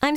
I'm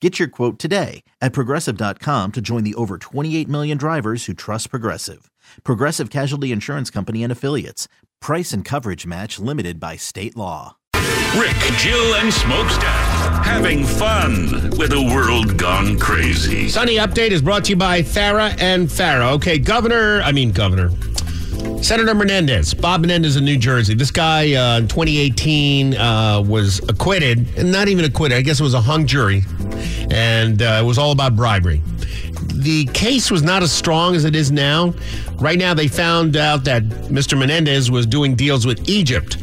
Get your quote today at progressive.com to join the over 28 million drivers who trust Progressive. Progressive Casualty Insurance Company and Affiliates. Price and coverage match limited by state law. Rick, Jill, and Smokestack having fun with a world gone crazy. Sunny Update is brought to you by Thara and Farah. Okay, Governor, I mean Governor, Senator Menendez, Bob Menendez in New Jersey. This guy uh, in 2018 uh, was acquitted, and not even acquitted. I guess it was a hung jury, and uh, it was all about bribery. The case was not as strong as it is now. Right now, they found out that Mr. Menendez was doing deals with Egypt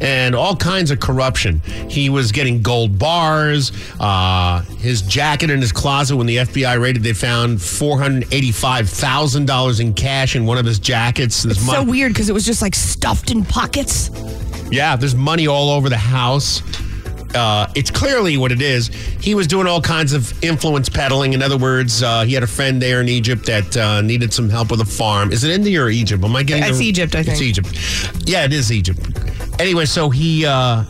and all kinds of corruption. He was getting gold bars. Uh, his jacket in his closet, when the FBI raided, they found four hundred eighty-five thousand dollars in cash in one of his jackets. This so weird because it was just like stuffed in pockets. yeah, there's money all over the house. Uh, it's clearly what it is. He was doing all kinds of influence peddling. In other words, uh, he had a friend there in Egypt that uh, needed some help with a farm. Is it India or Egypt? Am I getting? It's the- Egypt, I It's think. Egypt. Yeah, it is Egypt. Anyway, so he uh,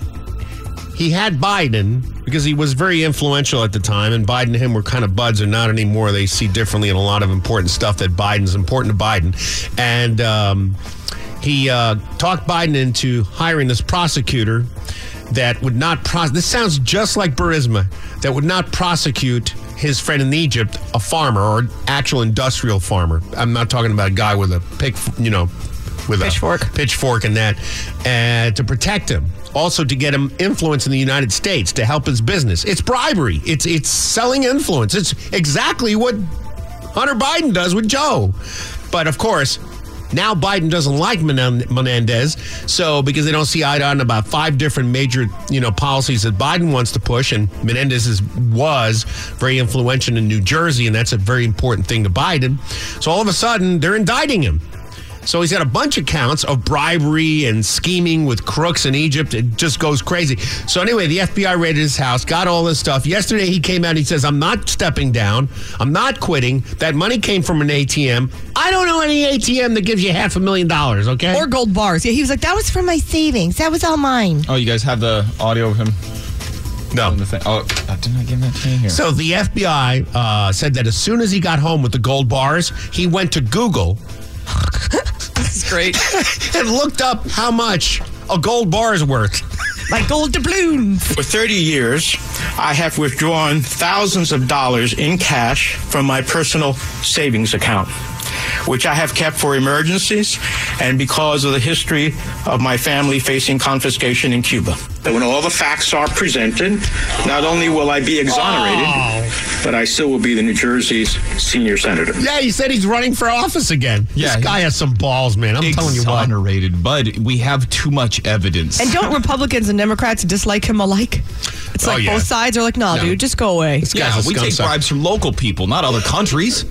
he had Biden because he was very influential at the time, and Biden and him were kind of buds, or not anymore. They see differently in a lot of important stuff that Biden's important to Biden, and um, he uh, talked Biden into hiring this prosecutor that would not pros. This sounds just like Burisma that would not prosecute his friend in Egypt, a farmer or an actual industrial farmer. I'm not talking about a guy with a pick, you know, with a Pitchfork. pitchfork and that uh, to protect him also to get him influence in the united states to help his business it's bribery it's it's selling influence it's exactly what hunter biden does with joe but of course now biden doesn't like Menem- menendez so because they don't see eye to eye on about five different major you know policies that biden wants to push and menendez is, was very influential in new jersey and that's a very important thing to biden so all of a sudden they're indicting him so he's had a bunch of counts of bribery and scheming with crooks in Egypt. It just goes crazy. So anyway, the FBI raided his house, got all this stuff. Yesterday he came out and he says, I'm not stepping down. I'm not quitting. That money came from an ATM. I don't know any ATM that gives you half a million dollars, okay? Or gold bars. Yeah, he was like, that was from my savings. That was all mine. Oh, you guys have the audio of him no. on the thing. Oh, uh, didn't I give that to you here? So the FBI uh, said that as soon as he got home with the gold bars, he went to Google This is great. and looked up how much a gold bar is worth. like gold doubloons. For 30 years, I have withdrawn thousands of dollars in cash from my personal savings account, which I have kept for emergencies and because of the history of my family facing confiscation in Cuba. When all the facts are presented, not only will I be exonerated, but I still will be the New Jersey's senior senator. Oh. Yeah, he said he's running for office again. Yeah, this he- guy has some balls, man. I'm telling you what. Exonerated, but we have too much evidence. And don't Republicans and Democrats dislike him alike? It's Oh, like yeah. both sides are like, nah, dude, just go away. yeah, guy's a we take scumsuck. bribes from local people, not other countries.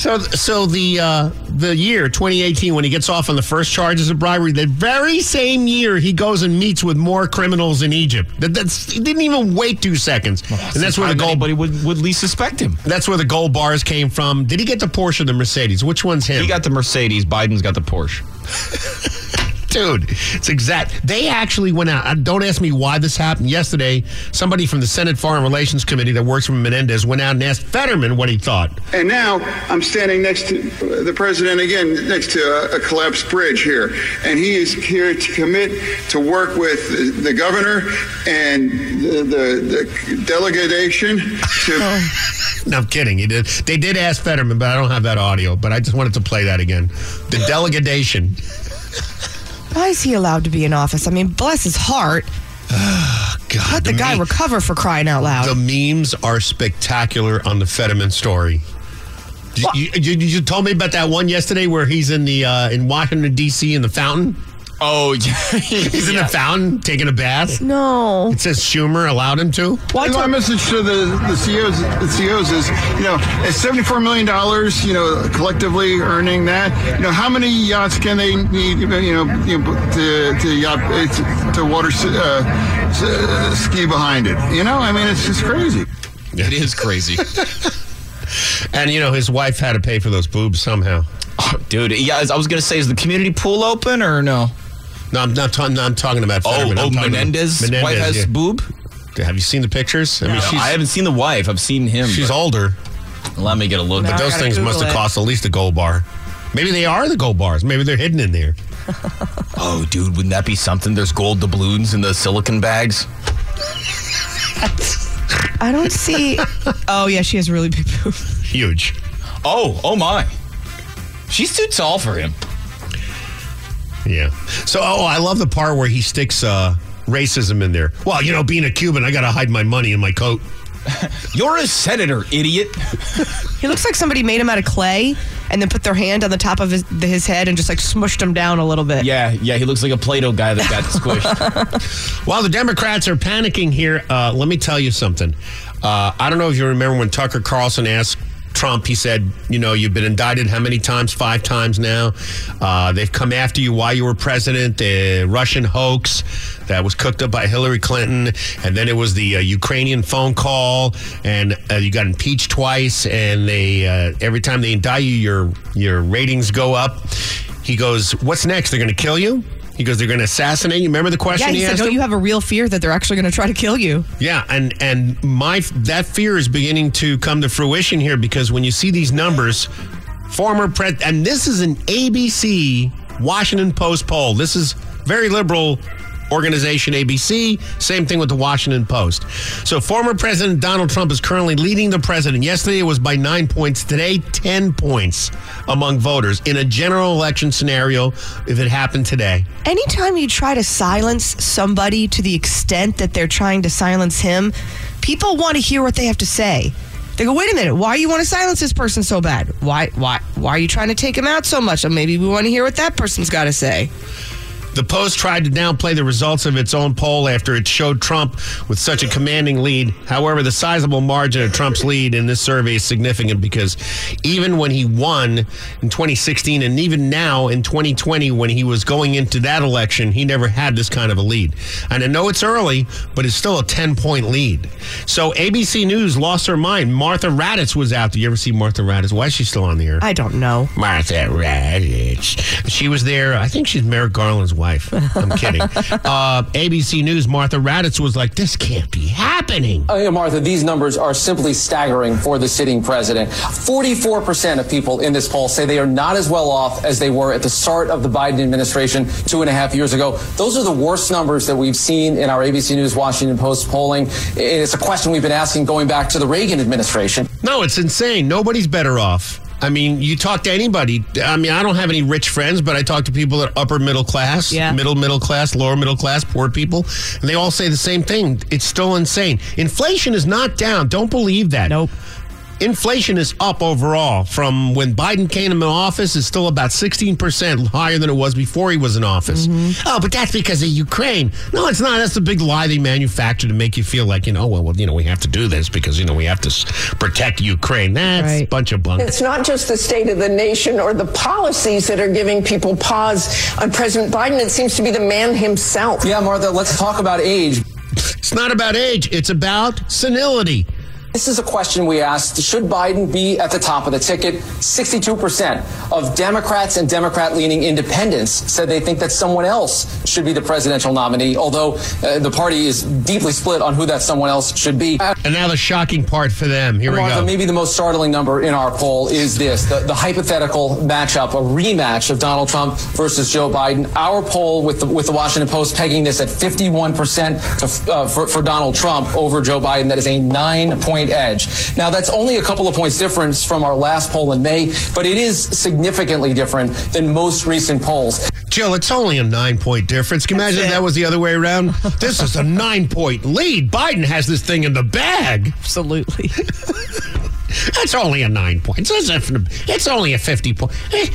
So, so the uh, the year 2018, when he gets off on the first charges of bribery, the very same year he goes and meets with more criminals in Egypt. That, that's he didn't even wait two seconds, and that's where the gold Anybody would would least suspect him. that's where the gold bars came from. Did he get the Porsche or the Mercedes? Which one's him? He got the Mercedes. Biden's got the Porsche. dude it's exact they actually went out uh, don't ask me why this happened yesterday somebody from the senate foreign relations committee that works for menendez went out and asked fetterman what he thought And now I'm standing next to the president again, next to a, a collapsed bridge here. And he is here to commit to work with the governor and the, the, the delegation to. no i'm kidding he did they did ask fetterman but i don't have that audio but i just wanted to play that again the delegation Why is he allowed to be in office? I mean, bless his heart. Oh, God, Let the, guy me- recover for crying out loud. The memes are spectacular on the Fetterman story. You, you, you, you told me about that one yesterday where he's in the uh, in Washington D.C. in the fountain. Oh, yeah. He's in the fountain taking a bath. no. It says Schumer allowed him to. Why And my don't- message to the, the CEOs the CEOs is, you know, at seventy four million dollars, you know, collectively earning that, you know, how many yachts can they need, you know, you know, to to yacht eh, to, to water s- uh, s- uh, ski behind it? You know, I mean, it's just crazy. It is crazy. And, you know, his wife had to pay for those boobs somehow. Oh, dude, yeah, I was going to say, is the community pool open or no? No, I'm not, ta- no, I'm talking about Oh, Fetterman. oh I'm talking about Menendez, Menendez, wife has yeah. boob? Have you seen the pictures? I mean, she's, I haven't seen the wife. I've seen him. she's but older. let me get a look. No. Those I gotta things must Google have it. cost at least a gold bar. Maybe they are the gold bars. Maybe they're hidden in there. Oh, dude, wouldn't that be something? There's gold doubloons in the silicon bags. I don't see. oh, yeah, she has really big boobs. Huge. Oh, oh my. She's too tall for him. Yeah. So, oh, I love the part where he sticks uh, racism in there. Well, you know, being a Cuban, I got to hide my money in my coat. You're a senator, idiot. He looks like somebody made him out of clay and then put their hand on the top of his, the, his head and just like smushed him down a little bit. Yeah, yeah, he looks like a Play Doh guy that got squished. While the Democrats are panicking here, uh, let me tell you something. Uh, I don't know if you remember when Tucker Carlson asked Trump, he said, You know, you've been indicted how many times? Five times now. Uh, they've come after you while you were president. The Russian hoax that was cooked up by Hillary Clinton. And then it was the uh, Ukrainian phone call. And uh, you got impeached twice. And they uh, every time they indict you, your, your ratings go up. He goes, What's next? They're going to kill you? He goes, They're going to assassinate you. Remember the question Yeah, he, said, asked don't him? you have a real fear that they're actually going to try to kill you? Yeah, and and my that fear is beginning to come to fruition here because when you see these numbers, former pres and this is an ABC Washington Post poll. This is very liberal organization ABC. Same thing with the Washington Post. So former President Donald Trump is currently leading the president. Yesterday it was by nine points. Today ten points among voters in a general election scenario. If it happened today. Anytime you try to silence somebody to the extent that they're trying to silence him, people want to hear what they have to say. They go, wait a minute, why you want to silence this person so bad? Why, why, why are you trying to take him out so much? Or maybe we want to hear what that person's got to say. The Post tried to downplay the results of its own poll after it showed Trump with such a commanding lead. However, the sizable margin of Trump's lead in this survey is significant because even when he won in 2016 and even now in 2020, when he was going into that election, he never had this kind of a lead. And I know it's early, but it's still a 10 point lead. So ABC News lost her mind. Martha Raddatz was out. Did you ever see Martha Raddatz? Why is she still on the air? I don't know. Martha Radich. She was there. I think she's Merrick Garland's wife. I'm kidding. uh, ABC News, Martha Raditz was like, this can't be happening. Oh, yeah, Martha, these numbers are simply staggering for the sitting president. 44% of people in this poll say they are not as well off as they were at the start of the Biden administration two and a half years ago. Those are the worst numbers that we've seen in our ABC News Washington Post polling. And It's a question we've been asking going back to the Reagan administration. No, it's insane. Nobody's better off. I mean, you talk to anybody. I mean, I don't have any rich friends, but I talk to people that are upper middle class, Yeah. middle middle class, lower middle class, poor people, and they all say the same thing. It's still insane. Inflation is not down. Don't believe that. Nope. Inflation is up overall from when Biden came into office. It's still about 16% higher than it was before he was in office. Mm-hmm. Oh, but that's because of Ukraine. No, it's not. That's the big lie they manufacture to make you feel like, you know, well, well you know, we have to do this because, you know, we have to s- protect Ukraine. That's a Right. bunch of bunk. It's not just the state of the nation or the policies that are giving people pause on President Biden. It seems to be the man himself. Yeah, Martha, let's talk about age. It's not about age, it's about senility. This is a question we asked. Should Biden be at the top of the ticket? 62% of Democrats and Democrat leaning independents said they think that someone else should be the presidential nominee, although uh, the party is deeply split on who that someone else should be. And now the shocking part for them. Here we Martha, go. maybe the most startling number in our poll is this the, the hypothetical matchup, a rematch of Donald Trump versus Joe Biden. Our poll with the, with the Washington Post pegging this at 51% to, uh, for, for Donald Trump over Joe Biden. That is a nine point edge. Now, that's only a couple of points difference from our last poll in May, but it is significantly different than most recent polls. Jill, it's only a nine point difference. Can you imagine if that was the other way around? This is a nine point lead. Biden has this thing in the bag. Absolutely. That's only a nine points. It's, a- it's only a 50 point.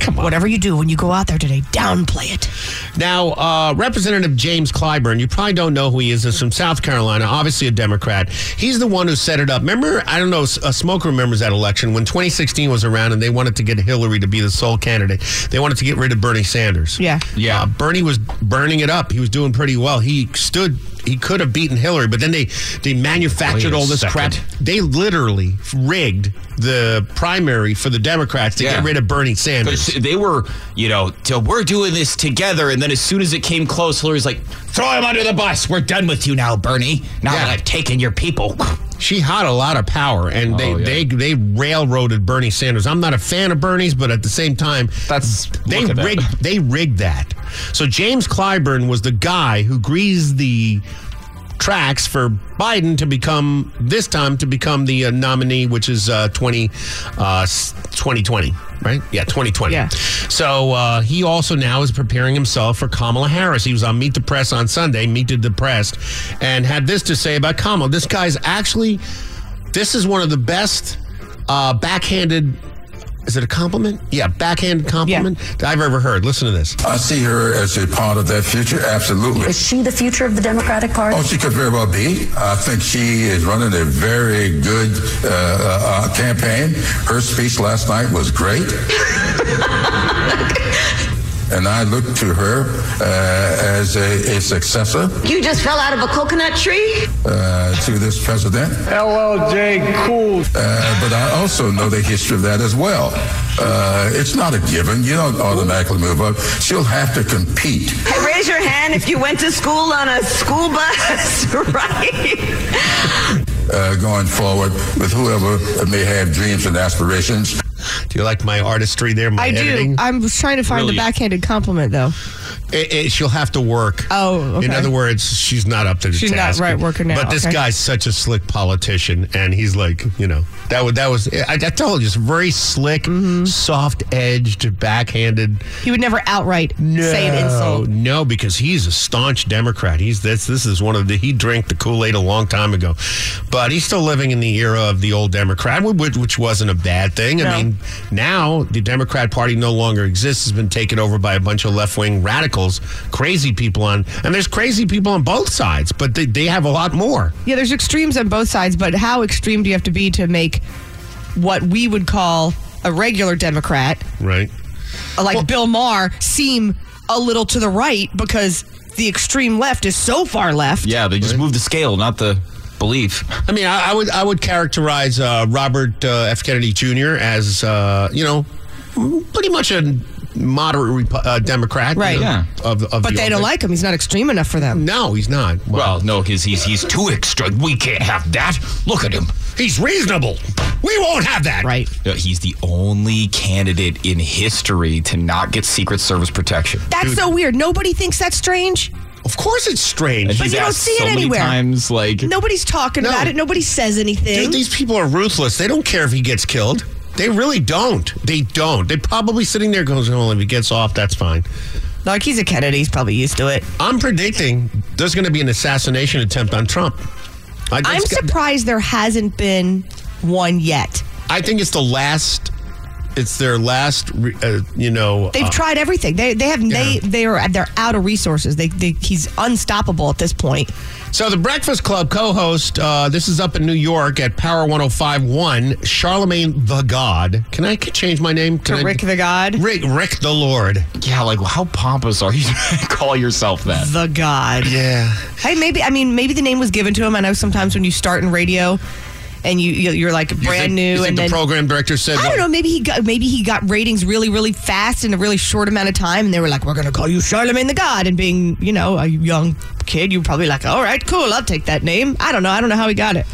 Come on. Whatever you do when you go out there today, downplay it. Now, uh, Representative James Clyburn, you probably don't know who he is. He's from South Carolina, obviously a Democrat. He's the one who set it up. Remember, I don't know, S- uh, Smoker remembers that election when 2016 was around and they wanted to get Hillary to be the sole candidate. They wanted to get rid of Bernie Sanders. Yeah. Yeah. Bernie was burning it up. He was doing pretty well. He stood, he could have beaten Hillary, but then they, they manufactured Wait a all this crap. They literally rigged the primary for the Democrats to Yeah. get rid of Bernie Sanders. 'Cause They were, you know, till we're doing this together. And then as soon as it came close, Hillary's like, throw him under the bus. We're done with you now, Bernie. Now that I've taken your people. She had a lot of power, and they, Oh, yeah. they they railroaded Bernie Sanders. I'm not a fan of Bernie's, but at the same time, that's they look at that. rigged they rigged that. So James Clyburn was the guy who greased the tracks for Biden to become this time to become the uh, nominee, which is uh, 20, uh, s- 2020, right? Yeah, 2020. Yeah. So uh, he also now is preparing himself for Kamala Harris. He was on Meet the Press on Sunday, Meet the Depressed, and had this to say about Kamala. This guy's actually, this is one of the best uh, backhanded. Is it a compliment? Yeah, backhanded compliment that I've ever heard. Listen to this. I see her as a part of that future, absolutely. Is she the future of the Democratic Party? Oh, she could very well be. I think she is running a very good uh, uh, uh, campaign. Her speech last night was great. and I look to her uh, as a, a successor You just fell out of a coconut tree? uh, to this president. LLJ Cool. Uh, but I also know the history of that as well. Uh, it's not a given. You don't automatically move up. She'll have to compete. Hey, raise your hand if you went to school on a school bus, right? uh, going forward with whoever may have dreams and aspirations. Do you like my artistry there? My I do. editing? I'm trying to find Really? the backhanded compliment, though. It, it, she'll have to work. Oh, okay. In other words, she's not up to the She's not task. right working now, But this okay. guy's such a slick politician, and he's like, you know, that was that was. I, I told you, it's very slick, soft edged, backhanded. Mm-hmm. He would never outright say an insult. No, because he's a staunch Democrat. He's this. This is one of the. He drank the Kool Aid a long time ago, but he's still living in the era of the old Democrat, whi- which, which wasn't a bad thing. I No. mean, now the Democrat Party no longer exists. Has been taken over by a bunch of left wing radicals, crazy people on, and there's crazy people on both sides, but they, they have a lot more. Yeah, there's extremes on both sides, but how extreme do you have to be to make what we would call a regular Democrat, Right. like Bill Maher, seem a little to the right because the extreme left is so far left? Yeah, they just moved the scale, not the belief. I mean, I, I would I would characterize uh, Robert uh, F. Kennedy Jr. as uh, you know pretty much a moderate Repu- uh, Democrat, Right. you know, Yeah. Of, of But the they old don't days. like him. He's not extreme enough for them. No, he's not. Well, no, because he's he's too extra. We can't have that. Look at him. He's reasonable. We won't have that. Right. He's the only candidate in history to not get Secret Service protection. That's so weird. Nobody thinks that's strange. Of course it's strange. And But he's you don't asked see it so many anywhere. times, like Nobody's talking No. about it. Nobody says anything. Dude, these people are ruthless. They don't care if he gets killed. They really don't. They don't. They're probably sitting there going, "Well, if he gets off, that's fine." like he's a Kennedy. He's probably used to it. I'm predicting there's going to be an assassination attempt on Trump. I I'm just- surprised there hasn't been one yet. I think it's the last. It's their last. re- Uh, you know, They've uh, tried everything. They they have they Yeah. they are they're out of resources. They, they he's unstoppable at this point. So the Breakfast Club co-host, uh, this is up in New York at Power 105.1, Charlemagne the God. Can I c- change my name? Can To I- Rick the God? Rick, Rick the Lord. Yeah, like how pompous are you to call yourself that? The God. Yeah. Hey, maybe I mean maybe the name was given to him. I know sometimes when you start in radio, and you you- you're like You brand think- new, you think and the then program director said, I well, don't know. Maybe he got maybe he got ratings really really fast in a really short amount of time, and they were like, "We're going to call you Charlemagne the God." And being you know a young kid, you're probably like, "All right, cool, I'll take that name." I don't know. I don't know how he got it.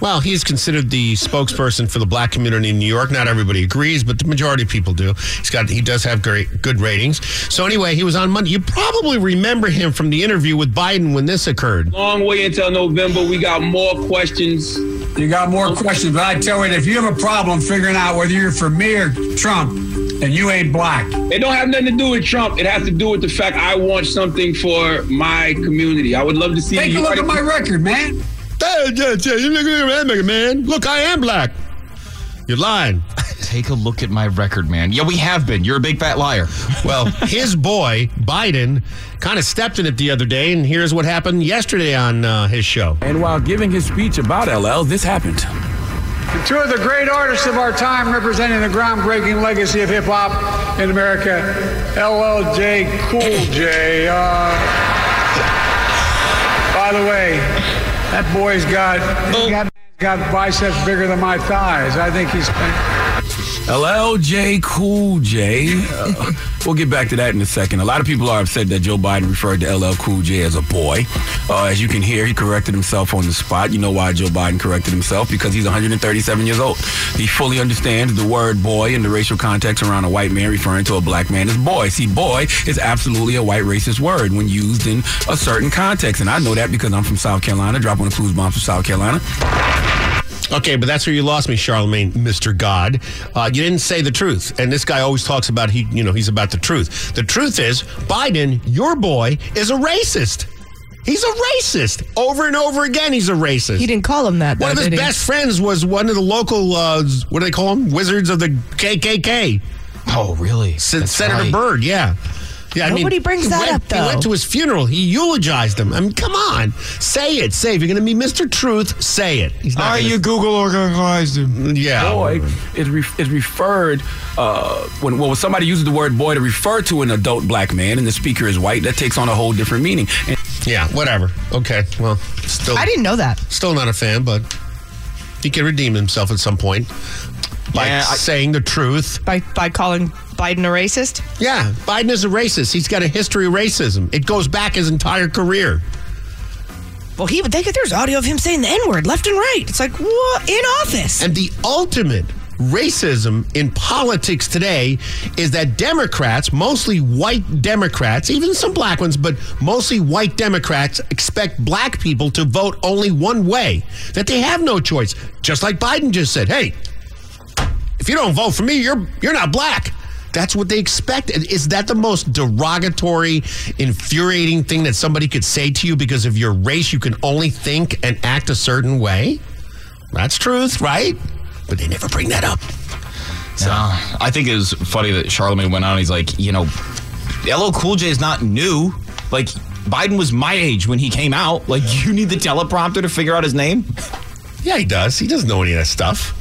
Well, he's considered the spokesperson for the black community in New York. Not everybody agrees, but the majority of people do. He's got he does have great good ratings. So anyway, he was on Monday. You probably remember him from the interview with Biden when this occurred. Long way until November. We got more questions. You got more questions, but I tell you, if you have a problem figuring out whether you're for me or Trump, and you ain't black. It don't have nothing to do with Trump. It has to do with the fact I want something for my community. I would love to see. Take a you- look at my record, man. Hey, yeah, yeah, you look at me, man. Look, I am black. You're lying. Take a look at my record, man. Yeah, we have been. You're a big fat liar. Well, his boy, Biden, kind of stepped in it the other day, and here's what happened yesterday on uh, his show. And while giving his speech about LL, this happened. Two of the great artists of our time representing the groundbreaking legacy of hip hop in America, LLJ Cool J. Uh, by the way, that boy's got Oh. that man's got biceps bigger than my thighs. I think he's. LLJ Cool J. Uh, we'll get back to that in a second. A lot of people are upset that Joe Biden referred to LL Cool J as a boy. Uh, as you can hear, he corrected himself on the spot. You know why Joe Biden corrected himself? Because he's 137 years old. He fully understands the word boy and the racial context around a white man referring to a black man as boy. See, boy is absolutely a white racist word when used in a certain context. And I know that because I'm from South Carolina, dropping the clues bombs from South Carolina. Okay, but that's where you lost me, Charlemagne, Mr. God. Uh, you didn't say the truth. And this guy always talks about he, you know, he's about the truth. The truth is, Biden, your boy, is a racist. He's a racist. Over and over again, he's a racist. He didn't call him that. One though, of his did he? best friends was one of the local, uh, what do they call them? Wizards of the KKK. Oh, really? Senator right. Byrd, yeah. Yeah, I mean, Nobody brings he that went- up, He though. went to his funeral. He eulogized him. I mean, come on. Say it. Say if you're going to be Mr. Truth, say it. He's not Are gonna- you Google organized him? Yeah. Boy is, re- is referred, uh, when, well, when somebody uses the word boy to refer to an adult black man and the speaker is white, that takes on a whole different meaning. And- Yeah, whatever. Okay, well, still. I didn't know that. Still not a fan, but he can redeem himself at some point by Yeah, I- saying the truth. By by calling Biden a racist? Yeah, Biden is a racist. He's got a history of racism. It goes back his entire career. Well, he would think that there's audio of him saying the N word left and right. It's like, what? In office. And the ultimate racism in politics today is that Democrats, mostly white Democrats, even some black ones, but mostly white Democrats expect black people to vote only one way, that they have no choice. Just like Biden just said, hey, if you don't vote for me, you're you're not black. That's what they expect. And Is that the most derogatory, infuriating thing that somebody could say to you because of your race? You can only think and act a certain way. That's truth, right? But they never bring that up. So I think it was funny that Charlemagne went on. He's like, you know, LL Cool J is not new. Like Biden was my age when he came out. Like you need the teleprompter to figure out his name. Yeah, he does. He doesn't know any of that stuff.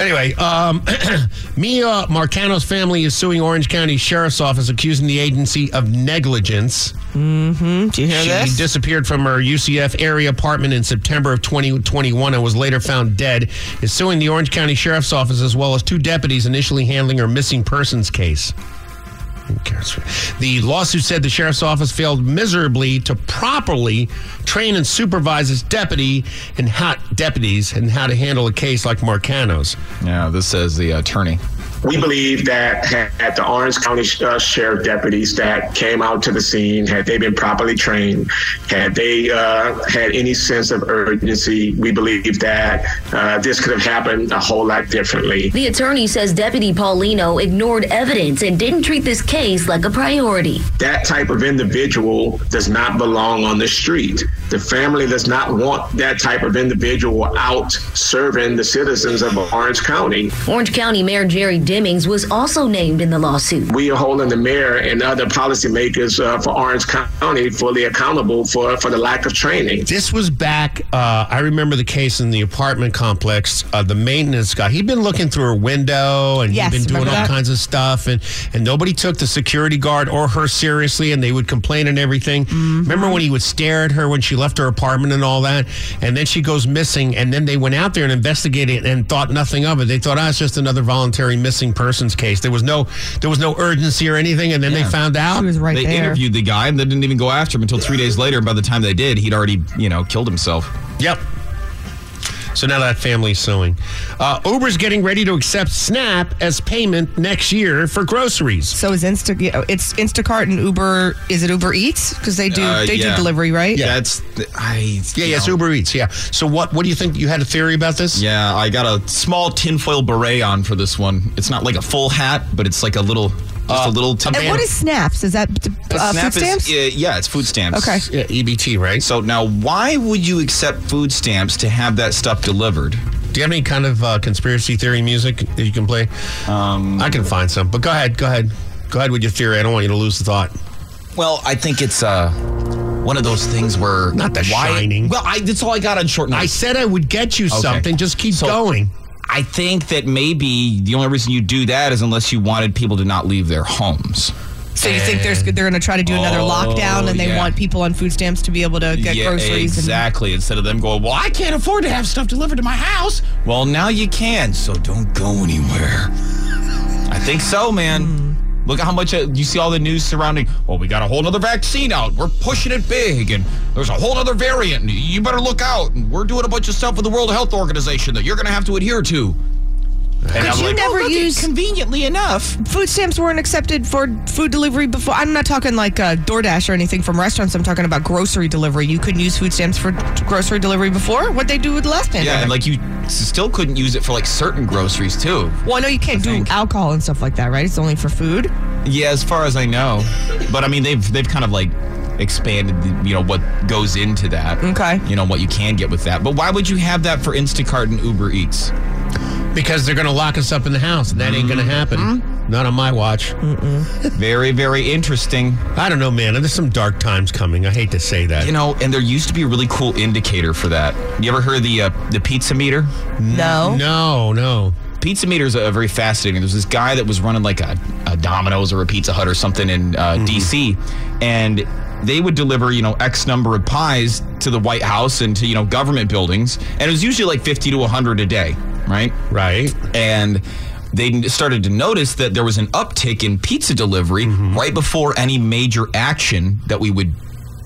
Anyway, um, Mia Marcano's family is suing Orange County Sheriff's Office, accusing the agency of negligence. Mm-hmm. Do you hear she this? disappeared from her UCF area apartment in September of 2021 and was later found dead. Is suing the Orange County Sheriff's Office as well as two deputies initially handling her missing persons case. The lawsuit said the sheriff's office failed miserably to properly train and supervise its deputy and how, deputies and how to handle a case like Marcano's. Yeah, this says the uh, attorney. We believe that had the Orange County uh, Sheriff deputies that came out to the scene, had they been properly trained, had they uh, had any sense of urgency, we believe that uh, this could have happened a whole lot differently. The attorney says Deputy Paulino ignored evidence and didn't treat this case like a priority. That type of individual does not belong on the street. The family does not want that type of individual out serving the citizens of Orange County. Orange County Mayor Jerry Dimmings was also named in the lawsuit. we are holding the mayor and other policymakers uh, for Orange County fully accountable for, for the lack of training. This was back. Uh, I remember the case in the apartment complex. Uh, the maintenance guy, he'd been looking through her window and Yes, he'd been doing all remember that? kinds of stuff, and and nobody took the security guard or her seriously, and they would complain and everything. Mm-hmm. Remember when he would stare at her when she left her apartment and all that, and then she goes missing, and then they went out there and investigated it and thought nothing of it. They thought, ah, it's just another voluntary missing persons case. There was no there was no urgency or anything, and then they found out They interviewed the guy and they didn't even go after him until three days later. And by the time they did, he'd already, you know, killed himself. Yep. So now that family's suing. Uh, Uber's getting ready to accept SNAP as payment next year for groceries. So is Insta? yeah, oh, It's Instacart and Uber. Is it Uber Eats? Because they do Uh, they yeah. do delivery, right? Yeah. That's the, I. Yeah, yes, Uber Eats. Yeah. So what? What do you think? You had a theory about this? Yeah, I got a small tinfoil beret on for this one. It's not like a full hat, but it's like a little, just Uh, a little. And what is snaps? Is that A uh, SNAP food stamps? Is, uh, yeah, it's food stamps. Okay. Yeah, EBT, right? So now, why would you accept food stamps to have that stuff delivered? Do you have any kind of uh, conspiracy theory music that you can play? Um, I can find some, but go ahead, go ahead, go ahead with your theory. I don't want you to lose the thought. Well, I think it's uh, one of those things where not the why- shining. Well, I, that's all I got on short notice. I said I would get you Okay. something. Just keep going. I think that maybe the only reason you do that is unless you wanted people to not leave their homes. So you think there's, they're going to try to do another Oh, lockdown, and they yeah. want people on food stamps to be able to get yeah, groceries? exactly. Instead of them going, well, I can't afford to have stuff delivered to my house. Well, now you can, so don't go anywhere. I think so, man. Hmm. Look at how much uh, you see all the news surrounding. Well, we got a whole other vaccine out. We're pushing it big, and there's a whole other variant. and You better look out. And we're doing a bunch of stuff with the World Health Organization that you're going to have to adhere to. And But I'm you like, never oh, look, it- used. Conveniently enough, food stamps weren't accepted for food delivery before. I'm not talking like uh, DoorDash or anything from restaurants. I'm talking about grocery delivery. You couldn't use food stamps for grocery delivery before. What they do with the last Yeah, pandemic? and like you s- still couldn't use it for like certain groceries too. well, I know you can't do alcohol and stuff like that, right? It's only for food. Yeah, as far as I know. But I mean, they've they've kind of like expanded, the, you know, what goes into that. Okay. You know what you can get with that. But why would you have that for Instacart and Uber Eats? Because they're going to lock us up in the house, and that ain't going to happen. Hmm? Not on my watch. Very, very interesting. I don't know, man. There's some dark times coming. I hate to say that. You know, and there used to be a really cool indicator for that. You ever heard of the uh, the pizza meter? No. No, no. Pizza meters are very fascinating. There's this guy that was running like a, a Domino's or a Pizza Hut or something in uh, Mm-hmm. DC, and they would deliver you know X number of pies to the White House and to you know government buildings, and it was usually like 50 to 100 a day, right? Right. And they started to notice that there was an uptick in pizza delivery Mm-hmm. right before any major action that we would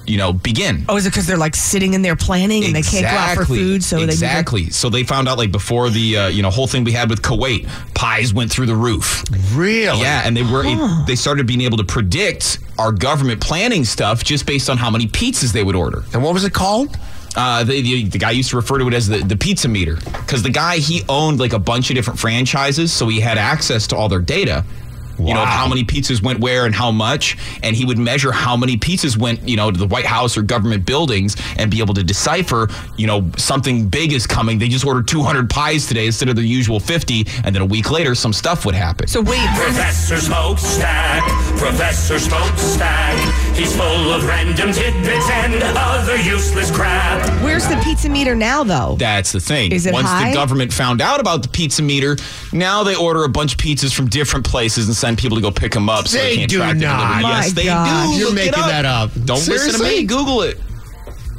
you know begin. Oh, is it because they're like sitting in there planning and they can't go out for food? So exactly. so they found out like before the uh, you know whole thing we had with Kuwait, pies went through the roof. Really? Yeah, and they were they started being able to predict our government planning stuff just based on how many pizzas they would order. And what was it called? Uh, the, the, the guy used to refer to it as the, the pizza meter because the guy he owned like a bunch of different franchises, so he had access to all their data. You know of how many pizzas went where and how much, and he would measure how many pizzas went, you know, to the White House or government buildings, and be able to decipher, you know, something big is coming. They just ordered 200 pies today instead of their usual 50, and then a week later, some stuff would happen. So wait, Professor Smokestack, Professor Smokestack. He's full of random tidbits and other useless crap. they, where's the pizza meter now, though? That's the thing. Is it Once high? the government found out about the pizza meter, now they order a bunch of pizzas from different places and send people to go pick them up. so They they can't do track the not. delivery. My yes, they God. do. You're Look it making that up. Don't listen to Seriously? me. Google it.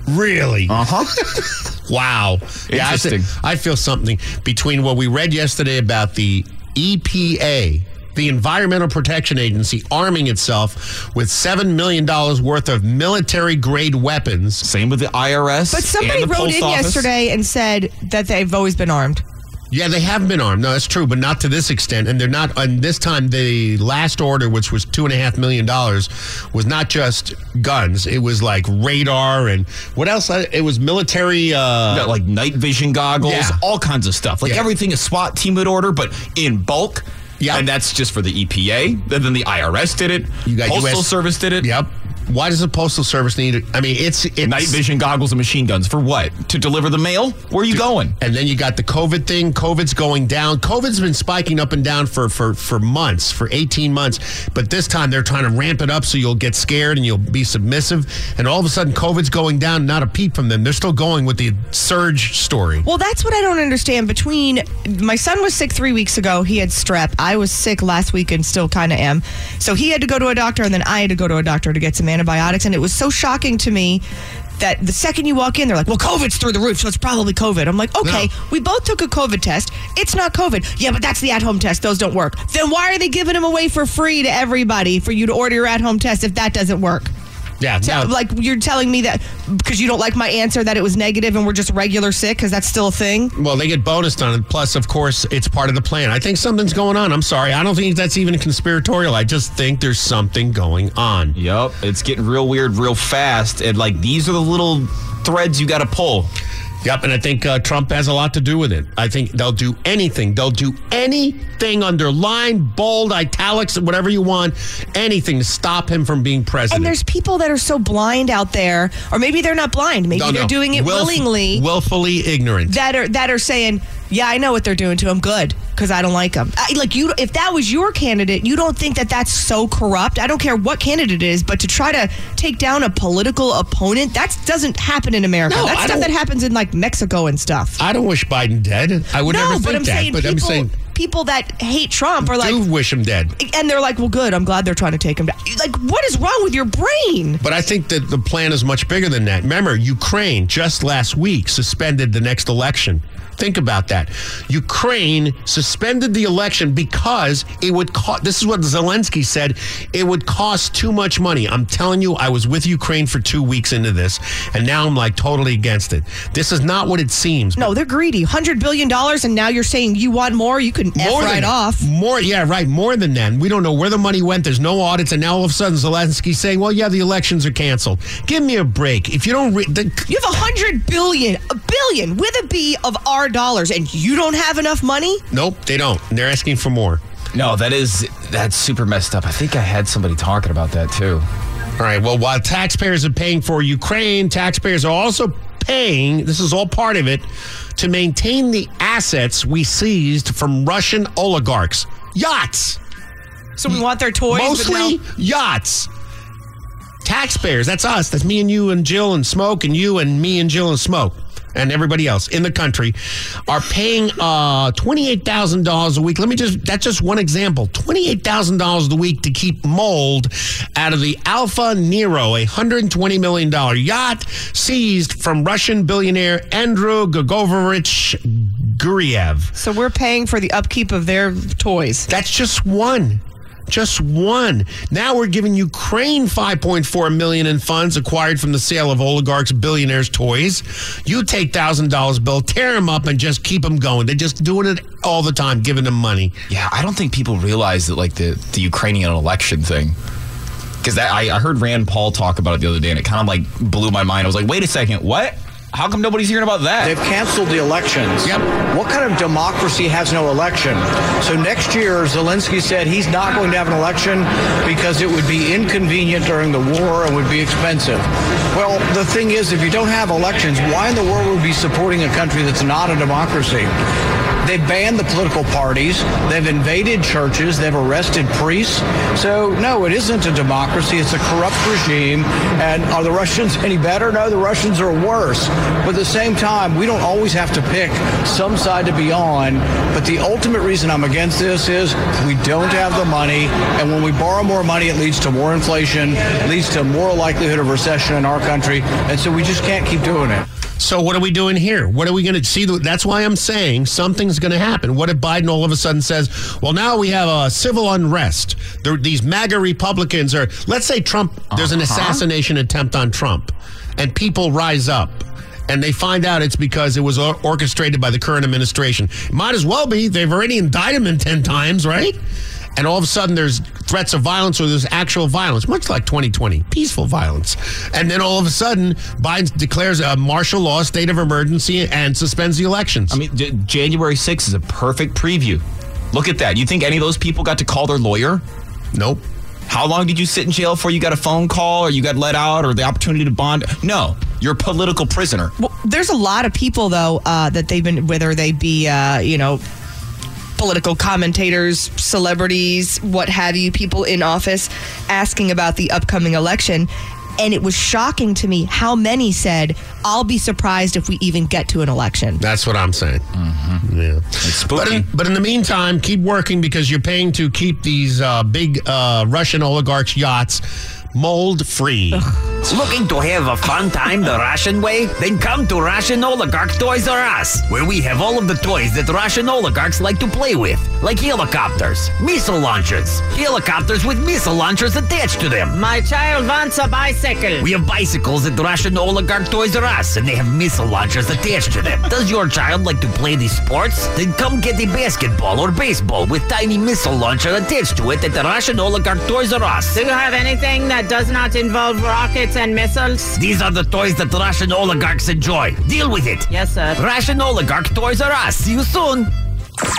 Really? Uh huh. Wow. Yeah, I, thi- Interesting. I feel something between what we read yesterday about the EPA, the Environmental Protection Agency, arming itself with $7 million worth of military grade weapons. Same with the IRS. But somebody and the wrote post in office. yesterday and said that they've always been armed. Yeah, they have been armed. No, that's true, but not to this extent. And they're not. And this time, the last order, which was two and a half million dollars, was not just guns. It was like radar and what else? Uh, It was military. Uh, Got, like night vision goggles, Yeah. all kinds of stuff. Like Yeah. everything a SWAT team would order, but in bulk. Yeah. And that's just for the EPA. And then the IRS did it. You got Postal US Service did it. Yep. Why does the postal service need? I mean, it's, it's Night vision goggles and machine guns. For what? To deliver the mail? Where are you going? And then you got the COVID thing. COVID's going down. COVID's been spiking up and down for for for months, for eighteen months. But this time they're trying to ramp it up so you'll get scared and you'll be submissive. And all of a sudden, COVID's going down. Not a peep from them. They're still going with the surge story. Well, that's what I don't understand. Between my son was sick three weeks ago, he had strep. I was sick last week and still kind of am. So he had to go to a doctor, and then I had to go to a doctor to get some antibiotics. And it was so shocking to me that the second you walk in, they're like, "Well, COVID's through the roof, so it's probably COVID." I'm like, "Okay, we both took a COVID test. It's not COVID. Yeah, but that's the at-home test. Those don't work. Then why are they giving them away for free to everybody for you to order your at-home test if that doesn't work?" Yeah, Tell- no. like you're telling me that because you don't like my answer that it was negative and we're just regular sick because that's still a thing. Well, they get bonused on it. Plus, of course, it's part of the plan. I think something's going on. I'm sorry. I don't think that's even conspiratorial. I just think there's something going on. Yep. It's getting real weird real fast. And like these are the little threads you got to pull. Yep. And I think uh, Trump has a lot to do with it. I think they'll do anything. They'll do anything underline, bold, italics, whatever you want, anything to stop him from being president. And there's people that are so blind out there, or maybe they're not blind. Maybe No, they're no. doing it Willf- willingly. willfully ignorant. that are that are saying, "Yeah, I know what they're doing to him. Good, because I don't like him." I, like you, if that was your candidate, you don't think that that's so corrupt? I don't care what candidate it is, but to try to take down a political opponent that doesn't happen in America. No, that's I stuff don't- that happens in like Mexico and stuff. I don't wish Biden dead. I would no, never think but I'm that. saying but people, I'm saying, people that hate Trump are like, do wish him dead. and they're like, "Well, good. I'm glad they're trying to take him down." Like, what is wrong with your brain? But I think that the plan is much bigger than that. Remember, Ukraine just last week suspended the next election. Think about that. Ukraine suspended the election because it would cost. This is what Zelensky said. It would cost too much money. I'm telling you, I was with Ukraine for two weeks into this, and now I'm like totally against it. This is not what it seems. No, they're greedy. Hundred billion dollars, and now you're saying you want more. You can f right than, off. More, yeah, right. More than that. We don't know where the money went. There's no audits, and now all of a sudden Zelensky's saying, "Well, yeah, the elections are canceled." Give me a break. If you don't, re- the, You have a hundred billion, a billion with a B of our dollars, and you don't have enough money? nope, they don't. And They're asking for more. No, that is that's super messed up. I think I had somebody talking about that too. All right. Well, while taxpayers are paying for Ukraine, taxpayers are also paying. This is all part of it to maintain the assets we seized from Russian oligarchs, yachts. So we want their toys, but mostly yachts. Taxpayers, that's us. That's me and you and Jill and Smoke and you and me and Jill and Smoke and everybody else in the country are paying uh, $28,000 a week. Let me just, that's just one example. $28,000 a week to keep mold out of the Alpha Nero, a $120 million yacht seized from Russian billionaire Andrew Gogovich Guriev. So we're paying for the upkeep of their toys. That's just one. Just one. Now we're giving Ukraine 5.4 million in funds acquired from the sale of oligarchs, billionaires' toys. You take thousand dollars bill, tear them up, and just keep them going. They're just doing it all the time, giving them money. Yeah, I don't think people realize that like the the Ukrainian election thing. Because that I, I heard Rand Paul talk about it the other day, and it kind of like blew my mind. I was like, wait a second, what? How come nobody's hearing about that? They've canceled the elections. Yep. What kind of democracy has no election? So next year, Zelensky said he's not going to have an election because it would be inconvenient during the war and would be expensive. Well, the thing is, if you don't have elections, why in the world would we be supporting a country that's not a democracy? They've banned the political parties. They've invaded churches. They've arrested priests. So, no, it isn't a democracy. It's a corrupt regime. And are the Russians any better? No, the Russians are worse. But at the same time, we don't always have to pick some side to be on. But the ultimate reason I'm against this is we don't have the money. And when we borrow more money, it leads to more inflation, leads to more likelihood of recession in our country. And so we just can't keep doing it. So what are we doing here? What are we going to see? That's why I'm saying something's going to happen. What if Biden all of a sudden says, "Well, now we have a civil unrest. There, these MAGA Republicans are." Let's say Trump. There's an Uh-huh. assassination attempt on Trump, and people rise up. And they find out it's because it was or- orchestrated by the current administration. Might as well be. They've already indicted him 10 times, right? And all of a sudden, there's threats of violence or there's actual violence, much like 2020, peaceful violence. And then all of a sudden, Biden declares a martial law, state of emergency, and suspends the elections. I mean, J- January 6th is a perfect preview. Look at that. You think any of those people got to call their lawyer? Nope. How long did you sit in jail for? You got a phone call or you got let out or the opportunity to bond? No, you're a political prisoner. Well, there's a lot of people though uh, that they've been, whether they be, uh, you know, political commentators, celebrities, what have you, people in office asking about the upcoming election. And it was shocking to me how many said, I'll be surprised if we even get to an election. That's what I'm saying. Mm-hmm. Yeah. But in, but in the meantime, keep working because you're paying to keep these uh, big uh, Russian oligarchs' yachts mold free. kids. Looking to have a fun time the Russian way? Then come to Russian Oligarch Toys R Us, where we have all of the toys that Russian oligarchs like to play with, like helicopters, missile launchers, helicopters with missile launchers attached to them. My child wants a bicycle. We have bicycles at Russian Oligarch Toys R Us, and they have missile launchers attached to them. Does your child like to play these sports? Then come get a basketball or baseball with tiny missile launcher attached to it at the Russian Oligarch Toys R Us. Do you have anything that does not involve rockets and missiles? These are the toys that Russian oligarchs enjoy. Deal with it. Yes, sir. Russian Oligarch Toys R Us. See you soon.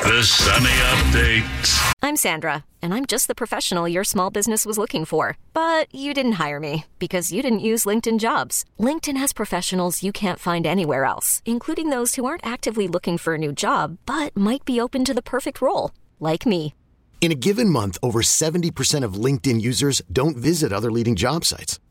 The Sunny Update. I'm Sandra, and I'm just the professional your small business was looking for. But you didn't hire me because you didn't use LinkedIn jobs. LinkedIn has professionals you can't find anywhere else, including those who aren't actively looking for a new job but might be open to the perfect role, like me. In a given month, over 70% of LinkedIn users don't visit other leading job sites.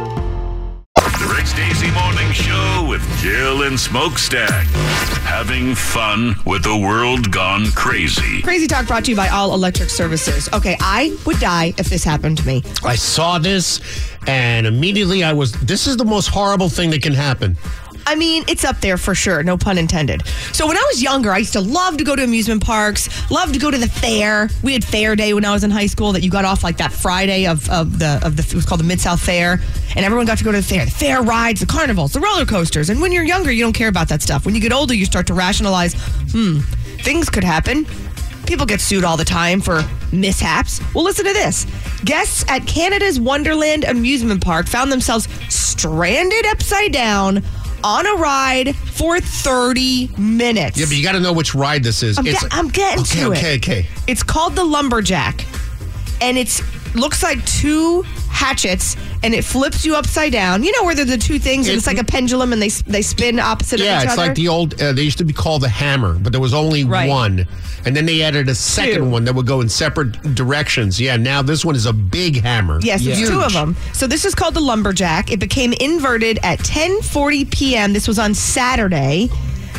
The Rick Stacy Morning Show with Jill and Smokestack. Having fun with the world gone crazy. Crazy Talk brought to you by All Electric Services. Okay, I would die if this happened to me. I saw this and immediately I was, this is the most horrible thing that can happen. I mean, it's up there for sure, no pun intended. So when I was younger, I used to love to go to amusement parks, love to go to the fair. We had fair day when I was in high school that you got off like that Friday of, of the of the it was called the Mid South Fair. And everyone got to go to the fair. The fair rides, the carnivals, the roller coasters. And when you're younger, you don't care about that stuff. When you get older, you start to rationalize, hmm, things could happen. People get sued all the time for mishaps. Well, listen to this. Guests at Canada's Wonderland Amusement Park found themselves stranded upside down on a ride for 30 minutes. Yeah, but you got to know which ride this is. I'm, get- I'm getting okay, to okay, it. okay. It's called the lumberjack, and it's looks like two hatchets, and it flips you upside down. You know where they're the two things, and It- it's like a pendulum, and they s- they spin opposite Yeah, of each it's other. like the old. Uh, they used to be called the hammer, but there was only Right. one, and then they added a second Two. one that would go in separate directions. Yeah, now this one is a big hammer. Yes, it's Huge. two of them. So this is called the lumberjack. It became inverted at 10:40 p.m. This was on Saturday.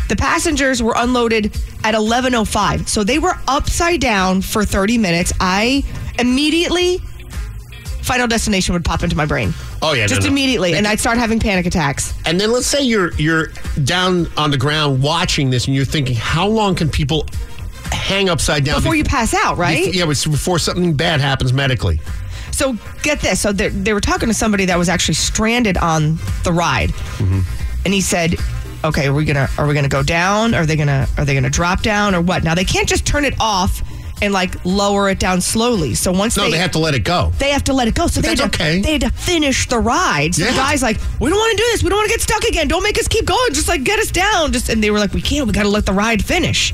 The passengers were unloaded at 11:05. So they were upside down for 30 minutes. I immediately Final Destination would pop into my brain. Oh yeah, no, Just no. immediately and I'd start having panic attacks. And then let's say you're you're down on the ground watching this, and you're thinking, how long can people hang upside down Before you pass out, right? Bef- yeah, it's before something bad happens medically. So get this. So they they were talking to somebody that was actually stranded on the ride, Mm-hmm. and he said, "Okay, are we gonna are we gonna go down? Are they gonna are they gonna drop down or what?" Now they can't just turn it off and like lower it down slowly. So once No, they, they, have to let it go. They have to let it go. So But they had, to, that's okay. they had to finish the ride. So Yeah. the guy's like, we don't want to do this. We don't want to get stuck again. Don't make us keep going. Just like get us down. Just and they were like, we can't. We got to let the ride finish.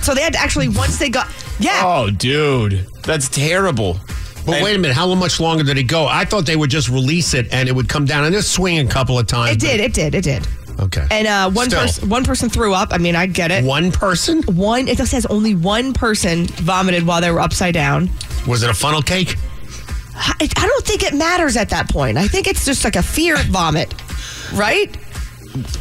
So they had to actually once they got yeah. Oh, dude. That's terrible. But And- wait a minute, how much longer did it go? I thought they would just release it and it would come down and just swing a couple of times. It did. It did. It did. Okay. And uh, one Still. person, one person threw up. I mean, I get it. One person? One. It says only one person vomited while they were upside down. Was it a funnel cake? I, I don't think it matters at that point. I think it's just like a fear vomit, right?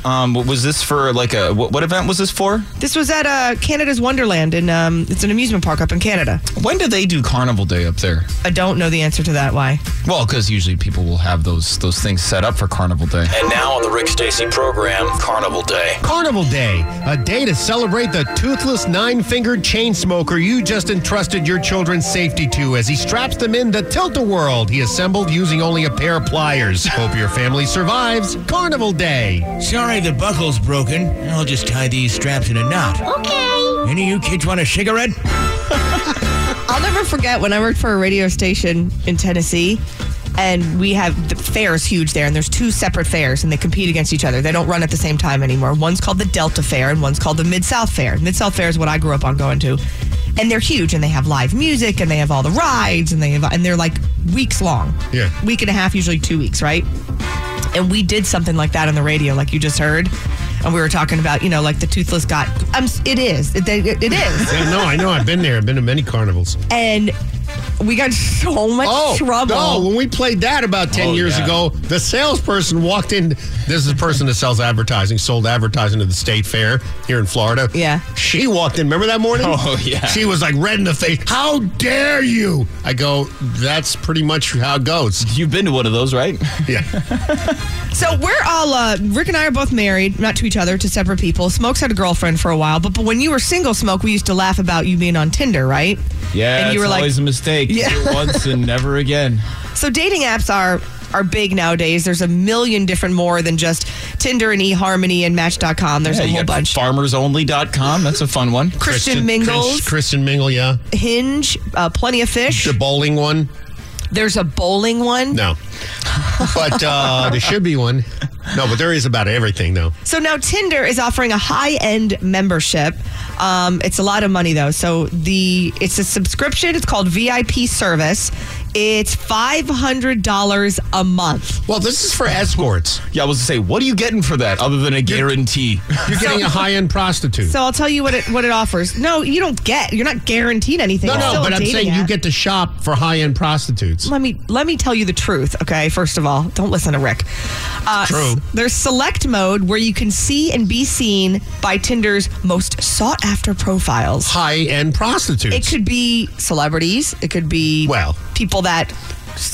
um, was this for like a what, what event was this for? This was at uh, Canada's Wonderland, and um, it's an amusement park up in Canada. When do they do Carnival Day up there? I don't know the answer to that. Why? Well, because usually people will have those those things set up for Carnival Day. And now on the Rick Stacy program, Carnival Day. Carnival Day, a day to celebrate the toothless nine fingered chain smoker you just entrusted your children's safety to as he straps them in the tilt a world he assembled using only a pair of pliers. Hope your family survives Carnival Day. Sorry, the buckle's broken. I'll just tie these straps in a knot. Okay. Any of you kids want a cigarette? I'll never forget when I worked for a radio station in Tennessee, and we have the fair is huge there, and there's two separate fairs, and they compete against each other. They don't run at the same time anymore. One's called the Delta Fair, and one's called the Mid South Fair. Mid South Fair is what I grew up on going to, and they're huge, and they have live music, and they have all the rides, and they have, and they're like weeks long, Yeah. week and a half, usually two weeks, right? And we did something like that on the radio, like you just heard. And we were talking about, you know, like the toothless got. I'm, s- it is. It, it, it is. Yeah, no, I know. I've been there. I've been to many carnivals. and we got in so much Oh, trouble. no. When we played that about 10 Oh, years yeah. ago, the salesperson walked in. This is a person that sells advertising, sold advertising to the state fair here in Florida. Yeah. She walked in. Remember that morning? Oh, yeah. She was like red in the face. How dare you? I go, that's pretty much how it goes. You've been to one of those, right? Yeah. So we're all uh, Rick and I are both married, not to each other, to separate people. Smokes had a girlfriend for a while, but, but when you were single, Smoke, we used to laugh about you being on Tinder, right? Yeah, and you it's were like, always a mistake. Yeah. Do it once and never again. So dating apps are are big nowadays. There's a million different more than just Tinder and eHarmony and Match.com. There's Yeah, a you whole got bunch. Farmersonly.com. That's a fun one. Christian Mingles. Kristen Mingle, yeah. Hinge, uh, plenty of fish. The bowling one. There's a bowling one. No. But uh, there should be one. No, but there is about everything, though. So now Tinder is offering a high-end membership. Um, it's a lot of money though. So the it's a subscription. It's called VIP service. It's five hundred dollars a month. Well, this is for escorts. Yeah, I was to say, what are you getting for that other than a guarantee? You're getting a high end prostitute. So I'll tell you what it what it offers. No, you don't get. You're not guaranteed anything. No, It's no, still a but I'm dating saying you app. get to shop for high end prostitutes. Let me let me tell you the truth, okay? First of all, don't listen to Rick. Uh, True. s- There's select mode where you can see and be seen by Tinder's most sought after profiles. High end prostitutes. It could be celebrities. It could be well people that.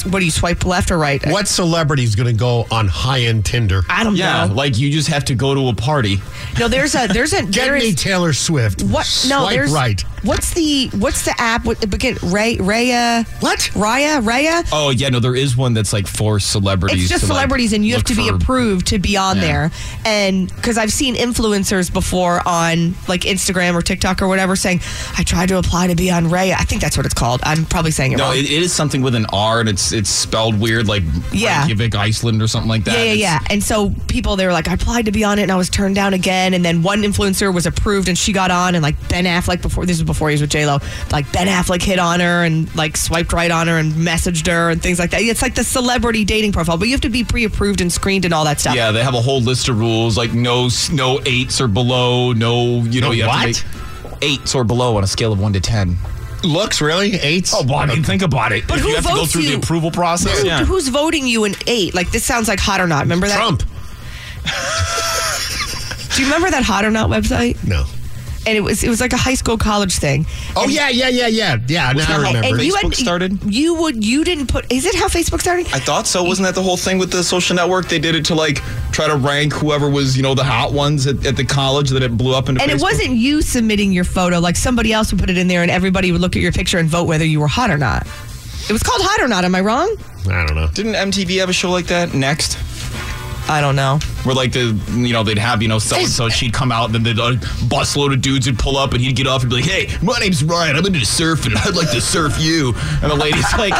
What do you swipe left or right? What celebrity's going to go on high end Tinder? I don't yeah, know. like you just have to go to a party. No, there's a there's a Get me Taylor Swift. What? No, Swipe there's right. What's the what's the app? What begin Ray Raya? What Raya Raya? Oh yeah, no, there is one that's like for celebrities. It's just to, like, celebrities, and you have look to be for- approved to be on Yeah. there. And because I've seen influencers before on like Instagram or TikTok or whatever saying, "I tried to apply to be on Raya." I think that's what it's called. I'm probably saying it No, wrong. it, it is something with an R, and it's it's spelled weird, like Yeah. Reykjavik, Iceland, or something like that. Yeah, yeah, yeah. And so people, they were like, I applied to be on it and I was turned down again. And then one influencer was approved and she got on. And like Ben Affleck, before this was before he was with Lo, like Ben Affleck hit on her and like swiped right on her and messaged her and things like that. It's like the celebrity dating profile, but you have to be pre approved and screened and all that stuff. Yeah, they have a whole list of rules, like no s- no eights or below, no you know No you have what? to make eights or below on a scale of one to ten. Looks really eights. Oh, well, I mean, think about it. But if who you have to go votes through you? the approval process, Who- Who's voting you an eight? Like this sounds like hot or not. Remember that? Trump. Do you remember that hot or not website? No. And it was it was like a high school college thing. Oh, yeah, yeah, yeah, yeah. Yeah, now I remember. And you had- You would you didn't put is it how Facebook started? I thought so. Wasn't that the whole thing with the social network? They did it to like try to rank whoever was, you know, the hot ones at, at the college that it blew up into. and it Facebook. wasn't you submitting your photo like somebody else would put it in there and everybody would look at your picture and vote whether you were hot or not it was called hot or not am i wrong I don't know. Didn't MTV have a show like that? Next. I don't know. Where like the you know they'd have you know so and so she'd come out and then the uh, busload of dudes would pull up and he'd get off and be like hey my name's Ryan I'm into surfing I'd like to surf you and the lady's like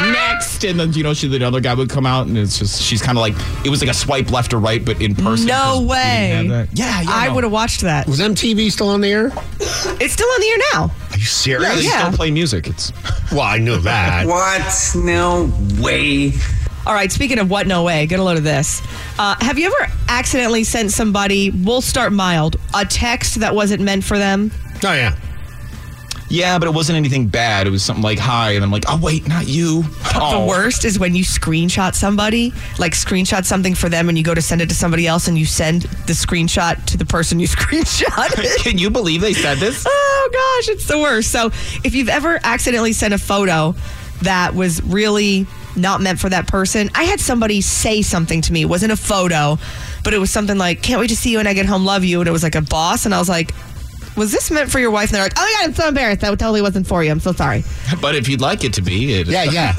next and then you know she the other guy would come out and it's just she's kind of like it was like a swipe left or right but in person no 'cause we didn't have way that. yeah, yeah i no. would have watched that was mtv still on the air it's still on the air now Are you serious? Yeah, they Yeah. still play music. It's well, I knew that. what no way all right speaking of what no way get a load of this uh, have you ever accidentally sent somebody we'll start mild a text that wasn't meant for them Oh yeah Yeah, but it wasn't anything bad. It was something like hi, and I'm like, oh wait, not you. The Oh. worst is when you screenshot somebody, like screenshot something for them, and you go to send it to somebody else, and you send the screenshot to the person you screenshot. Can you believe they said this? oh gosh, it's the worst. So if you've ever accidentally sent a photo that was really not meant for that person, I had somebody say something to me. It wasn't a photo, but it was something like, "Can't wait to see you when I get home. Love you." And it was like a boss, and I was like. Was this meant for your wife? And they're like, "Oh my god, I'm so embarrassed. That totally wasn't for you. I'm so sorry." But if you'd like it to be, it, yeah, yeah.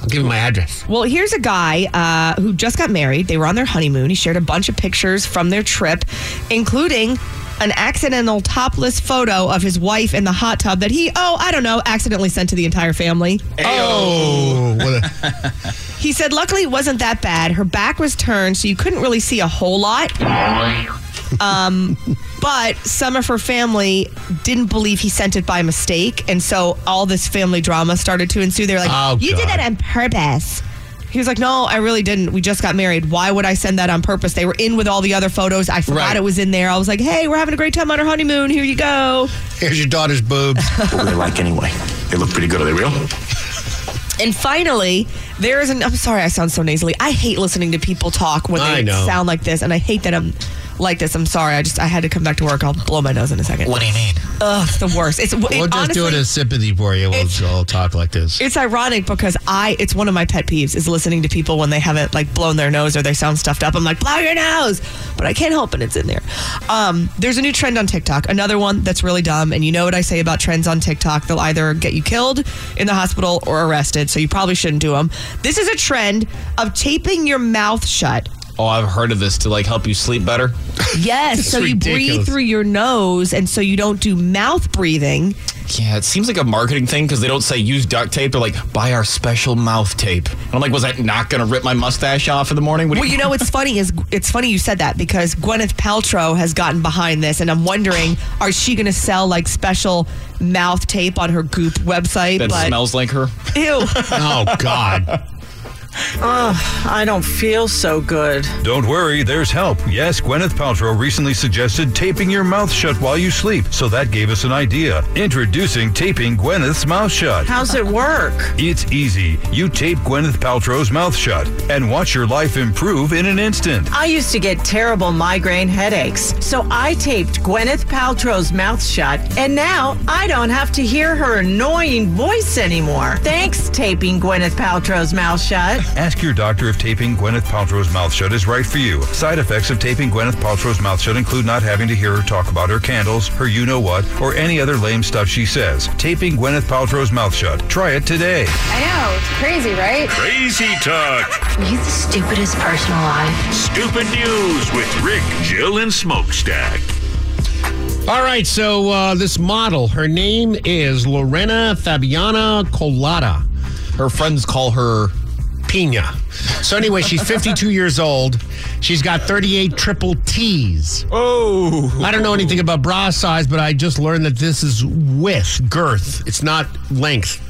I'll give him my address. Well, here's a guy uh, who just got married. They were on their honeymoon. He shared a bunch of pictures from their trip, including an accidental topless photo of his wife in the hot tub that he, oh, I don't know, accidentally sent to the entire family. Oh, what a- He said, luckily, it wasn't that bad. Her back was turned, so you couldn't really see a whole lot. Um, but some of her family didn't believe he sent it by mistake. And so all this family drama started to ensue. They were like, Oh, You did God. that on purpose. He was like, No, I really didn't. We just got married. Why would I send that on purpose? They were in with all the other photos. I forgot Right. it was in there. I was like, Hey, we're having a great time on our honeymoon. Here you go. Here's your daughter's boobs. what were they like anyway? They look pretty good. Are they real? And finally, there is an. I'm sorry, I sound so nasally. I hate listening to people talk when I they know. sound like this, and I hate that I'm like this. I'm sorry. I just I had to come back to work. I'll blow my nose in a second. What do you mean? Ugh, it's the worst. It's it, we'll just honestly, do it as sympathy for you. We'll, we'll talk like this. It's ironic because I. It's one of my pet peeves is listening to people when they haven't like blown their nose or they sound stuffed up. I'm like blow your nose, but I can't help it. It's in there. Um, there's a new trend on TikTok. Another one that's really dumb. And you know what I say about trends on TikTok? They'll either get you killed in the hospital or arrested. So you probably shouldn't do them. This is a trend of taping your mouth shut. oh, I've heard of this to like help you sleep better. Yes. so you breathe ridiculous. through your nose, and so you don't do mouth breathing. Yeah, it seems like a marketing thing because they don't say use duct tape. They're like, buy our special mouth tape. And I'm like, was that not going to rip my mustache off in the morning? What do Well, you know what's funny is it's funny you said that because Gwyneth Paltrow has gotten behind this, and I'm wondering, are she going to sell like special mouth tape on her Goop website? that smells like her. Ew. God. Oh, I don't feel so good. Don't worry, there's help. Yes, Gwyneth Paltrow recently suggested taping your mouth shut while you sleep, so that gave us an idea. Introducing taping Gwyneth's mouth shut. How's it work? It's easy. You tape Gwyneth Paltrow's mouth shut and watch your life improve in an instant. I used to get terrible migraine headaches, so I taped Gwyneth Paltrow's mouth shut, and now I don't have to hear her annoying voice anymore. Thanks, taping Gwyneth Paltrow's mouth shut. Ask your doctor if taping Gwyneth Paltrow's mouth shut is right for you. Side effects of taping Gwyneth Paltrow's mouth shut include not having to hear her talk about her candles, her you know what, or any other lame stuff she says. Taping Gwyneth Paltrow's mouth shut. Try it today. I know. It's crazy, right? Crazy Talk. He's the stupidest person alive. Stupid News with Rick, Jill, and Smokestack. All right, so uh, this model, her name is Lorena Fabiana Colada. Her friends call her Pina. So anyway, she's 52 years old. She's got 38 triple T's. Oh. I don't know anything about bra size, but I just learned that this is width, girth. It's not length,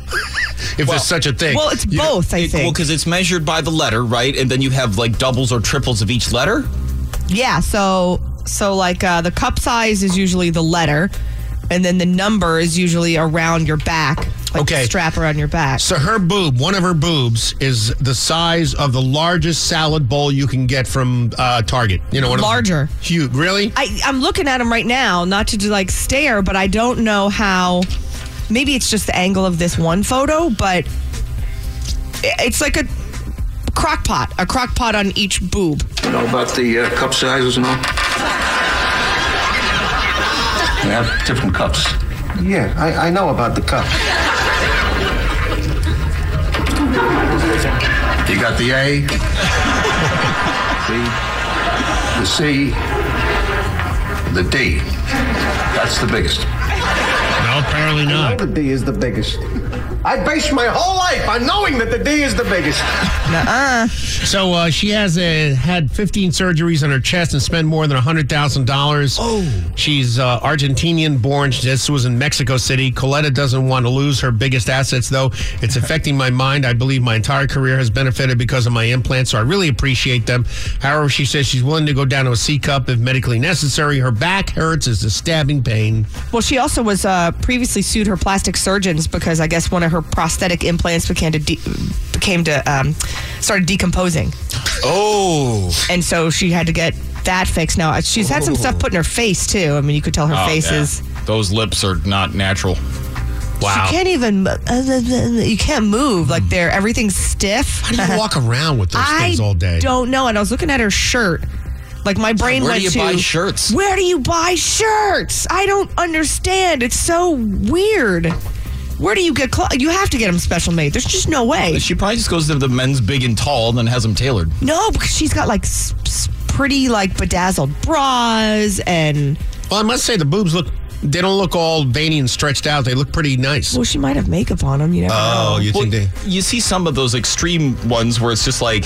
if there's such a thing. You- both, I think. Well, because it's measured by the letter, right? And then you have like doubles or triples of each letter. Yeah. So so like uh, the cup size is usually the letter, and then the number is usually around your back, like the strap around your back. So her boob, one of her boobs, is the size of the largest salad bowl you can get from uh, Target. You know, one Larger. Of, huge, really? I, I'm looking at him right now, not to do, like stare, but I don't know how. Maybe it's just the angle of this one photo, but i- it's like a crock pot, a crock pot on each boob. You know about the uh, cup sizes and all? They have different cups. Yeah, I, I know about the cup. You got the A, the, the C, the D. That's the biggest. No, apparently not. The D is the biggest. I based my whole life on knowing that the D is the biggest. Uh-uh. So uh, she has uh had 15 surgeries on her chest and spent more than $100,000. Oh. She's uh, Argentinian born. This was in Mexico City. Coletta doesn't want to lose her biggest assets, though. It's affecting my mind. I believe my entire career has benefited because of my implants, so I really appreciate them. However, she says she's willing to go down to a C cup if medically necessary. Her back hurts. It's a stabbing pain. Well, she also was uh, previously sued her plastic surgeons because I guess one of her prosthetic implants began to de- became to um, started decomposing. Oh, and so she had to get that fixed. Now she's had some stuff put in her face too. I mean, you could tell her Oh, face yeah. is. Those lips are not natural. Wow. You can't even. uh, You can't move. Like they're everything's stiff. How do you walk around with those I things all day? Don't know. And I was looking at her shirt. Like my brain where went do you to buy shirts? Where do you buy shirts? I don't understand. It's so weird. Where do you get clothes? You have to get them special made. There's just no way. She probably just goes to the men's big and tall and then has them tailored. No, because she's got like s- s- pretty like bedazzled bras and. Well, I must say the boobs look. They don't look all veiny and stretched out. They look pretty nice. Well, she might have makeup on them. You never Oh, you think they? You see some of those extreme ones where it's just like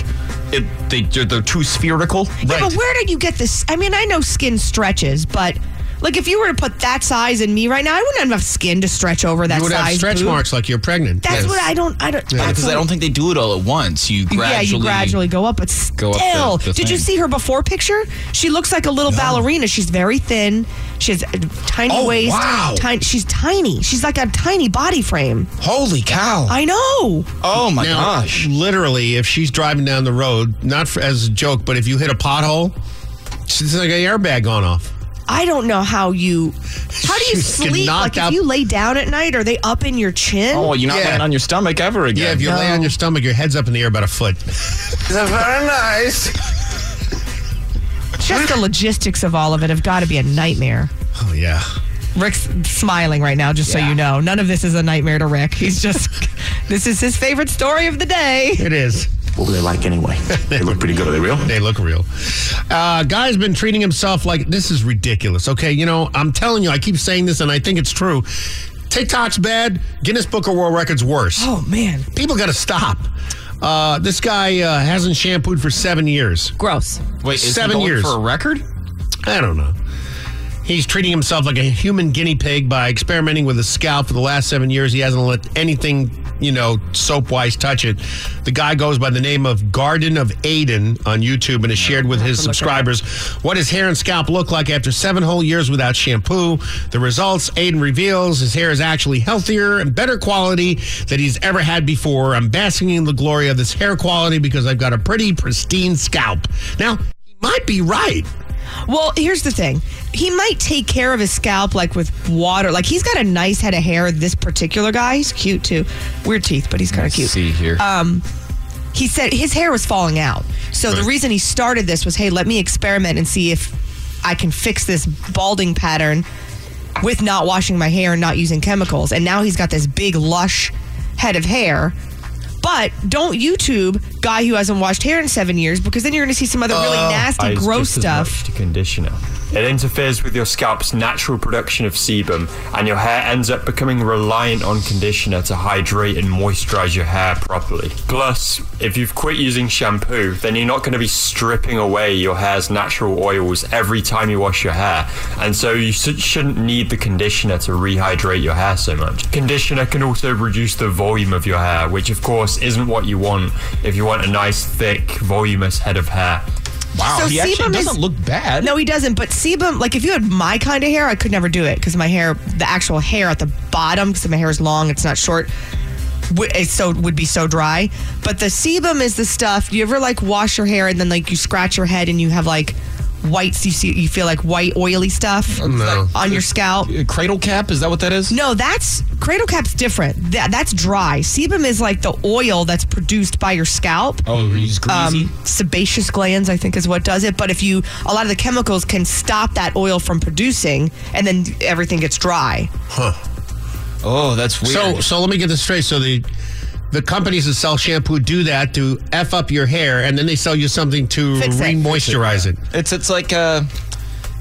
it, they, they're, they're too spherical. Yeah, but where did you get this? I mean, I know skin stretches, but like if you were to put that size in me right now, I wouldn't have enough skin to stretch over that you would size. have stretch boob. marks like you're pregnant. That's what I don't. I don't. Yeah, that's because I what- don't think they do it all at once. You gradually. yeah, you gradually go up, but go still. up the- the did you thing. see her before picture? She looks like a little ballerina. She's very thin. She has a tiny Oh, waist. wow. Tiny, she's tiny. She's like a tiny body frame. Holy cow! I know. Oh my gosh! Literally, if she's driving down the road, not for, as a joke, but if you hit a pothole, it's like an airbag gone off. I don't know how you. How do you She's getting sleep? knocked Like out. if you lay down at night, are they up in your chin? Oh, you're not laying on your stomach ever again. Yeah, if you lay on your stomach, your head's up in the air about a foot. very nice. Just the logistics of all of it have got to be a nightmare. Oh yeah. Rick's smiling right now, just so you know. None of this is a nightmare to Rick. He's just, this is his favorite story of the day. It is. What were they like anyway? they look pretty good. Are they real? They look real. Uh, guy's been treating himself like this is ridiculous. Okay, you know, I'm telling you, I keep saying this and I think it's true. TikTok's bad, Guinness Book of World Records worse. Oh, man. People got to stop. Uh, this guy uh, hasn't shampooed for seven years. Gross. Wait, is he going for a record? I don't know. He's treating himself like a human guinea pig by experimenting with his scalp for the last seven years. He hasn't let anything, you know, soap wise touch it. The guy goes by the name of Garden of Aden on YouTube and has shared with his subscribers what his hair and scalp look like after seven whole years without shampoo. The results Aden reveals his hair is actually healthier and better quality than he's ever had before. I'm basking in the glory of this hair quality because I've got a pretty pristine scalp. Now, he might be right. Well, here's the thing. He might take care of his scalp like with water. Like he's got a nice head of hair. This particular guy, he's cute too. Weird teeth, but he's kind of cute. see here. Um, he said his hair was falling out. So the reason he started this was, hey, let me experiment and see if I can fix this balding pattern with not washing my hair and not using chemicals. And now he's got this big lush head of hair. But don't YouTube guy who hasn't washed hair in seven years because then you're going to see some other really Uh, nasty, Applies gross just as stuff. much to conditioner. It interferes with your scalp's natural production of sebum, and your hair ends up becoming reliant on conditioner to hydrate and moisturize your hair properly. Plus, if you've quit using shampoo, then you're not going to be stripping away your hair's natural oils every time you wash your hair, and so you s- shouldn't need the conditioner to rehydrate your hair so much. Conditioner can also reduce the volume of your hair, which of course isn't what you want if you want a nice, thick, voluminous head of hair. Wow, So he actually sebum doesn't is- look bad. No, he doesn't. But sebum, like if you had my kind of hair, I could never do it because my hair, the actual hair at the bottom, because my hair is long, it's not short. w- It's so would be so dry. But the sebum is the stuff. Do you ever like wash your hair and then like you scratch your head and you have like whites? You see, you feel like white oily stuff No. on your scalp. Cradle cap is that what that is? No, that's cradle cap's different. That, that's dry. Sebum is like the oil that's produced by your scalp Oh, he's greasy. Um, sebaceous glands, I think, is what does it. But if you, a lot of the chemicals can stop that oil from producing, and then everything gets dry. Huh. Oh, that's weird. So so let me get this straight. So the the companies that sell shampoo do that to f up your hair, and then they sell you something to Fix it. re-moisturize it. It's it's like uh,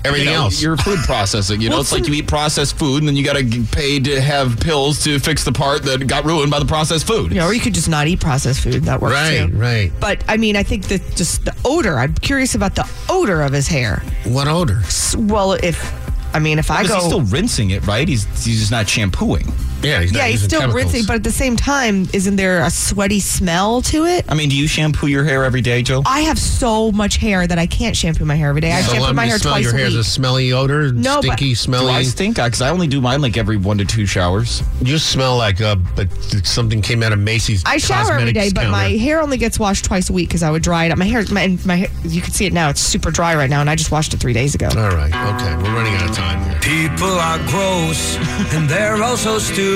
Everything you know, else. Your food processing. You know, Well, it's like you eat processed food, and then you got to pay to have pills to fix the part that got ruined by the processed food. You know, or you could just not eat processed food. That works Right, too. right. But I mean, I think that just the odor. I'm curious about the odor of his hair. What odor? Well, if I mean, if I go, Because he's still rinsing it, right? He's he's just not shampooing. Yeah, he's not yeah, he's using still chemicals. rinsing, but at the same time, isn't there a sweaty smell to it? I mean, do you shampoo your hair every day, Jill? I have so much hair that I can't shampoo my hair every day. I So shampoo let my me hair smell twice your a hair. week. The smelly odor, No, but- stinky, smelly. Do I stink? Because I only do mine like every one to two showers. You smell like uh, but something came out of Macy's. I shower every day, cosmetics but my counter. hair only gets washed twice a week because I would dry it up. My hair, my, my hair- you can see it now; it's super dry right now, and I just washed it three days ago. All right, okay, we're running out of time here. People are gross, and they're also stupid.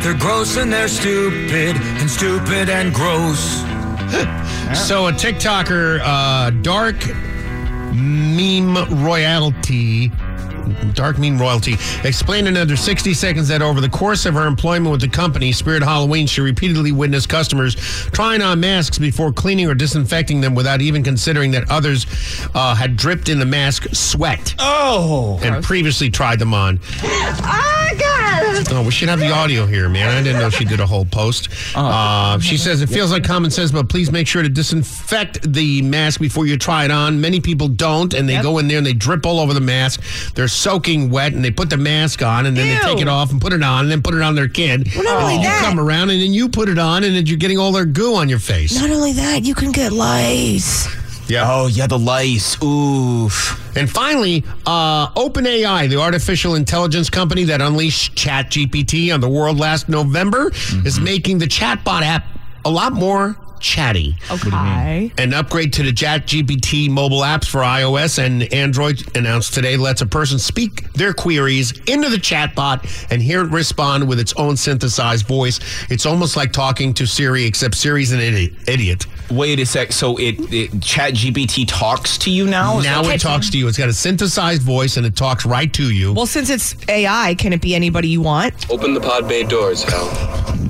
They're gross and they're stupid, and stupid and gross. So a TikToker, uh, Dark Meme Royalty, Dark Meme Royalty, explained in under 60 seconds that over the course of her employment with the company, Spirit Halloween, she repeatedly witnessed customers trying on masks before cleaning or disinfecting them without even considering that others uh, had dripped in the mask sweat. Oh. And previously tried them on. Oh, God. Oh, we should have the audio here, man. I didn't know she did a whole post. Uh, she says it feels like common sense, but please make sure to disinfect the mask before you try it on. Many people don't, and they go in there and they drip all over the mask. They're soaking wet, and they put the mask on, and then they take it off and put it on, and then put it on their kid. Well, not only you that- come around, and then you put it on, and then you're getting all their goo on your face. Not only that, you can get lice. Yeah. Oh, yeah, the lice. Oof. And finally, uh, OpenAI, the artificial intelligence company that unleashed ChatGPT on the world last November, Mm-hmm. is making the chatbot app a lot more chatty. Okay. An upgrade to the ChatGPT mobile apps for iOS and Android announced today lets a person speak their queries into the chatbot and hear it respond with its own synthesized voice. It's almost like talking to Siri, except Siri's an idi- idiot. Wait a sec. So it, it Chat GPT talks to you now? Is Now that- it talks to you. It's got a synthesized voice and it talks right to you. Well, since it's AI, can it be anybody you want? Open the pod bay doors, Hal.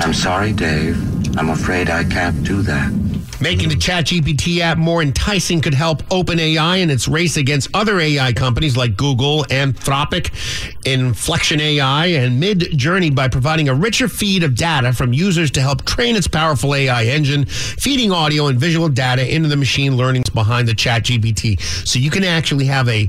I'm sorry, Dave. I'm afraid I can't do that. Making the ChatGPT app more enticing could help OpenAI in its race against other AI companies like Google, Anthropic, Inflection AI, and MidJourney by providing a richer feed of data from users to help train its powerful AI engine, feeding audio and visual data into the machine learnings behind the ChatGPT. So you can actually have a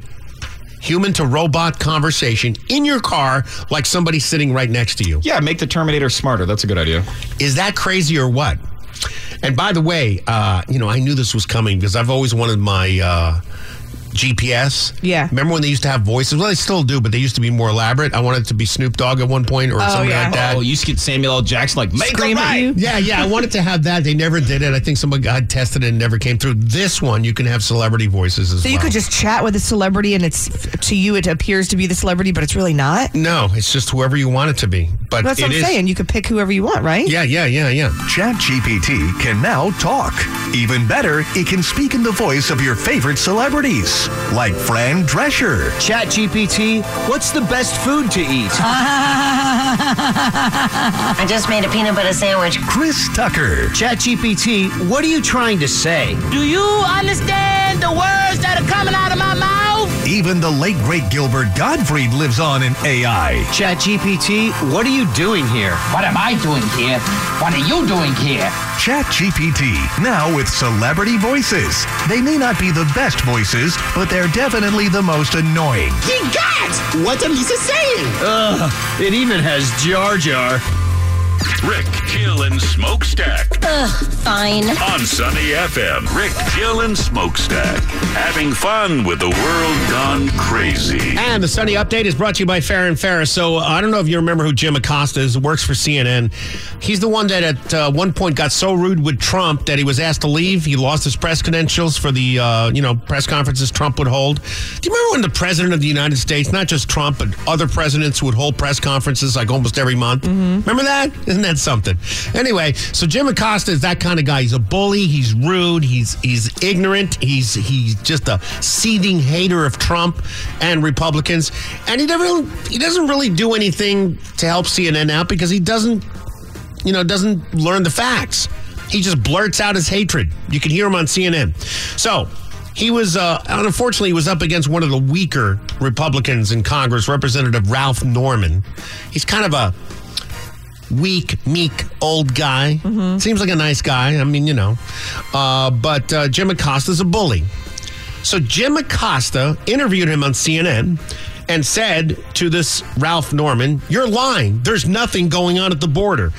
human to robot conversation in your car like somebody sitting right next to you. Yeah, make the Terminator smarter. That's a good idea. Is that crazy or what? And by the way, uh, you know, I knew this was coming because I've always wanted my uh, GPS. Yeah. Remember when they used to have voices? Well, they still do, but they used to be more elaborate. I wanted it to be Snoop Dogg at one point or something like that. Oh, you used to get Samuel L. Jackson like, make Scream them at right. you. Yeah, yeah. I wanted to have that. They never did it. I think someone got tested and never came through. This one, you can have celebrity voices as So well. you could just chat with a celebrity, and it's to you it appears to be the celebrity, but it's really not. No, it's just whoever you want it to be. But That's what it I'm is- saying. You could pick whoever you want, right? Yeah, yeah, yeah, yeah. ChatGPT can now talk. Even better, it can speak in the voice of your favorite celebrities, like Fran Drescher. ChatGPT, what's the best food to eat? I just made a peanut butter sandwich. Chris Tucker. ChatGPT, what are you trying to say? Do you understand the words that are coming out of my mouth? Even the late great Gilbert Gottfried lives on in AI. ChatGPT, what are you doing here? What am I doing here? What are you doing here? ChatGPT, now with celebrity voices. They may not be the best voices, but they're definitely the most annoying. He got! What am Lisa saying? Ugh, it even has Jar Jar. Rick, Jill, and Smokestack. Ugh, fine. On Sunny FM, Rick, Jill, and Smokestack. Having fun with the world gone crazy. And the Sunday Update is brought to you by Fair and Fair. So uh, I don't know if you remember who Jim Acosta is. Works for CNN. He's the one that at uh, one point got so rude with Trump that he was asked to leave. He lost his press credentials for the uh, you know press conferences Trump would hold. Do you remember when the president of the United States, not just Trump, but other presidents would hold press conferences like almost every month? Remember that? Isn't that something? Anyway, so Jim Acosta is that kind of guy. He's a bully. He's rude. He's he's ignorant. He's he's just a seething hater of Trump and Republicans. And he never he doesn't really do anything to help CNN out because he doesn't you know doesn't learn the facts. He just blurts out his hatred. You can hear him on CNN. So. He was, uh, unfortunately, he was up against one of the weaker Republicans in Congress, Representative Ralph Norman. He's kind of a weak, meek old guy. Seems like a nice guy. I mean, you know. Uh, but uh, Jim Acosta's a bully. So Jim Acosta interviewed him on CNN and said to this Ralph Norman, You're lying. There's nothing going on at the border.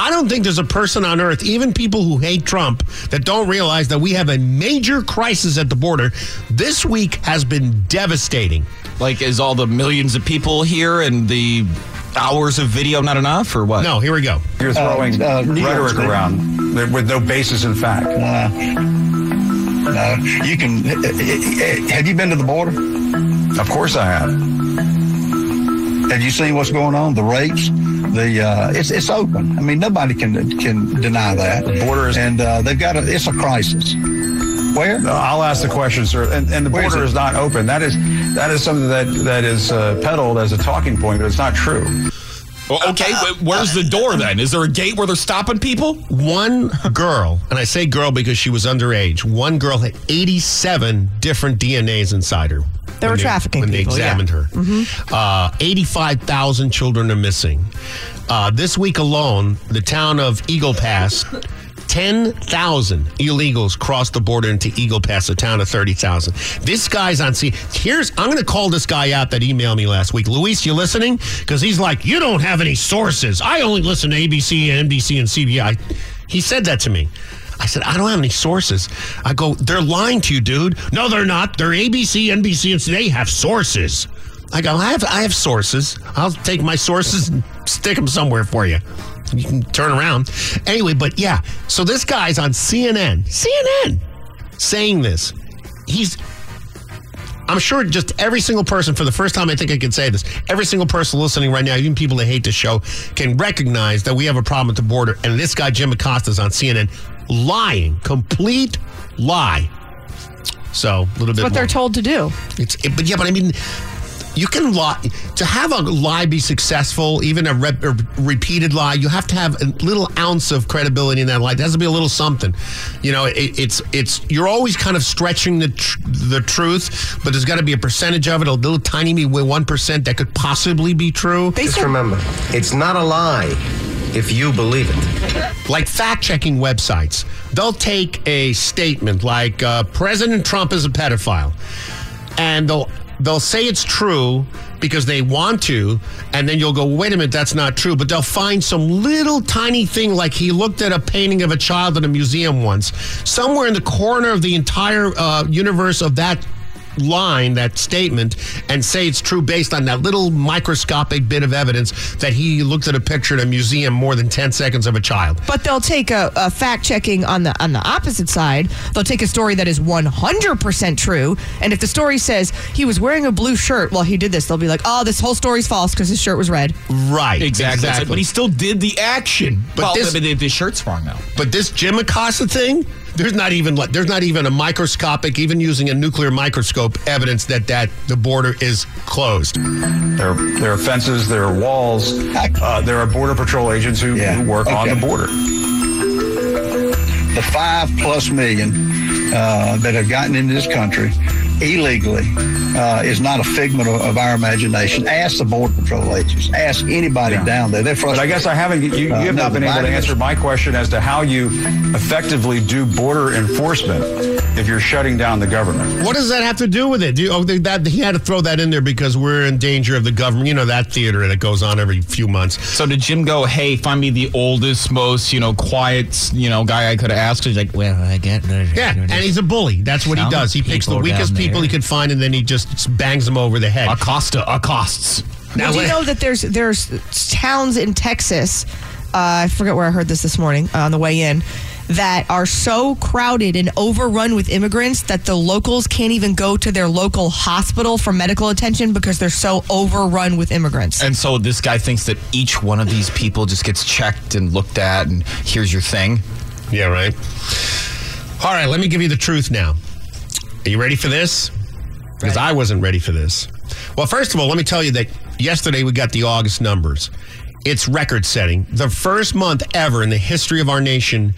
I don't think there's a person on earth, even people who hate Trump, that don't realize that we have a major crisis at the border. This week has been devastating. Like, is all the millions of people here and the hours of video not enough or what? No, here Oh. we go. You're throwing Uh, rhetoric around that- with no basis in fact. No, you can. eh, Have you been to the border? Of course I have. Have you seen what's going on? The rapes, the uh, it's it's open. I mean, nobody can can deny that. The border is, and uh, they've got a, it's a crisis. Where? Uh, I'll ask the question, sir. And, and the Where is border it? is, not open. That is that is something that that is uh, peddled as a talking point, but it's not true. Well, okay, Uh, but where's the door then? Is there a gate where they're stopping people? One girl, and I say girl because she was underage, one girl had 87 different DNAs inside her. They were when trafficking When people, they yeah. Mm-hmm. examined her. Uh, 85,000 children are missing. Uh, this week alone, the town of Eagle Pass, 10,000 illegals crossed the border into Eagle Pass, a town of 30,000. This guy's on scene. Here's, I'm going to call this guy out that emailed me last week. Luis, you listening? Because he's like, you don't have any sources. I only listen to ABC and NBC and CBI. He said that to me. I said, I don't have any sources. I go, they're lying to you, dude. No, they're not. They're ABC, NBC, and they have sources. I go, I have, I have sources. I'll take my sources and stick them somewhere for you. You can turn around. Anyway, but yeah. So this guy's on CNN, CNN, saying this. He's I'm sure just every single person, for the first time, I think I can say this. Every single person listening right now, even people that hate the show, can recognize that we have a problem at the border. And this guy, Jim Acosta's on CNN, lying, complete lie. So, a little bit. what they're told to do. It's, it, but yeah, but I mean, you can lie to have a lie be successful, even a, rep, a repeated lie. You have to have a little ounce of credibility in that lie. There has to be a little something. You know, it, it's it's you're always kind of stretching the tr- the truth, but there's got to be a percentage of it, a little tiny me one percent that could possibly be true. Just remember, it's not a lie if you believe it. like fact checking websites. They'll take a statement like uh, President Trump is a pedophile, and they'll they'll say it's true because they want to, and then you'll go, wait a minute, that's not true. But they'll find some little tiny thing like he looked at a painting of a child in a museum once, somewhere in the corner of the entire uh, universe of that line that statement and say it's true based on that little microscopic bit of evidence that he looked at a picture in a museum more than 10 seconds of a child But they'll take a, a fact checking on the on the opposite side. They'll take a story that is 100% true, and if the story says he was wearing a blue shirt while he did this, they'll be like, "Oh, this whole story's false because his shirt was red." Right. Exactly. Exactly. But he still did the action. But well, this- but the, the shirt's wrong though. But this Jim Acosta thing, there's not even like there's not even a microscopic, even using a nuclear microscope, evidence that that the border is closed. There, there are fences, there are walls, uh, there are border patrol agents who, who work on the Okay. border. The five plus million uh, that have gotten into this country illegally uh, is not a figment of, of our imagination. Ask the border patrol agents. Ask anybody down there. They're But I frustrated. guess I haven't. You, you Uh, have no, not been the able to Biden- answer my question as to how you effectively do border enforcement if you're shutting down the government. What does that have to do with it? Do you, oh, they- that he had to throw that in there because we're in danger of the government. You know that theater that goes on every few months. So did Jim go, hey, find me the oldest, most, you know, quiet, you know, guy I could have asked? He's like, well, I get Yeah, and he's a bully. That's what he Some does. He picks the people weakest down there. people he could find, and then he just bangs them over the head. Acosta accosts. Now, Well, do you know that there's there's towns in Texas? Uh, I forget where I heard this this morning uh, on the way in that are so crowded and overrun with immigrants that the locals can't even go to their local hospital for medical attention because they're so overrun with immigrants. And so this guy thinks that each one of these people just gets checked and looked at, and here's your thing. Yeah, right. All right, let me give you the truth now. Are you ready for this? Because I wasn't ready for this. Well, first of all, let me tell you that yesterday we got the August numbers. It's record setting. The first month ever in the history of our nation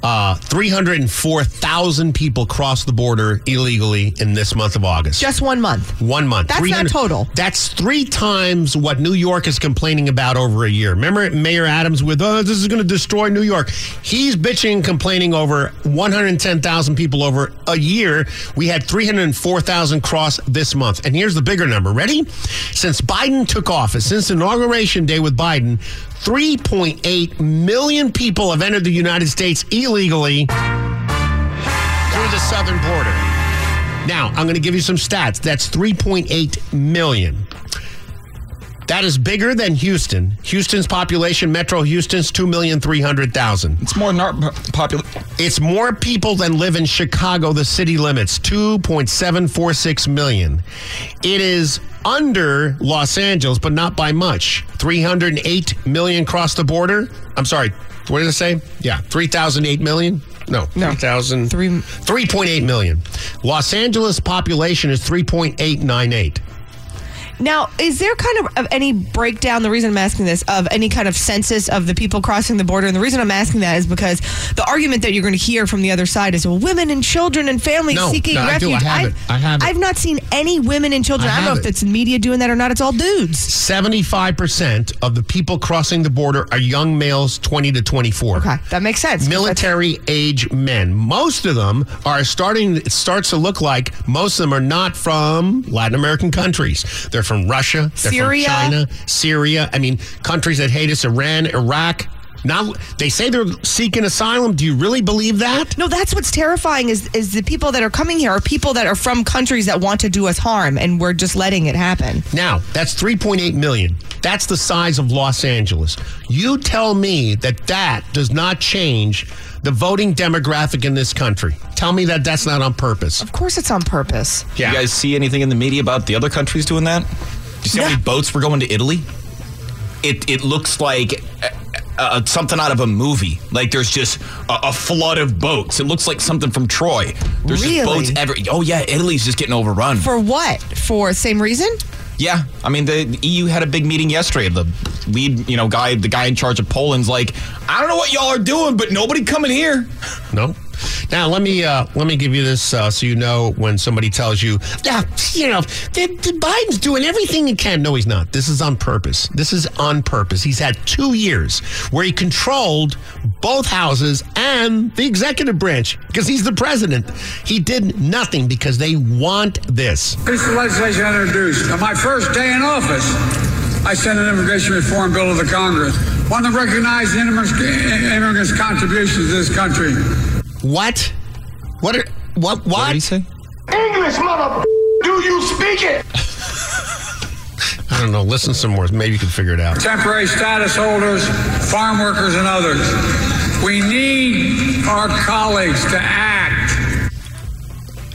Uh, 304,000 people crossed the border illegally in this month of August. Just one month. One month. That's not 300 total. That's three times what New York is complaining about over a year. Remember Mayor Adams with, oh, this is going to destroy New York. He's bitching and complaining over 110,000 people over a year. We had 304,000 cross this month. And here's the bigger number. Ready? Since Biden took office, since inauguration day with Biden, 3.8 million people have entered the United States illegally through the southern border. Now, I'm going to give you some stats. That's 3.8 million. That is bigger than Houston. Houston's population, Metro Houston's 2,300,000. It's more not popular. It's more people than live in Chicago, the city limits, 2.746 million. It is under Los Angeles, but not by much. 308 million cross the border. I'm sorry, what did I say? Yeah, 3,008 million? No, 3,000. 3.8 million. Los Angeles population is 3.898. Now, is there kind of, of any breakdown? The reason I'm asking this of any kind of census of the people crossing the border, and the reason I'm asking that is because the argument that you're going to hear from the other side is well, women and children and families No, seeking no, I do. I refuge. have it. I have it. I've not seen any women and children. I I, don't know have if it. it's media doing that or not. It's all dudes. 75% of the people crossing the border are young males 20 to 24. Okay, that makes sense. Military age men. Most of them are starting it starts to look like most of them are not from Latin American countries. They're from Russia, they're Syria. from China, Syria. I mean, countries that hate us, Iran, Iraq. Now they say they're seeking asylum. Do you really believe that? No, that's what's terrifying is is the people that are coming here are people that are from countries that want to do us harm, and we're just letting it happen. Now, that's 3.8 million. That's the size of Los Angeles. You tell me that that does not change the voting demographic in this country. Tell me that that's not on purpose. Of course, it's on purpose. Yeah. You guys see anything in the media about the other countries doing that? Do you see how many boats were going to Italy? It it looks like uh, uh, something out of a movie. Like there's just a, a flood of boats. It looks like something from Troy. There's Really? just boats ever. Oh yeah, Italy's just getting overrun. For what? For same reason? Yeah, I mean the the EU had a big meeting yesterday. The lead, you know, guy, the guy in charge of Poland's like, I don't know what y'all are doing, but nobody coming here. No. Now let me uh, let me give you this uh, so you know when somebody tells you, yeah, you know, the, the Biden's doing everything he can. No, he's not. This is on purpose. This is on purpose. He's had two years where he controlled both houses and the executive branch because he's the president. He did nothing because they want this. Piece of legislation I introduced. On my first day in office, I sent an immigration reform bill to the Congress. One that recognized immigrants, immigrants' contributions to this country. What? What? Are, what? What? What did he say? English, mother. Do you speak it? I don't know. Listen some more. Maybe you can figure it out. Temporary status holders, farm workers, and others. We need our colleagues to act.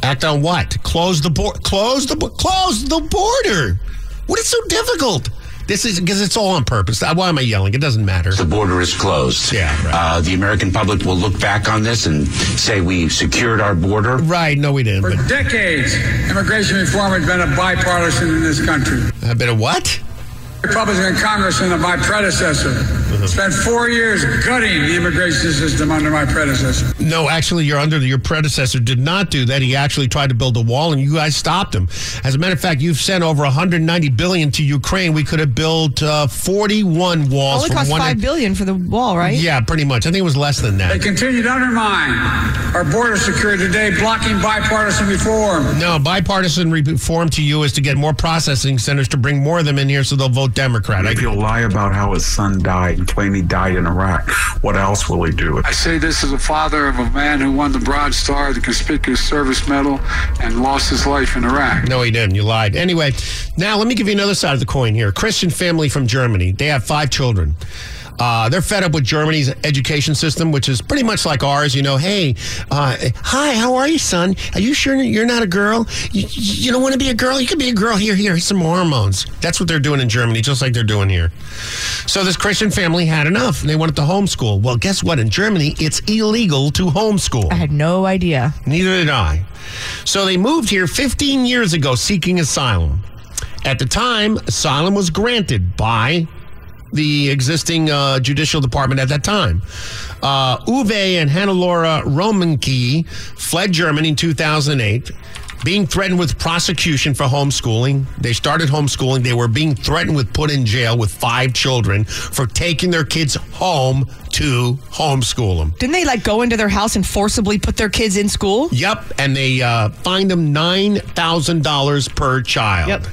Act on what? Close the board. Close the bo- close the border. What is so difficult? This is because it's all on purpose. Uh, Why am I yelling? It doesn't matter. The border is closed. Yeah. Uh, the American public will look back on this and say we secured our border. Right. No, we didn't. But Decades, immigration reform has been a bipartisan in this country. A bit of what? Republican congressman of my predecessor Uh-huh. spent four years gutting the immigration system under my predecessor. No, actually, your under your predecessor did not do that. He actually tried to build a wall, and you guys stopped him. As a matter of fact, you've sent over 190 billion to Ukraine. We could have built uh, 41 walls. Only from cost one five billion for the wall, right? Yeah, pretty much. I think it was less than They that. continue to undermine our border security today, blocking bipartisan reform. No, bipartisan reform to you is to get more processing centers to bring more of them in here, so they'll vote Democrat. I- If he'll lie about how his son died and claim he died in Iraq, what else will he do? I say this as a father of a man who won the Broad Star, the Conspicuous Service Medal, and lost his life in Iraq. No, he didn't. You lied. Anyway, now let me give you another side of the coin here. Christian family from Germany. They have five children. Uh, they're fed up with Germany's education system, which is pretty much like ours. You know, hey, uh, hi, how are you, son? Are you sure you're not a girl? You, you don't want to be a girl? You could be a girl here, here, here's some hormones. That's what they're doing in Germany, just like they're doing here. So this Christian family had enough and they wanted to homeschool. Well, guess what? In Germany, it's illegal to homeschool. I had no idea. Neither did I. So they moved here 15 years ago seeking asylum. At the time, asylum was granted by the existing uh, judicial department at that time. Uh, Uwe and Hannelore Romanke fled Germany in 2008, being threatened with prosecution for homeschooling. They started homeschooling. They were being threatened with put in jail with five children for taking their kids home to homeschool them. Didn't they like go into their house and forcibly put their kids in school? Yep, and they uh, fined them nine thousand dollars per child. Yep.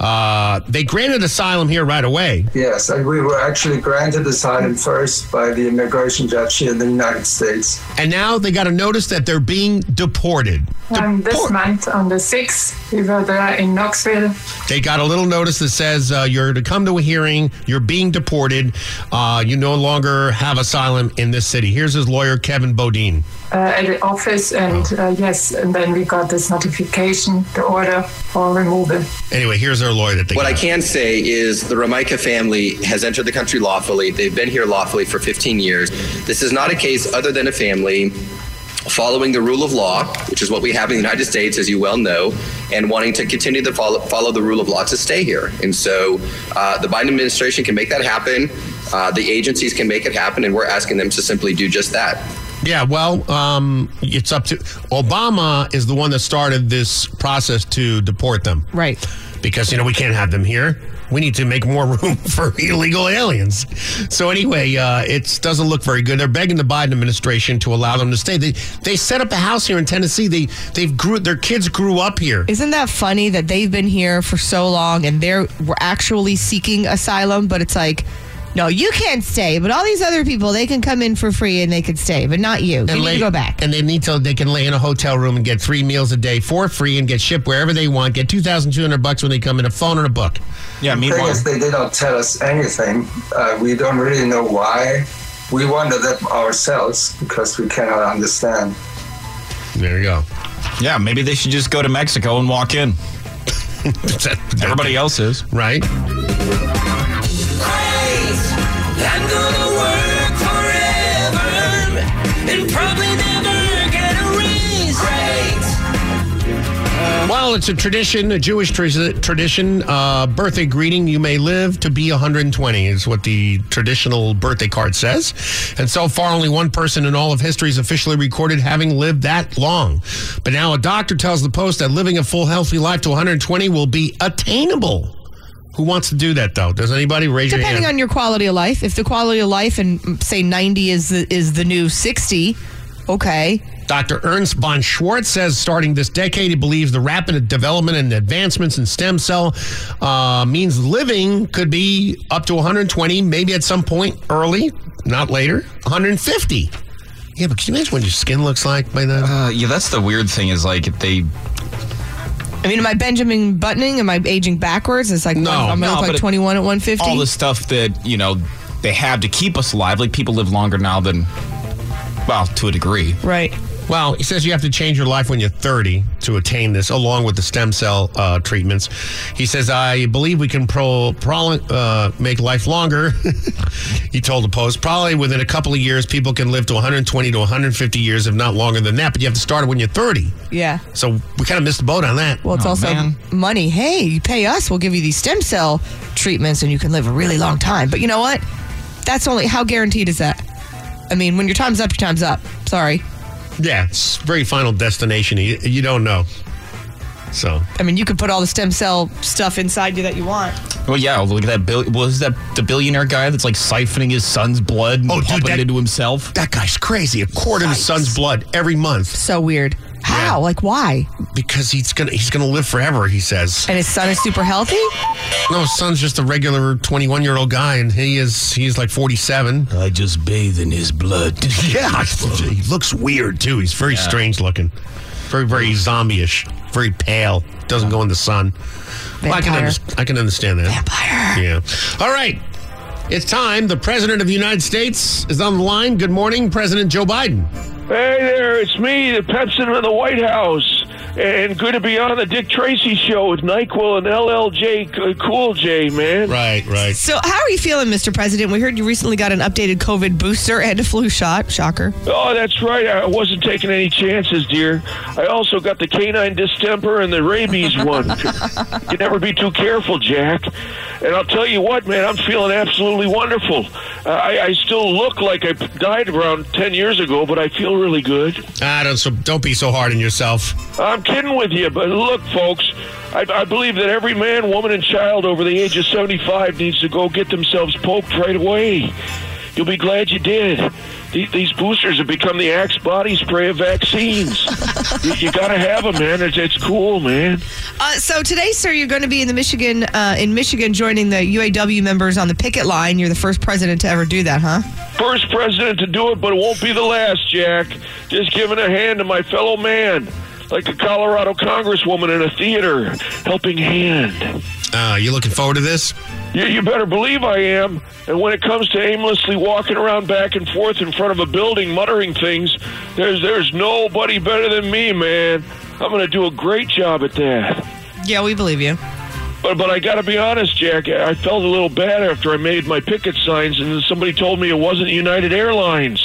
Uh, they granted asylum here right away. Yes, and we were actually granted asylum first by the immigration judge here in the United States. And now they got a notice that they're being deported. Um, this month on the uh, 6th, we were there in Knoxville. They got a little notice that says uh, you're to come to a hearing, you're being deported, uh, you no longer have asylum in this city. Here's his lawyer, Kevin Bodine. uh, at the office, Oh. and uh, yes, and then we got this notification, the order for removal. Anyway, here's their lawyer that they What I got. can say is the Romica family has entered the country lawfully. They've been here lawfully for 15 years. This is not a case other than a family following the rule of law, which is what we have in the United States, as you well know, and wanting to continue to follow, follow the rule of law to stay here. And so uh, the Biden administration can make that happen. Uh, the agencies can make it happen, and we're asking them to simply do just that. Yeah, well, um, it's up to Obama is the one that started this process to deport them. Right. Because you know we can't have them here. We need to make more room for illegal aliens. So anyway, uh, it doesn't look very good. They're begging the Biden administration to allow them to stay. They they set up a house here in Tennessee. They they've grew their kids grew up here. Isn't that funny that they've been here for so long and they're were actually seeking asylum, but it's like, no, you can't stay. But all these other people, they can come in for free and they can stay, but not you. you need to go back. And they need to they can lay in a hotel room and get three meals a day for free and get shipped wherever they want. Get two thousand two hundred bucks when they come in a phone and a book. Yeah, The thing is, they did not tell us anything. Uh, we don't really know why. We wonder that ourselves because we cannot understand. There you go. Yeah, maybe they should just go to Mexico and walk in. Everybody else is. Right. I'm gonna work forever and probably never get a raise. Great. Well, it's a tradition, a Jewish tra- tradition, uh, birthday greeting. You may live to be 120 is what the traditional birthday card says. And so far, only one person in all of history is officially recorded having lived that long. But now a doctor tells the Post that living a full, healthy life to 120 will be attainable. Who wants to do that, though? Does anybody raise your Depending hand? on your quality of life, if the quality of life and mm, say 90 is the, is the new 60, okay. Dr. Ernst von Schwartz says starting this decade, he believes the rapid development and advancements in stem cell uh, means living could be up to 120, maybe at some point early, not later, 150. Yeah, but can you imagine what your skin looks like by then? Uh, yeah, that's the weird thing is like if they I mean, am I Benjamin Buttoning? Am I aging backwards? It's like, one- I'm going to no, look but like it- 21 at 150. all the stuff that you know they have to keep us alive. Like people live longer now than well, to a degree. Right. Well, he says you have to change your life when you're 30 to attain this, along with the stem cell uh, treatments. He says, I believe we can pro, pro- uh, make life longer. he told the Post, probably within a couple of years, people can live to 120 to 150 years, if not longer than that. But you have to start when you're 30. yeah. So we kind of missed the boat on that. Well, it's also money. Hey, you pay us, we'll give you these stem cell treatments, and you can live a really long time. But you know what? That's only how guaranteed is that? I mean, when your time's up, your time's up. Sorry. Yeah, it's very final destination. You, you don't know. So I mean, you can put all the stem cell stuff inside you that you want. Well, Oh, yeah. Look at that. Bill- was that the billionaire guy that's like siphoning his son's blood and pumping it into himself? Oh, That guy's crazy. A quarter of his son's blood every month. So weird. How? Like why? Because he's gonna he's gonna live forever. He says. And his son is super healthy. No, his son's just a regular 21 year old guy, and he is he's like 47. I just bathe in his blood. yeah, he looks weird too. He's very Yeah. strange looking, very very zombie-ish, very pale. Doesn't go in the sun. Well, I can Vampire. underst- I can understand that. Vampire. Yeah. All right. It's time. The president of the United States is on the line. Good morning, President Joe Biden. Hey there, it's me, the Pepsin of the White House. and good to be on the Dick Tracy show with NyQuil and LLJ uh, Cool J, man. Right, right. So, how are you feeling, Mr. President? We heard you recently got an updated COVID booster and a flu shot. Shocker. Oh, that's right. I wasn't taking any chances, dear. I also got the canine distemper and the rabies one. you never be too careful, Jack. And I'll tell you what, man, I'm feeling absolutely wonderful. Uh, I, I still look like I died around 10 years ago, but I feel really good. Ah, don't so, don't be so hard on yourself. I'm kidding with you, but look, folks, I, I believe that every man, woman, and child over the age of 75 needs to go get themselves poked right away. You'll be glad you did. The- These boosters have become the Axe body spray of vaccines. you, you gotta have them, man. It's, it's cool, man. Uh, so today, sir, you're going to be in the Michigan, uh, in Michigan, joining the UAW members on the picket line. You're the first president to ever do that, huh? First president to do it, but it won't be the last, Jack. Just giving a hand to my fellow man, like a Colorado congresswoman in a theater, helping hand. Uh, you looking forward to this? You, you better believe I am. And when it comes to aimlessly walking around back and forth in front of a building muttering things, there's there's nobody better than me, man. I'm going to do a great job at that. Yeah, we believe you. But but I got to be honest, Jack. I felt a little bad after I made my picket signs, and then somebody told me it wasn't United Airlines.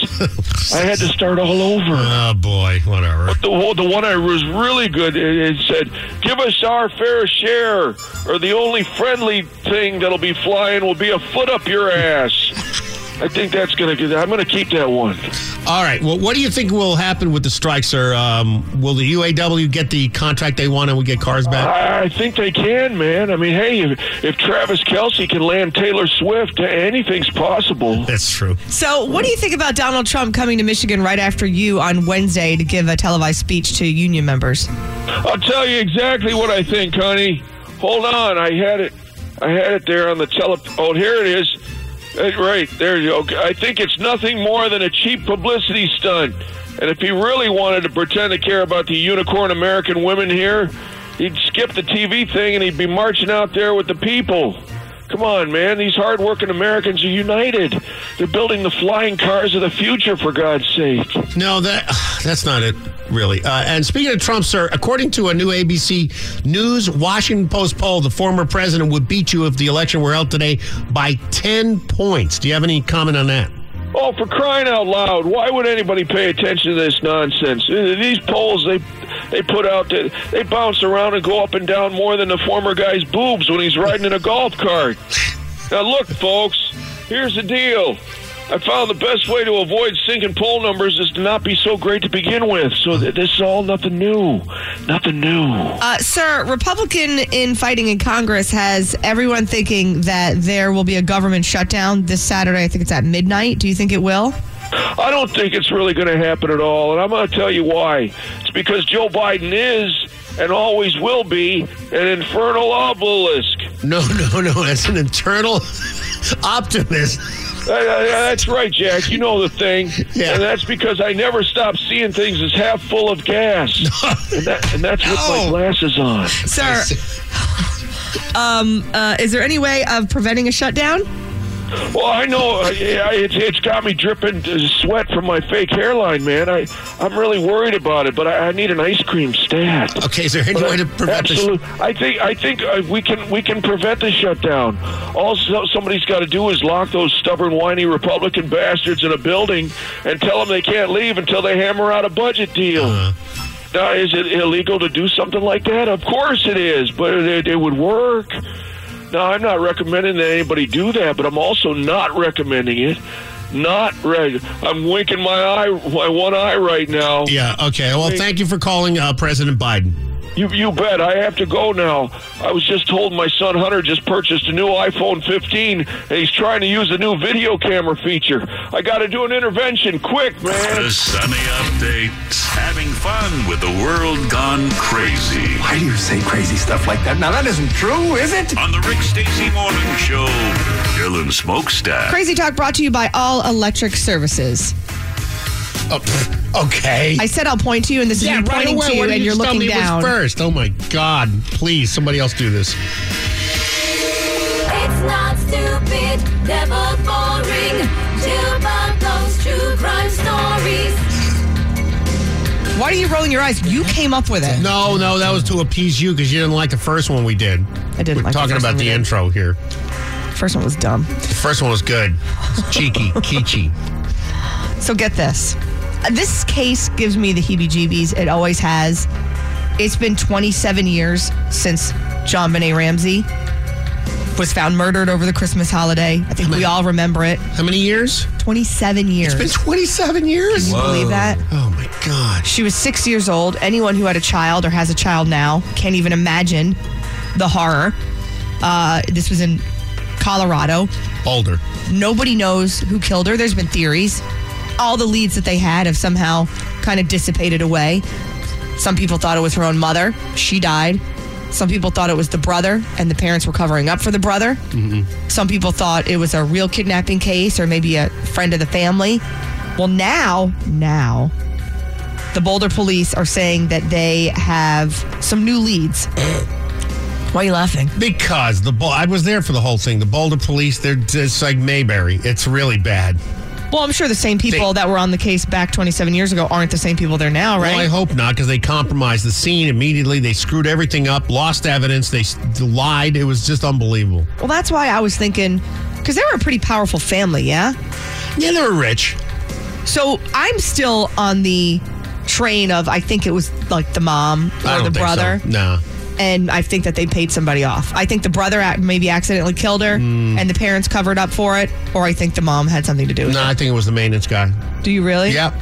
I had to start all over. Oh boy, whatever. But the one- the one I was really good. It, it said, "Give us our fair share, or the only friendly thing that'll be flying will be a foot up your ass." I think that's gonna get. I'm gonna keep that one. All right. Well, what do you think will happen with the strikes? Or um, will the UAW get the contract they want and we get cars back? I I think they can, man. I mean, hey, if, if Travis Kelsey can land Taylor Swift, anything's possible. That's true. So, what do you think about Donald Trump coming to Michigan right after you on Wednesday to give a televised speech to union members? I'll tell you exactly what I think, honey. Hold on, I had it. I had it there on the tele. Oh, here it is. Uh, Right there you go. I think it's nothing more than a cheap publicity stunt. And if he really wanted to pretend to care about the unicorn American women here, he'd skip the TV thing and he'd be marching out there with the people. Come on, man. These hardworking Americans are united. They're building the flying cars of the future, for God's sake. No, that that's not it, really. Uh, and speaking of Trump, sir, according to a new ABC News Washington Post poll, the former president would beat you if the election were held today by ten points. Do you have any comment on that? Oh, for crying out loud! Why would anybody pay attention to this nonsense? Uh, These polls they they put out they, they bounce around and go up and down more than the former guy's boobs when he's riding in a golf cart. Now look, folks, here's the deal. I found the best way to avoid sinking poll numbers is to not be so great to begin with. So th- this is all nothing new, nothing new. Uh, sir, Republican in fighting in Congress has everyone thinking that there will be a government shutdown this Saturday. I think it's at midnight. Do you think it will? I don't think it's really going to happen at all, and I'm going to tell you why. It's because Joe Biden is and always will be an infernal obelisk. No, no, no. That's an internal optimist. Uh, uh, That's right, Jack. You know the thing. And that's because I never stop seeing things as half full of gas. and, that, and that's with my glasses on. Sir, um, uh, is there any way of preventing a shutdown? Well, I know uh, yeah, it's it's got me dripping uh, sweat from my fake hairline, man. I I'm really worried about it, but I, I need an ice cream stat. Okay, is there any way to prevent this? Absolutely, I think I think uh, we can we can prevent the shutdown. All so- somebody's got to do is lock those stubborn, whiny Republican bastards in a building and tell them they can't leave until they hammer out a budget deal. Uh-huh. Now, is it illegal to do something like that? Of course it is, but it, it would work. Now, I'm not recommending that anybody do that, but I'm also not recommending it. Not reg. I'm winking my eye, my one eye right now. Yeah. Okay. Well, thank you for calling uh, President Biden. You you bet. I have to go now. I was just told my son Hunter just purchased a new iPhone 15, and he's trying to use the new video camera feature. I got to do an intervention, quick, man. The Sunny Updates. Having fun with the world gone crazy. Why do you say crazy stuff like that? Now, that isn't true, is it? On the Rick Stacy Morning Show, Dylan Smokestack. Crazy Talk brought to you by All Electric Services. Oh, pff, okay. I said I'll point to you, and this yeah, is you right pointing away. to Why you, didn't and you you're just tell looking me it was down. first. Oh my God! Please, somebody else do this. It's not stupid, never boring. Jill Bob goes true crime stories. Why are you rolling your eyes? You came up with it. No, no, that was to appease you because you didn't like the first one we did. I didn't. We're like the talking first about one we the did. intro here. First one was dumb. The first one was good. It's cheeky, kitschy. So get this. This case gives me the heebie jeebies. It always has. It's been 27 years since John Benet Ramsey was found murdered over the Christmas holiday. I think we all remember it. How many years? 27 years. It's been 27 years? Can you believe that? Oh my God. She was six years old. Anyone who had a child or has a child now can't even imagine the horror. Uh, this was in Colorado. Boulder. Nobody knows who killed her. There's been theories. All the leads that they had have somehow kind of dissipated away. Some people thought it was her own mother. She died. Some people thought it was the brother, and the parents were covering up for the brother. Some people thought it was a real kidnapping case or maybe a friend of the family. Well, now, now, the Boulder police are saying that they have some new leads. Why are you laughing? Because the Bul- I was there for the whole thing. The Boulder police, they're just like Mayberry. It's really bad. Well, I'm sure the same people that were on the case back 27 years ago aren't the same people there now, right? Well, I hope not because they compromised the scene immediately. They screwed everything up, lost evidence, they s- lied. It was just unbelievable. Well, that's why I was thinking, because they were a pretty powerful family, yeah? Yeah, they were rich. So I'm still on the train of I think it was like the mom or I the don't think so. brother. Nah. And I think that they paid somebody off. I think the brother ac- maybe accidentally killed her Hmm. and the parents covered up for it, or I think the mom had something to do with No, I think it was the maintenance guy. it. Do you really? Yep.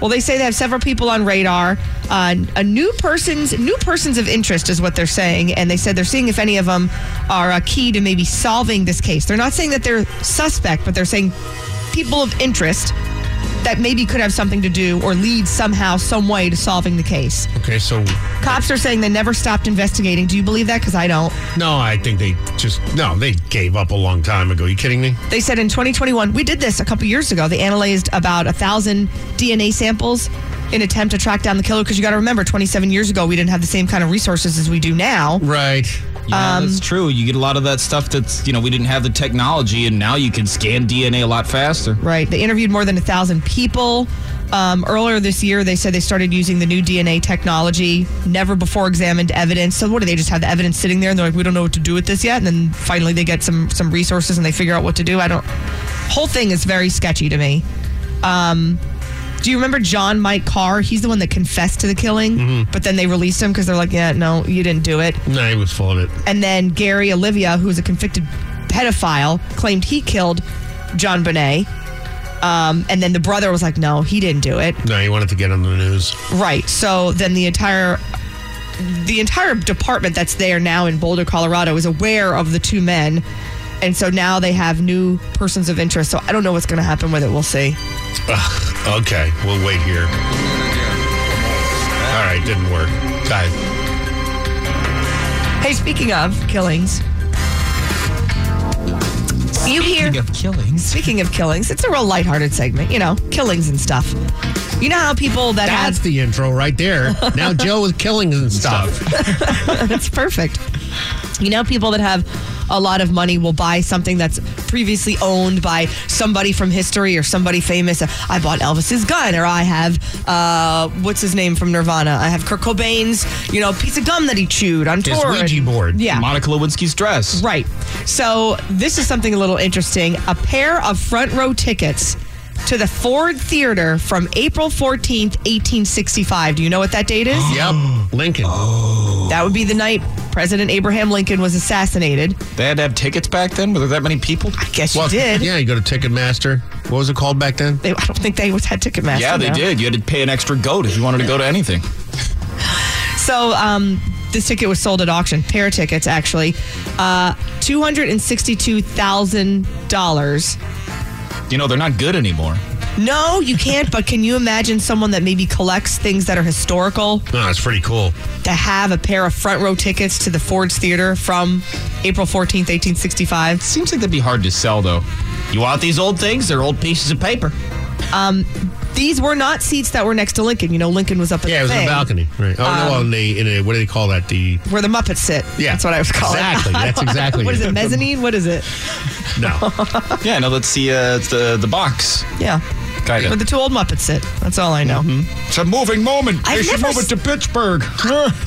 Well, they say they have several people on radar. Uh, a new person's new persons of interest is what they're saying, and they said they're seeing if any of them are a key to maybe solving this case. They're not saying that they're suspect, but they're saying people of interest that maybe could have something to do or lead somehow, some way to solving the case. Okay, so Cops are saying they never stopped investigating. Do you believe that? Because I don't. no, I think they just no, they gave up a long time ago. you kidding me? They said in 2021, we did this a couple years ago. They analyzed about a thousand DNA samples in attempt to track down the killer. Because you got to remember, 27 years ago, we didn't have the same kind of resources as we do now. Right. Yeah, Um, that's true. You get a lot of that stuff that's, you know, we didn't have the technology and now you can scan DNA a lot faster. Right. They interviewed more than a thousand people. Um, earlier this year, they said they started using the new DNA technology, never before examined evidence. So, what do they just have the evidence sitting there and they're like, we don't know what to do with this yet? And then finally, they get some some resources and they figure out what to do. I don't. Whole thing is very sketchy to me. Um, do you remember John Mike Carr? He's the one that confessed to the killing, but then they released him because they're like, yeah, no, you didn't do it. No, he was full of it. And then Gary Olivia, who was a convicted pedophile, claimed he killed John Bonet. Um, and then the brother was like, no, he didn't do it. No, he wanted to get on the news. Right. So then the entire the entire department that's there now in Boulder, Colorado is aware of the two men. And so now they have new persons of interest. So I don't know what's going to happen with it. We'll see. Ugh, okay, we'll wait here. All right, didn't work. Guys, Hey, speaking of killings, you hear speaking of killings. Speaking of killings, it's a real lighthearted segment, you know, killings and stuff. You know how people that that's the intro right there. Now Joe with killings and stuff. have that's perfect. You know, people that have a lot of money will buy something that's previously owned by somebody from history or somebody famous. I bought Elvis's gun, or I have uh, what's his name from Nirvana. I have Kurt Cobain's, you know, piece of gum that he chewed on His tour. Ouija board. Yeah, Monica Lewinsky's dress. Right. So this is something a little interesting. A pair of front row tickets to the Ford Theater from April 14th, 1865. Do you know what that date is? yep. Lincoln. That would be the night President Abraham Lincoln was assassinated. They had to have tickets back then? Were there that many people? I guess you did. Yeah, you go to Ticketmaster. What was it called back then? They, I don't think they had Ticketmaster. yeah, they no. did. You had to pay an extra goat if you wanted to go to anything. So um, this ticket was sold at auction, pair of tickets actually, uh, $262,000. You know, they're not good anymore. No, you can't. but can you imagine someone that maybe collects things that are historical? No, it's pretty cool. To have a pair of front row tickets to the Ford's Theater from April 14th, 1865. Seems like that'd be hard to sell, though. You want these old things? They're old pieces of paper. Um, these were not seats that were next to Lincoln. You know, Lincoln was up at Yeah, it the was in a thing balcony. Right. Oh Um, no, on the in a what do they call that? The where the Muppets sit. Yeah. that's what I was calling. it. Exactly. I That's don't- exactly What is it. it? Mezzanine? What is it? no. yeah, no, that's the uh, the the box. Yeah. Kinda. Where the two old Muppets sit. That's all I know. Mm-hmm. It's a moving moment. They should move it to Pittsburgh.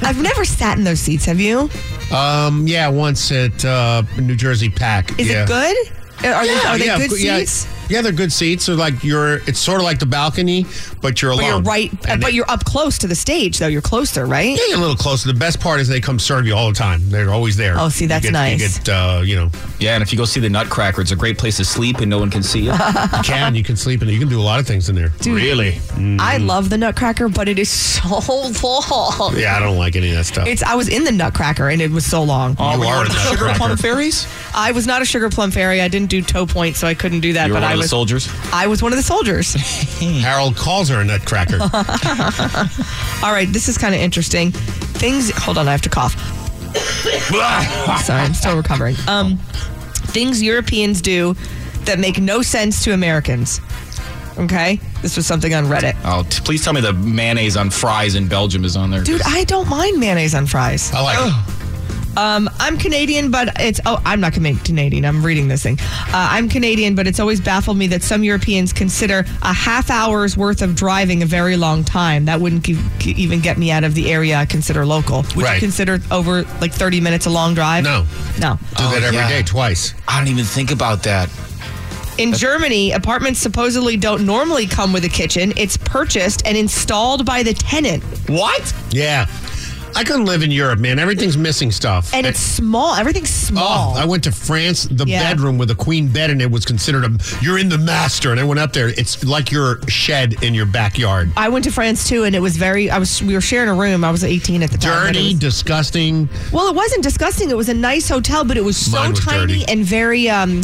I've never sat in those seats. Have you? Um, yeah, once at uh, New Jersey Pack. Is yeah. it good? Are they, are they yeah, good of cou- yeah. seats? Yeah, they're good seats. They're like you're. It's sort of like the balcony, but you're alone. But you're right. but And they- you're up close to the stage, though. You're closer, right? Yeah, you're a little closer. The best part is they come serve you all the time. They're always there. Oh, see, You that's get- nice. You get, uh, you know, Yeah, and if you go see the Nutcracker, it's a great place to sleep and no one can see you. you can you can sleep in there. You can do a lot of things in there. Dude. really? I love the Nutcracker, but it is so long. Yeah, I don't like any of that stuff. It's. I was in the Nutcracker, and it was so long. Oh, You were you are one of in the the Sugar Nutcracker. Plum fairies? I was not a sugar plum fairy. I didn't do toe point, so I couldn't do that. You were but one I of the was soldiers? I was one of the soldiers. Harold calls her a nutcracker. All right, this is kind of interesting. Things. Hold on, I have to cough. Sorry, I'm still recovering. Um, things Europeans do that make no sense to Americans. Okay, this was something on Reddit. Oh, t- please tell me the mayonnaise on fries in Belgium is on there. Dude, I don't mind mayonnaise on fries. I like Um, I'm Canadian, but it's oh, I'm not Cana- Canadian. I'm reading this thing. Uh, I'm Canadian, but it's always baffled me that some Europeans consider a half hour's worth of driving a very long time. That wouldn't gi- gi- even get me out of the area I consider local. Would you Right. consider over like 30 minutes a long drive? No, no. Oh, Do that every day, twice. Oh, I don't even think about that. In Germany, apartments supposedly don't normally come with a kitchen. It's purchased and installed by the tenant. What? Yeah. I couldn't live in Europe, man. Everything's missing stuff. And it's small. Everything's small. Oh, I went to France, the Yeah. bedroom with a queen bed, and it was considered a. You're in the master, and I went up there. It's like your shed in your backyard. I went to France too, and it was very. I was. We were sharing a room. I was 18 at the time. but it Dirty, was- disgusting. well, it wasn't disgusting. It was a nice hotel, but it was so Mine was tiny dirty. and very um,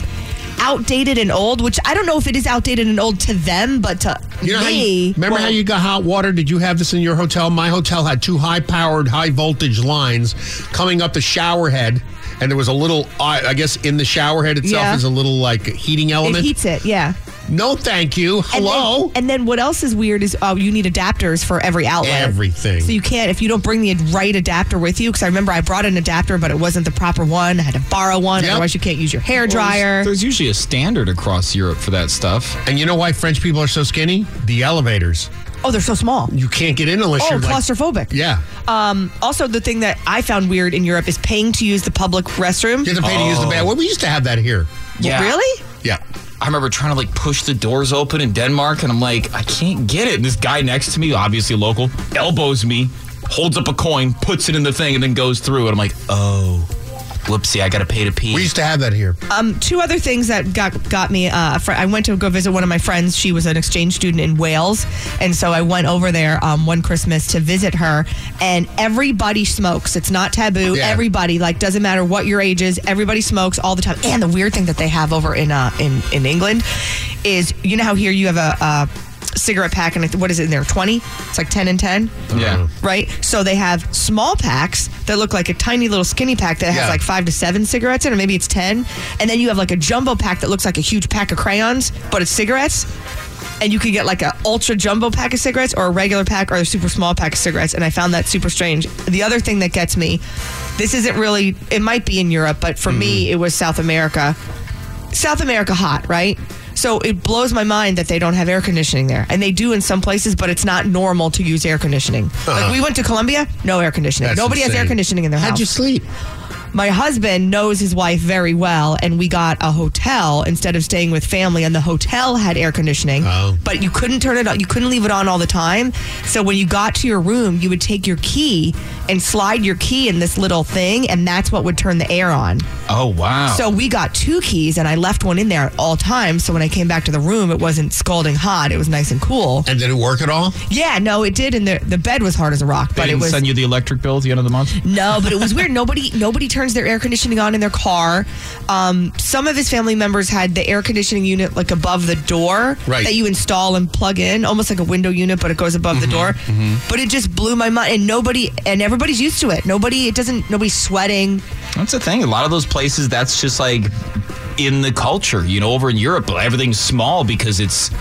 outdated and old. Which I don't know if it is outdated and old to them, but to You know how me, you, remember how well, you got hot water? Did you have this in your hotel? My hotel had two high-powered, high-voltage lines coming up the shower head, and there was a little. I I guess in the shower head itself Yeah. is a little like heating it element. heats it. Yeah. no, thank you. And then- Hello. And then, what else is weird is oh, you need adapters for every outlet. Everything. So you can't if you don't bring the right adapter with you. Because I remember I brought an adapter, but it wasn't the proper one. I had to borrow one. Otherwise, you can't use your hair dryer. There's usually a standard across Europe for that stuff. And you know why French people are so skinny? The elevators. Oh, they're so small. You can't get in unless Oh, you're like- claustrophobic. yeah. Um, also, the thing that I found weird in Europe is paying to use the public restroom. Oh. You have to pay to use the bathroom. Well, we used to have that here. Yeah. Really? Yeah. I remember trying to like push the doors open in Denmark, and I'm like, I can't get it. And this guy next to me, obviously local, elbows me, holds up a coin, puts it in the thing, and then goes through. And I'm like, oh, whoopsie, I got to pay to pee. We used to have that here. Um, two other things that got got me. Uh, a fr- I went to go visit one of my friends. She was an exchange student in Wales, and so I went over there um, one Christmas to visit her. And everybody smokes. It's not taboo. Yeah. Everybody like doesn't matter what your age is. Everybody smokes all the time. And the weird thing that they have over in uh, in in England is you know how here you have a. uh cigarette pack and I th- what is it in there 20 it's like 10 and 10 Yeah. right? So they have small packs that look like a tiny little skinny pack that has Yeah. like five to seven cigarettes in, it, or maybe it's ten. And then you have like a jumbo pack that looks like a huge pack of crayons, but it's cigarettes. And you can get like a ultra jumbo pack of cigarettes or a regular pack or a super small pack of cigarettes. And I found that super strange. The other thing that gets me, this isn't really, it might be in Europe, but for me, it was South America. South America hot, right? So it blows my mind that they don't have air conditioning there. And they do in some places, but it's not normal to use air conditioning. Uh-huh. Like we went to Colombia, no air conditioning. That's Nobody has air insane. conditioning in their house. How'd you sleep? My husband knows his wife very well, and we got a hotel instead of staying with family, and the hotel had air conditioning. Oh. But you couldn't turn it on, you couldn't leave it on all the time. So when you got to your room, you would take your key and slide your key in this little thing, and that's what would turn the air on. Oh, wow. So we got two keys, and I left one in there at all times. So when I came back to the room, it wasn't scalding hot; it was nice and cool. And did it work at all? Yeah, no, it did, and the the bed was hard as a rock, They but it didn't was. send you the electric bill at the end of the month? no, but it was weird. Nobody nobody turns their air conditioning on in their car. Um, some of his family members had the air conditioning unit like above the door Right. that you install and plug in, almost like a window unit, but it goes above Mm-hmm, the door. But it just blew my mind, and nobody and everybody's used to it. Nobody, it doesn't. Nobody's sweating. That's the thing. A lot of those places, that's just like in the culture. You know, over in Europe, everything's small because it's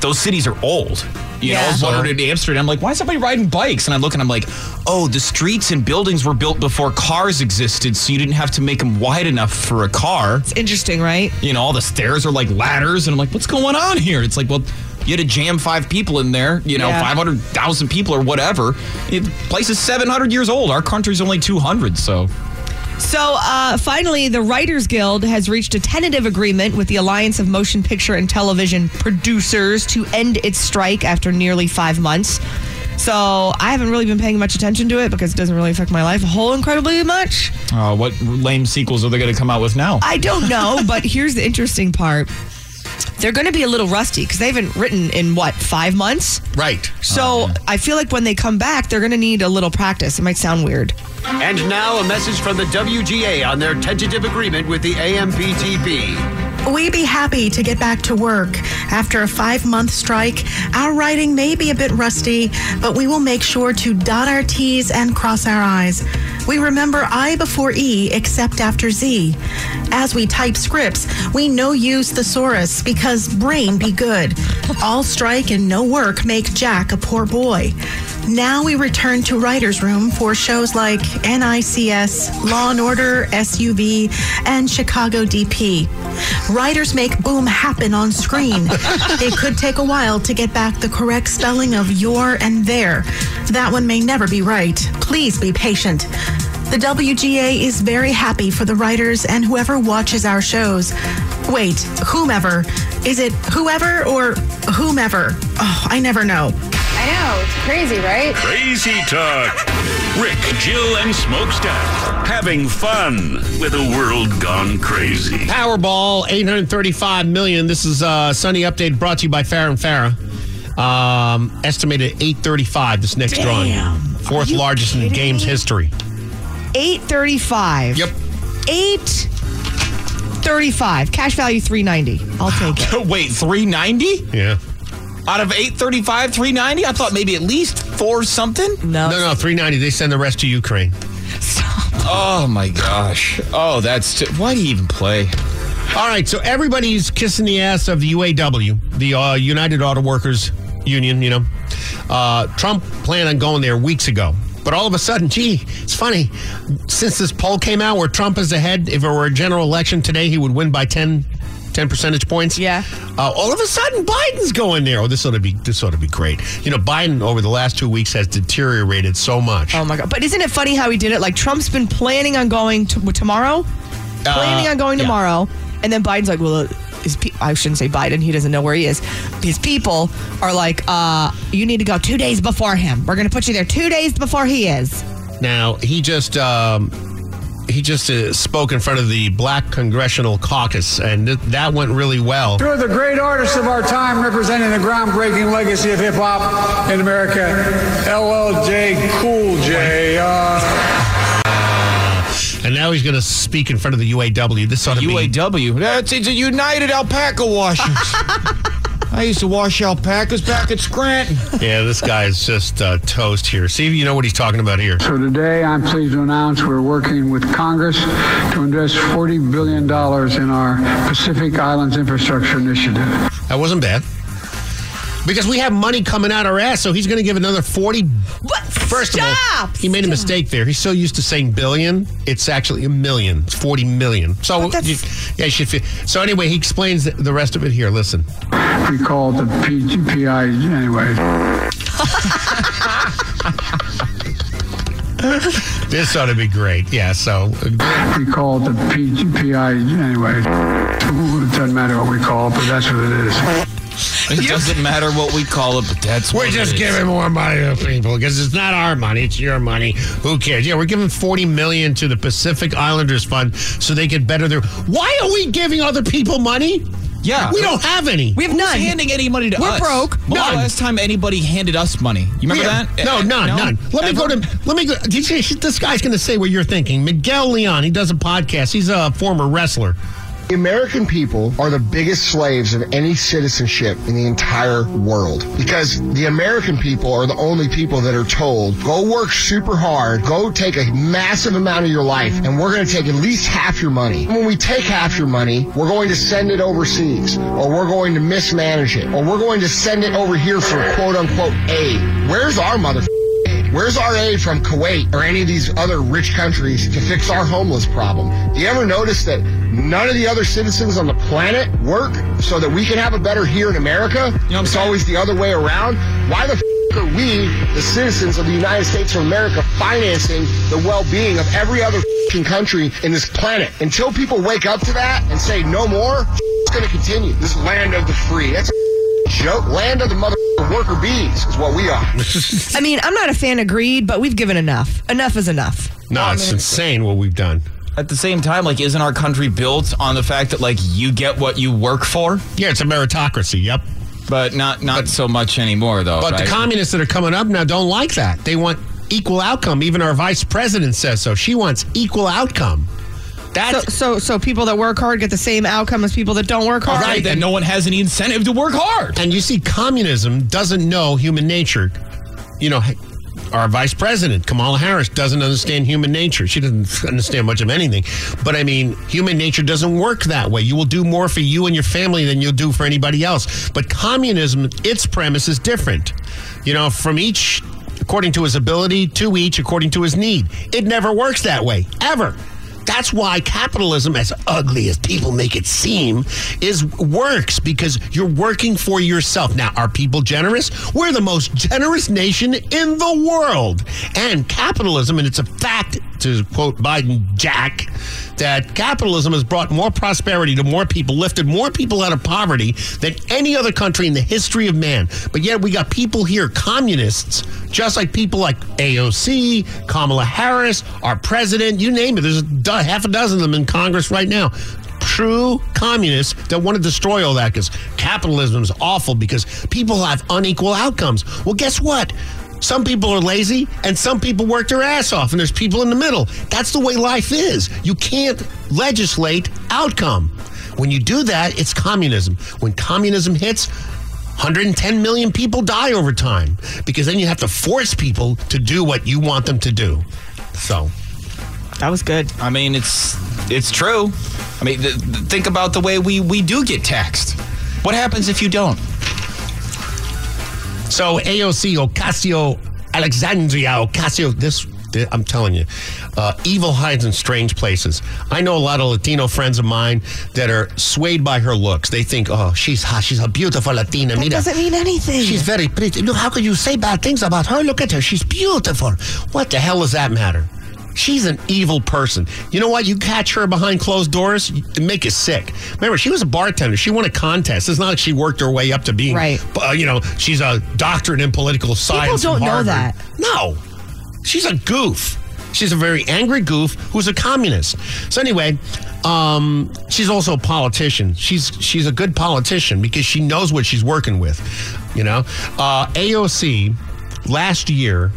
those cities are old. You know, I was Yeah. wondering in Amsterdam, like, why is everybody riding bikes? And I look and I'm like, oh, the streets and buildings were built before cars existed, so you didn't have to make them wide enough for a car. It's interesting, right? You know, all the stairs are like ladders, and I'm like, what's going on here? It's like, well, You had to jam five people in there, you know, Yeah. 500,000 people or whatever. It, the place is 700 years old. Our country's only 200, so. So, uh, finally, the Writers Guild has reached a tentative agreement with the Alliance of Motion Picture and Television Producers to end its strike after nearly five months. So, I haven't really been paying much attention to it because it doesn't really affect my life a whole incredibly much. Uh, what lame sequels are they going to come out with now? I don't know, but here's the interesting part. They're going to be a little rusty because they haven't written in what, five months? Right. So I feel like when they come back, they're going to need a little practice. It might sound weird. And now a message from the WGA on their tentative agreement with the AMPTP. We'd be happy to get back to work. After a five month strike, our writing may be a bit rusty, but we will make sure to dot our T's and cross our I's. We remember I before E except after Z. As we type scripts, we no use thesaurus because brain be good. All strike and no work make Jack a poor boy. Now we return to writer's room for shows like NICS, Law and Order, SUV, and Chicago DP. Writers make boom happen on screen. it could take a while to get back the correct spelling of your and their. That one may never be right. Please be patient. The WGA is very happy for the writers and whoever watches our shows. Wait, whomever. Is it whoever or whomever? Oh, I never know. I know. It's crazy, right? Crazy Talk. Rick, Jill, and Smokestack having fun with a world gone crazy. Powerball, 835 million. This is a Sunny update brought to you by Farrah and Farrah. Um, estimated 835 this next drawing. Fourth largest in the game's history. 835. Yep. 835. Cash value 390. I'll take it. Wait, 390? Yeah. Out of 835, 390? I thought maybe at least four something. No, no, 390. They send the rest to Ukraine. Oh my gosh. Oh, that's t- why do you even play? All right, so everybody's kissing the ass of the UAW, the uh, United Auto Workers Union. You know, uh, Trump planned on going there weeks ago, but all of a sudden, gee, it's funny. Since this poll came out where Trump is ahead, if it were a general election today, he would win by 10, 10 percentage points. Yeah. Uh, all of a sudden, Biden's going there. Oh, this ought to be this ought to be great. You know, Biden over the last two weeks has deteriorated so much. Oh my God. But isn't it funny how he did it? Like Trump's been planning on going to, tomorrow, Uh, planning on going yeah. tomorrow, and then Biden's like, well, uh, his pe- I shouldn't say Biden. He doesn't know where he is. His people are like, uh, you need to go two days before him. We're going to put you there two days before he is. Now he just um, he just uh, spoke in front of the Black Congressional Caucus, and th- that went really well. Two of the great artists of our time representing the groundbreaking legacy of hip hop in America, LLJ Cool J. Uh, And now he's going to speak in front of the UAW. This ought to UAW. That's it's a United Alpaca Washers. I used to wash alpacas back at Scranton. be. yeah, this guy is just uh, toast here. See if you know what he's talking about here. so today, I'm pleased to announce we're working with Congress to invest $40 billion in our Pacific Islands Infrastructure Initiative. That wasn't bad. Because we have money coming out our ass, so he's going to give another 40. What? First of all, he made a mistake there. He's so used to saying billion, it's actually a million. It's 40 million. So, you- yeah, you should feel. So, anyway, he explains the- the rest of it here. Listen. We call it the PGPI anyway. this ought to be great. Yeah, so We call it the PGPI anyway. It doesn't matter what we call it, but that's what it is. It doesn't matter what we call it, but that's We're what it just is. giving more money to people because it's not our money; it's your money. Who cares? Yeah, we're giving forty million to the Pacific Islanders Fund so they could better their. Why are we giving other people money? Yeah, we don't have any. We have none. handing any money to We're us? broke. When was the None. last time anybody handed us money? You remember Yeah. that? No, Eh, none, no? none. Let me go Ever? to. Let me go. Did you, this guy's going to say what you're thinking. Miguel Leon. He does a podcast. He's a former wrestler. The American people are the biggest slaves of any citizenship in the entire world because the American people are the only people that are told go work super hard, go take a massive amount of your life, and we're going to take at least half your money. When we take half your money, we're going to send it overseas, or we're going to mismanage it, or we're going to send it over here for quote unquote aid. Where's our mother? aid? Where's our aid from Kuwait or any of these other rich countries to fix our homeless problem? Do you ever notice that none of the other citizens on the planet work so that we can have it better here in America? it's always the other way around. Why the f- are we, the citizens of the United States of America, financing the well-being of every other f***ing country in this planet? Until people wake up to that and say no more, f- it's going to continue. This land of the free. That's a f- joke. Land of the mother f- worker bees is what we are. I mean, I'm not a fan of greed, but we've given enough. Enough is enough. No, it's insane what we've done. At the same time, like, isn't our country built on the fact that like you get what you work for? Yeah, it's a meritocracy. Yep. But not not so much anymore, though. But right? the communists that are coming up now don't like that. They want equal outcome. Even our vice president says so. She wants equal outcome. That's so, so. So people that work hard get the same outcome as people that don't work hard. Right, then no one has any incentive to work hard. And you see, communism doesn't know human nature. You know, our vice president, Kamala Harris, doesn't understand human nature. She doesn't understand much of anything. But I mean, human nature doesn't work that way. You will do more for you and your family than you'll do for anybody else. But communism, its premise is different. You know, from each according to his ability, to each according to his need. It never works that way, ever. That's why capitalism, as ugly as people make it seem, is works because you're working for yourself. Now, are people generous? We're the most generous nation in the world. And capitalism, and it's a fact, to quote Biden Jack, that capitalism has brought more prosperity to more people, lifted more people out of poverty than any other country in the history of man. But yet we got people here, communists, just like people like AOC, Kamala Harris, our president, you name it. There's a do- half a dozen of them in Congress right now. True communists that want to destroy all that because capitalism is awful because people have unequal outcomes. Well, guess what? Some people are lazy and some people work their ass off, and there's people in the middle. That's the way life is. You can't legislate outcome. When you do that, it's communism. When communism hits, 110 million people die over time because then you have to force people to do what you want them to do. So, that was good. I mean, it's it's true. I mean, th- th- think about the way we we do get taxed. What happens if you don't? So AOC Ocasio Alexandria Ocasio. This th- I'm telling you, uh, evil hides in strange places. I know a lot of Latino friends of mine that are swayed by her looks. They think, oh, she's hot. She's a beautiful Latina. That Mira. doesn't mean anything. She's very pretty. Look, how could you say bad things about her? Look at her. She's beautiful. What the hell does that matter? She's an evil person. You know what? You catch her behind closed doors, it make you sick. Remember, she was a bartender. She won a contest. It's not like she worked her way up to being, right. uh, you know, she's a doctorate in political science. don't from know Harvard. that. No. She's a goof. She's a very angry goof who's a communist. So anyway, um, she's also a politician. She's she's a good politician because she knows what she's working with. You know, uh, AOC last year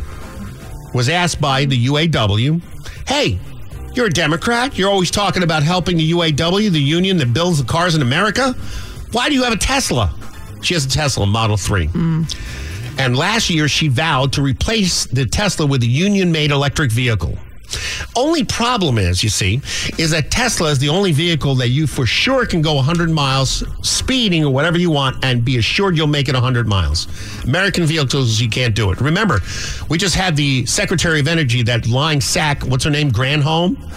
was asked by the UAW, "Hey, you're a Democrat. You're always talking about helping the UAW, the union that builds the cars in America. Why do you have a Tesla?" She has a Tesla Model Three. And last year, she vowed to replace the Tesla with a union made electric vehicle. Only problem is, you see, is that Tesla is the only vehicle that you for sure can go 100 miles speeding or whatever you want and be assured you'll make it 100 miles. American vehicles, you can't do it. Remember, we just had the Secretary of Energy, that lying sack, what's her name, Granholm?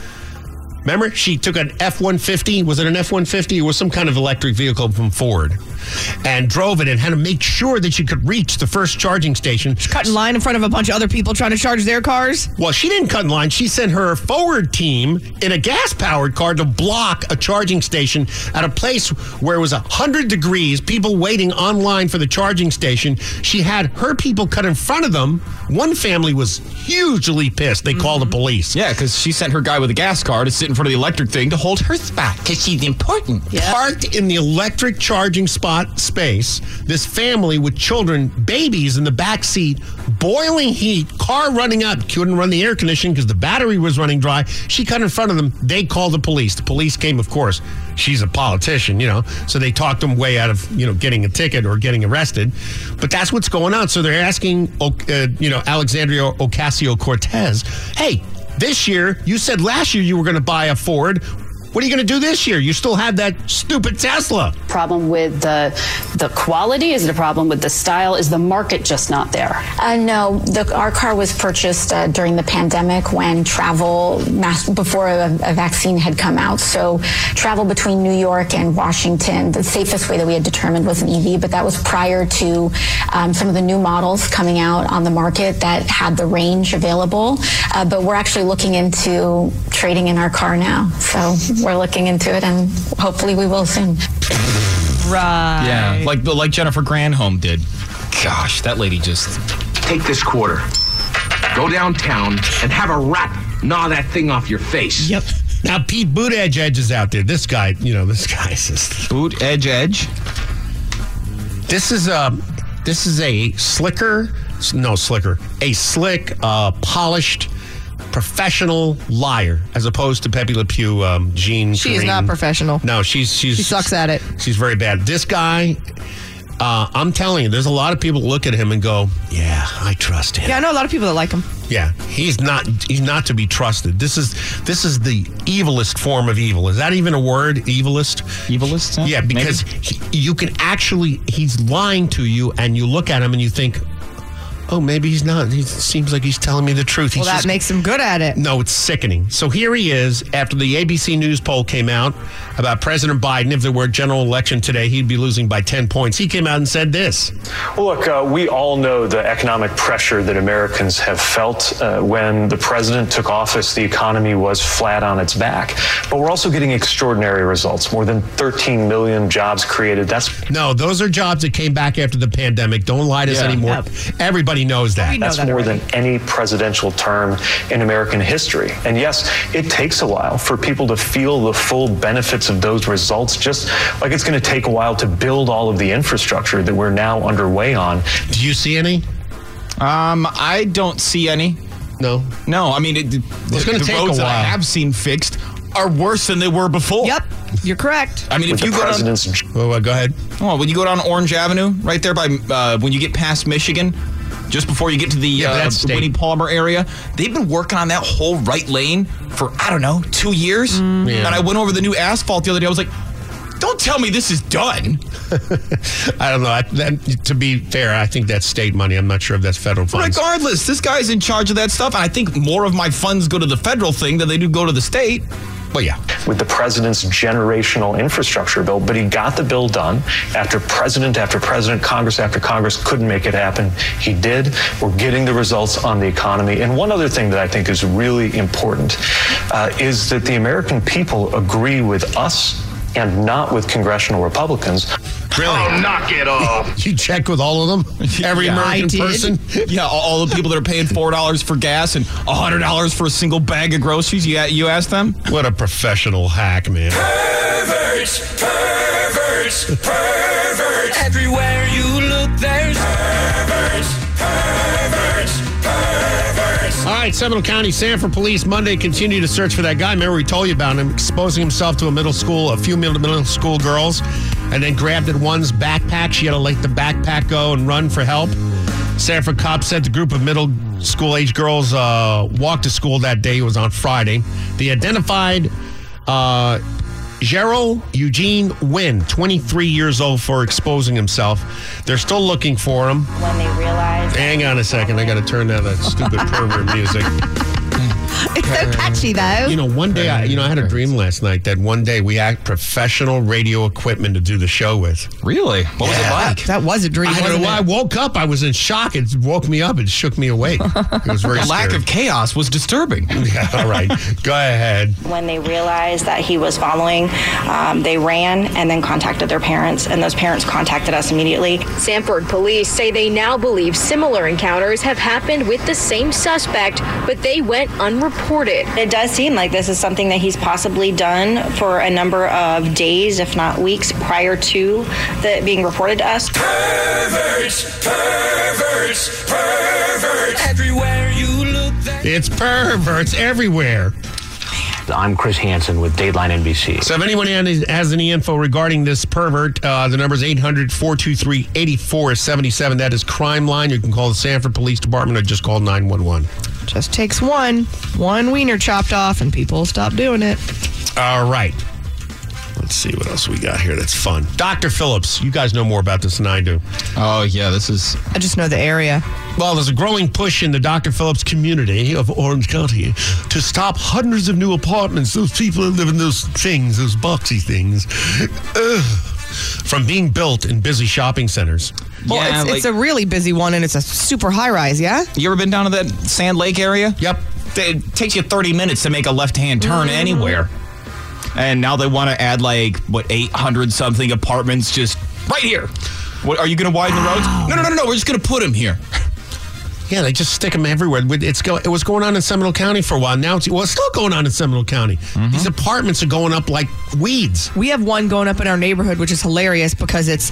Remember, she took an F 150. Was it an F 150? It was some kind of electric vehicle from Ford and drove it and had to make sure that she could reach the first charging station. She cut in line in front of a bunch of other people trying to charge their cars. Well, she didn't cut in line. She sent her forward team in a gas powered car to block a charging station at a place where it was 100 degrees, people waiting online for the charging station. She had her people cut in front of them. One family was hugely pissed. They called the police. Mm-hmm. Yeah, because she sent her guy with a gas car to sit in front of the electric thing to hold her spot because she's important. Parked in the electric charging spot space, this family with children, babies in the back seat, boiling heat, car running up. Couldn't run the air conditioning because the battery was running dry. She cut in front of them. They called the police. The police came, of course. She's a politician, you know, so they talked them way out of you know getting a ticket or getting arrested. But that's what's going on. So they're asking, O- uh, you know, Alexandria Ocasio Cortez, hey. This year, you said last year you were going to buy a Ford What are you going to do this year? You still have that stupid Tesla. Problem with the the quality? Is it a problem with the style? Is the market just not there? Uh, no, the, our car was purchased uh, during the pandemic when travel, mass, before a, a vaccine had come out. So travel between New York and Washington, the safest way that we had determined was an EV, but that was prior to um, some of the new models coming out on the market that had the range available. Uh, but we're actually looking into trading in our car now. So we're looking into it and hopefully we will soon. Right. Yeah, like like Jennifer Granholm did. Gosh, that lady just Take this quarter, go downtown, and have a rat gnaw that thing off your face. Yep. Now Pete Boot Edge Edge is out there. This guy, you know, this guy's just Boot Edge Edge. This is a this is a slicker, no slicker, a slick, uh, polished, professional liar as opposed to Pepe Le Pew, um, Jean. She is Green. not professional. No, she's she's She sucks at it. She's very bad. This guy, uh, I'm telling you, there's a lot of people look at him and go, "Yeah, I trust him." Yeah, I know a lot of people that like him. Yeah, he's not he's not to be trusted. This is this is the evilest form of evil. Is that even a word? Evilest? Evilest? Yeah, because he, you can actually he's lying to you and you look at him and you think, "Oh, maybe he's not. He seems like he's telling me the truth." Well, He's that just- makes him good at it. no, it's sickening. So here he is after the ABC News poll came out about President Biden. If there were a general election today, he'd be losing by 10 points. He came out and said this. Well, look, uh, we all know the economic pressure that Americans have felt. Uh, when the president took office, the economy was flat on its back. But we're also getting extraordinary results more than 13 million jobs created. That's No, those are jobs that came back after the pandemic. Don't lie to us Yeah. anymore. Yep. Everybody knows that. That's more than any presidential term in American history. And yes, it takes a while for people to feel the full benefits of those results, just like it's going to take a while to build all of the infrastructure that we're now underway on. Do you see any? Um, I don't see any. No. No, I mean, it, it's the, gonna the take a roads that I while. have seen fixed are worse than they were before. Yep, you're correct. I mean, With if you the go president's- down, well, go ahead. Oh, when you go down Orange Avenue, right there by uh, when you get past Michigan, just before you get to the uh, that's state. Winnie Palmer area, they've been working on that whole right lane for I don't know two years. Mm. Yeah. And I went over the new asphalt the other day. I was like, "Don't tell me this is done." I don't know. I, that, to be fair, I think that's state money. I'm not sure if that's federal funds. Regardless, this guy's in charge of that stuff, and I think more of my funds go to the federal thing than they do go to the state. Well, yeah. with the president's generational infrastructure bill, but he got the bill done after president after president, Congress after Congress couldn't make it happen. He did. We're getting the results on the economy. And one other thing that I think is really important uh, is that the American people agree with us and not with congressional Republicans. Really? Oh, knock it off. you check with all of them? Every Yeah. American person? yeah, all, all the people that are paying four dollars for gas and hundred dollars for a single bag of groceries. You you ask them? What a professional hack, man. Perverts, perverts, perverts. Everywhere you look, there's perverts, perverts, perverts. All right, Seminole County Sanford Police Monday continue to search for that guy. Remember, we told you about him exposing himself to a middle school, a few middle, middle school girls, and then grabbed at one's backpack. She had to let the backpack go and run for help. Sanford cops said the group of middle school age girls uh, walked to school that day. It was on Friday. They identified uh, Gerald Eugene Wynn, 23 years old, for exposing himself. They're still looking for him. when they realize Hang on a second. I got to turn down that stupid pervert music. It's so catchy, though. You know, one day, I, you know, I had a dream last night that one day we had professional radio equipment to do the show with. Really? What was it like? That was a dream. I don't know wasn't why I it? woke up. I was in shock. It woke me up. It shook me awake. It was very The lack of chaos was disturbing. Yeah, all right. Go ahead. when they realized that he was following, um, they ran and then contacted their parents, and those parents contacted us immediately. Sanford police say they now believe similar encounters have happened with the same suspect, but they went unreported. It does seem like this is something that he's possibly done for a number of days, if not weeks, prior to the being reported to us. Perverts, perverts, perverts. Everywhere you look, there's It's perverts everywhere. I'm Chris Hansen with Dateline NBC. So if anyone has has any info regarding this pervert, uh, the number is 800-423-8477. That is Crime Line. You can call the Sanford Police Department or just call 911. Just takes one, one wiener chopped off, and people stop doing it. All right. Let's see what else we got here that's fun. Dr. Phillips, you guys know more about this than I do. Oh, yeah, this is. I just know the area. Well, there's a growing push in the Dr. Phillips community of Orange County to stop hundreds of new apartments, those people that live in those things, those boxy things, ugh, from being built in busy shopping centers. Well, it's, it's a really busy one and it's a super high rise, yeah? You ever been down to that Sand Lake area? Yep. It takes you 30 minutes to make a left hand turn anywhere. And now they want to add like, what, 800 something apartments just right here. What, are you going to widen the roads? No, no, no, no, no. We're just going to put them here. Yeah, they just stick them everywhere. With- It's go, it was going on in Seminole County for a while. Now it's well, it's still going on in Seminole County. Mm-hmm. These apartments are going up like weeds. We have one going up in our neighborhood, which is hilarious because it's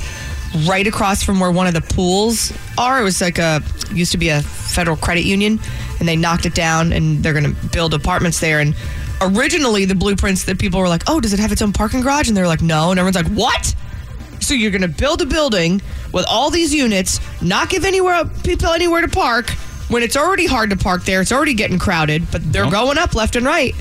right across from where one of the pools are. It was like a used to be a federal credit union, and they knocked it down, and they're going to build apartments there. And originally, the blueprints that people were like, "Oh, does it have its own parking garage?" and they're like, "No," and everyone's like, "What?" So you're going to build a building with all these units, not give anywhere people anywhere to park when it's already hard to park there. It's already getting crowded, but they're going up left and right.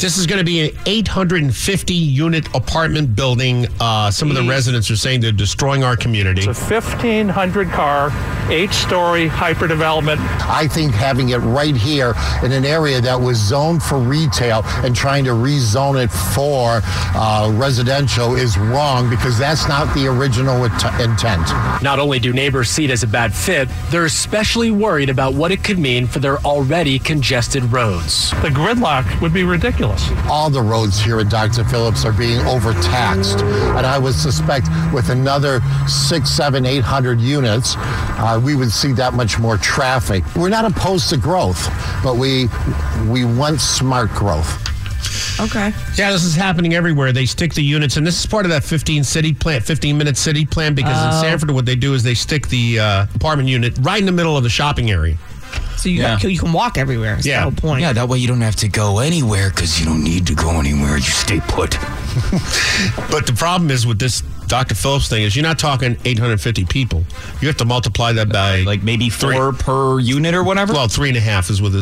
This is going to be an 850 unit apartment building. Uh, some of the residents are saying they're destroying our community. It's a 1,500 car, eight story hyper development. I think having it right here in an area that was zoned for retail and trying to rezone it for uh, residential is wrong because that's not the original int- intent. Not only do neighbors see it as a bad fit, they're especially worried about what it could mean for their already congested roads. The gridlock would be ridiculous. All the roads here at Dr. Phillips are being overtaxed, and I would suspect with another six, seven, eight hundred units, uh, we would see that much more traffic. We're not opposed to growth, but we we want smart growth. Okay. Yeah, this is happening everywhere. They stick the units, and this is part of that 15 city plan, 15 minute city plan. Because in Oh. Sanford, what they do is they stick the uh, apartment unit right in the middle of the shopping area. So you Yeah. you can walk everywhere. Is The whole point. Yeah, that way you don't have to go anywhere because you don't need to go anywhere. You stay put. But the problem is with this Dr. Phillips thing is you're not talking 850 people. You have to multiply that by like maybe four per unit or whatever. Well, three and a half is with the,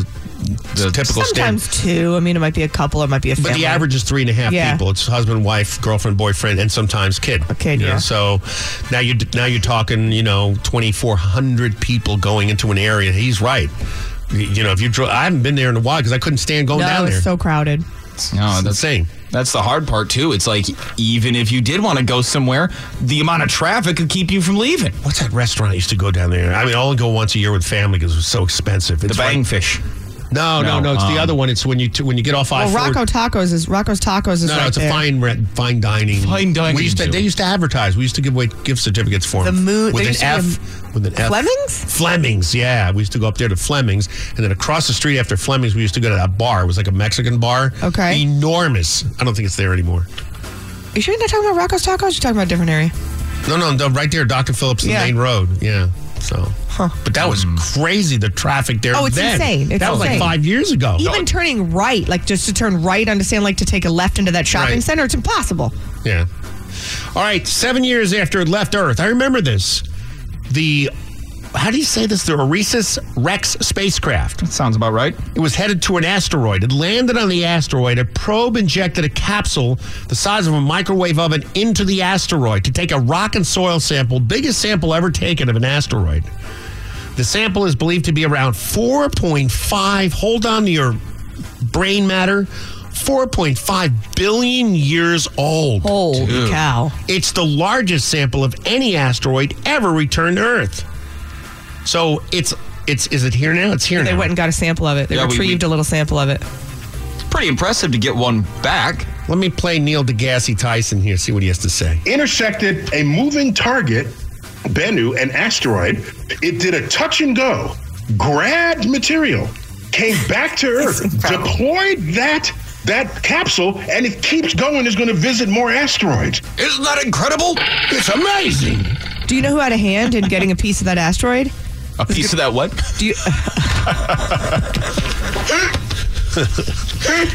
the typical standard. Sometimes two. I mean, it might be a couple. It might be a family. But the average is three and a half Yeah. people. It's husband, wife, girlfriend, boyfriend, and sometimes kid. A kid, yeah. So now you now you're talking, you know, twenty four hundred people going into an area. He's right. You- You know, if you drove, I haven't been there in a while because I couldn't stand going no, down it's there. so crowded. No, that's insane. That's the hard part too. It's like even if you did want to go somewhere, the amount of traffic could keep you from leaving. What's that restaurant I used to go down there? I mean, I only go once a year with family because it was so expensive. It's The right- Bangfish. No, no, no. No, it's um, the other one. It's when you t- when you get off I Well, Rocco Tacos is Rocco's Tacos is No, right it's there. a fine re- fine dining. Fine dining We used to, they used to advertise. We used to give away gift certificates for The them. moon- with there an used to be F. With an F. Flemings? Flemings, yeah. We used to go up there to Flemings, and then across the street after Flemings, we used to go to that bar. It was like a Mexican bar. Okay. Enormous. I don't think it's there anymore. You sure you're not talking about Rocco's Tacos? You're talking about a different area. No, no, no right there, Dr. Phillips, the Yeah. main road. Yeah. So. But that Hmm. was crazy. The traffic there. oh, it's then. insane. It's that was like insane. five years ago. Even turning right, like just to turn right onto Sand Lake to take a left into that shopping Right. center, it's impossible. Yeah. All right. Seven years after it left Earth, I remember this. The how do you say this? The Eresus Rex spacecraft. That sounds about right. It was headed to an asteroid. It landed on the asteroid. A probe injected a capsule the size of a microwave oven into the asteroid to take a rock and soil sample, biggest sample ever taken of an asteroid. The sample is believed to be around 4.5. Hold on to your brain matter. 4.5 billion years old. Holy cow. It's the largest sample of any asteroid ever returned to Earth. So it's it's is it here now? It's here They now. went and got a sample of it. They Yeah, we- retrieved a little sample of it. Pretty impressive to get one back. Let me play Neil deGrasse Tyson here, see what he has to say. intersected a moving target, Bennu, an asteroid. It did a touch and go, grabbed material, came back to Earth, deployed that that capsule, and it keeps going. Is going to visit more asteroids. Isn't that incredible? It's amazing. Do you know who had a hand in getting a piece of that asteroid? A piece of that what? Do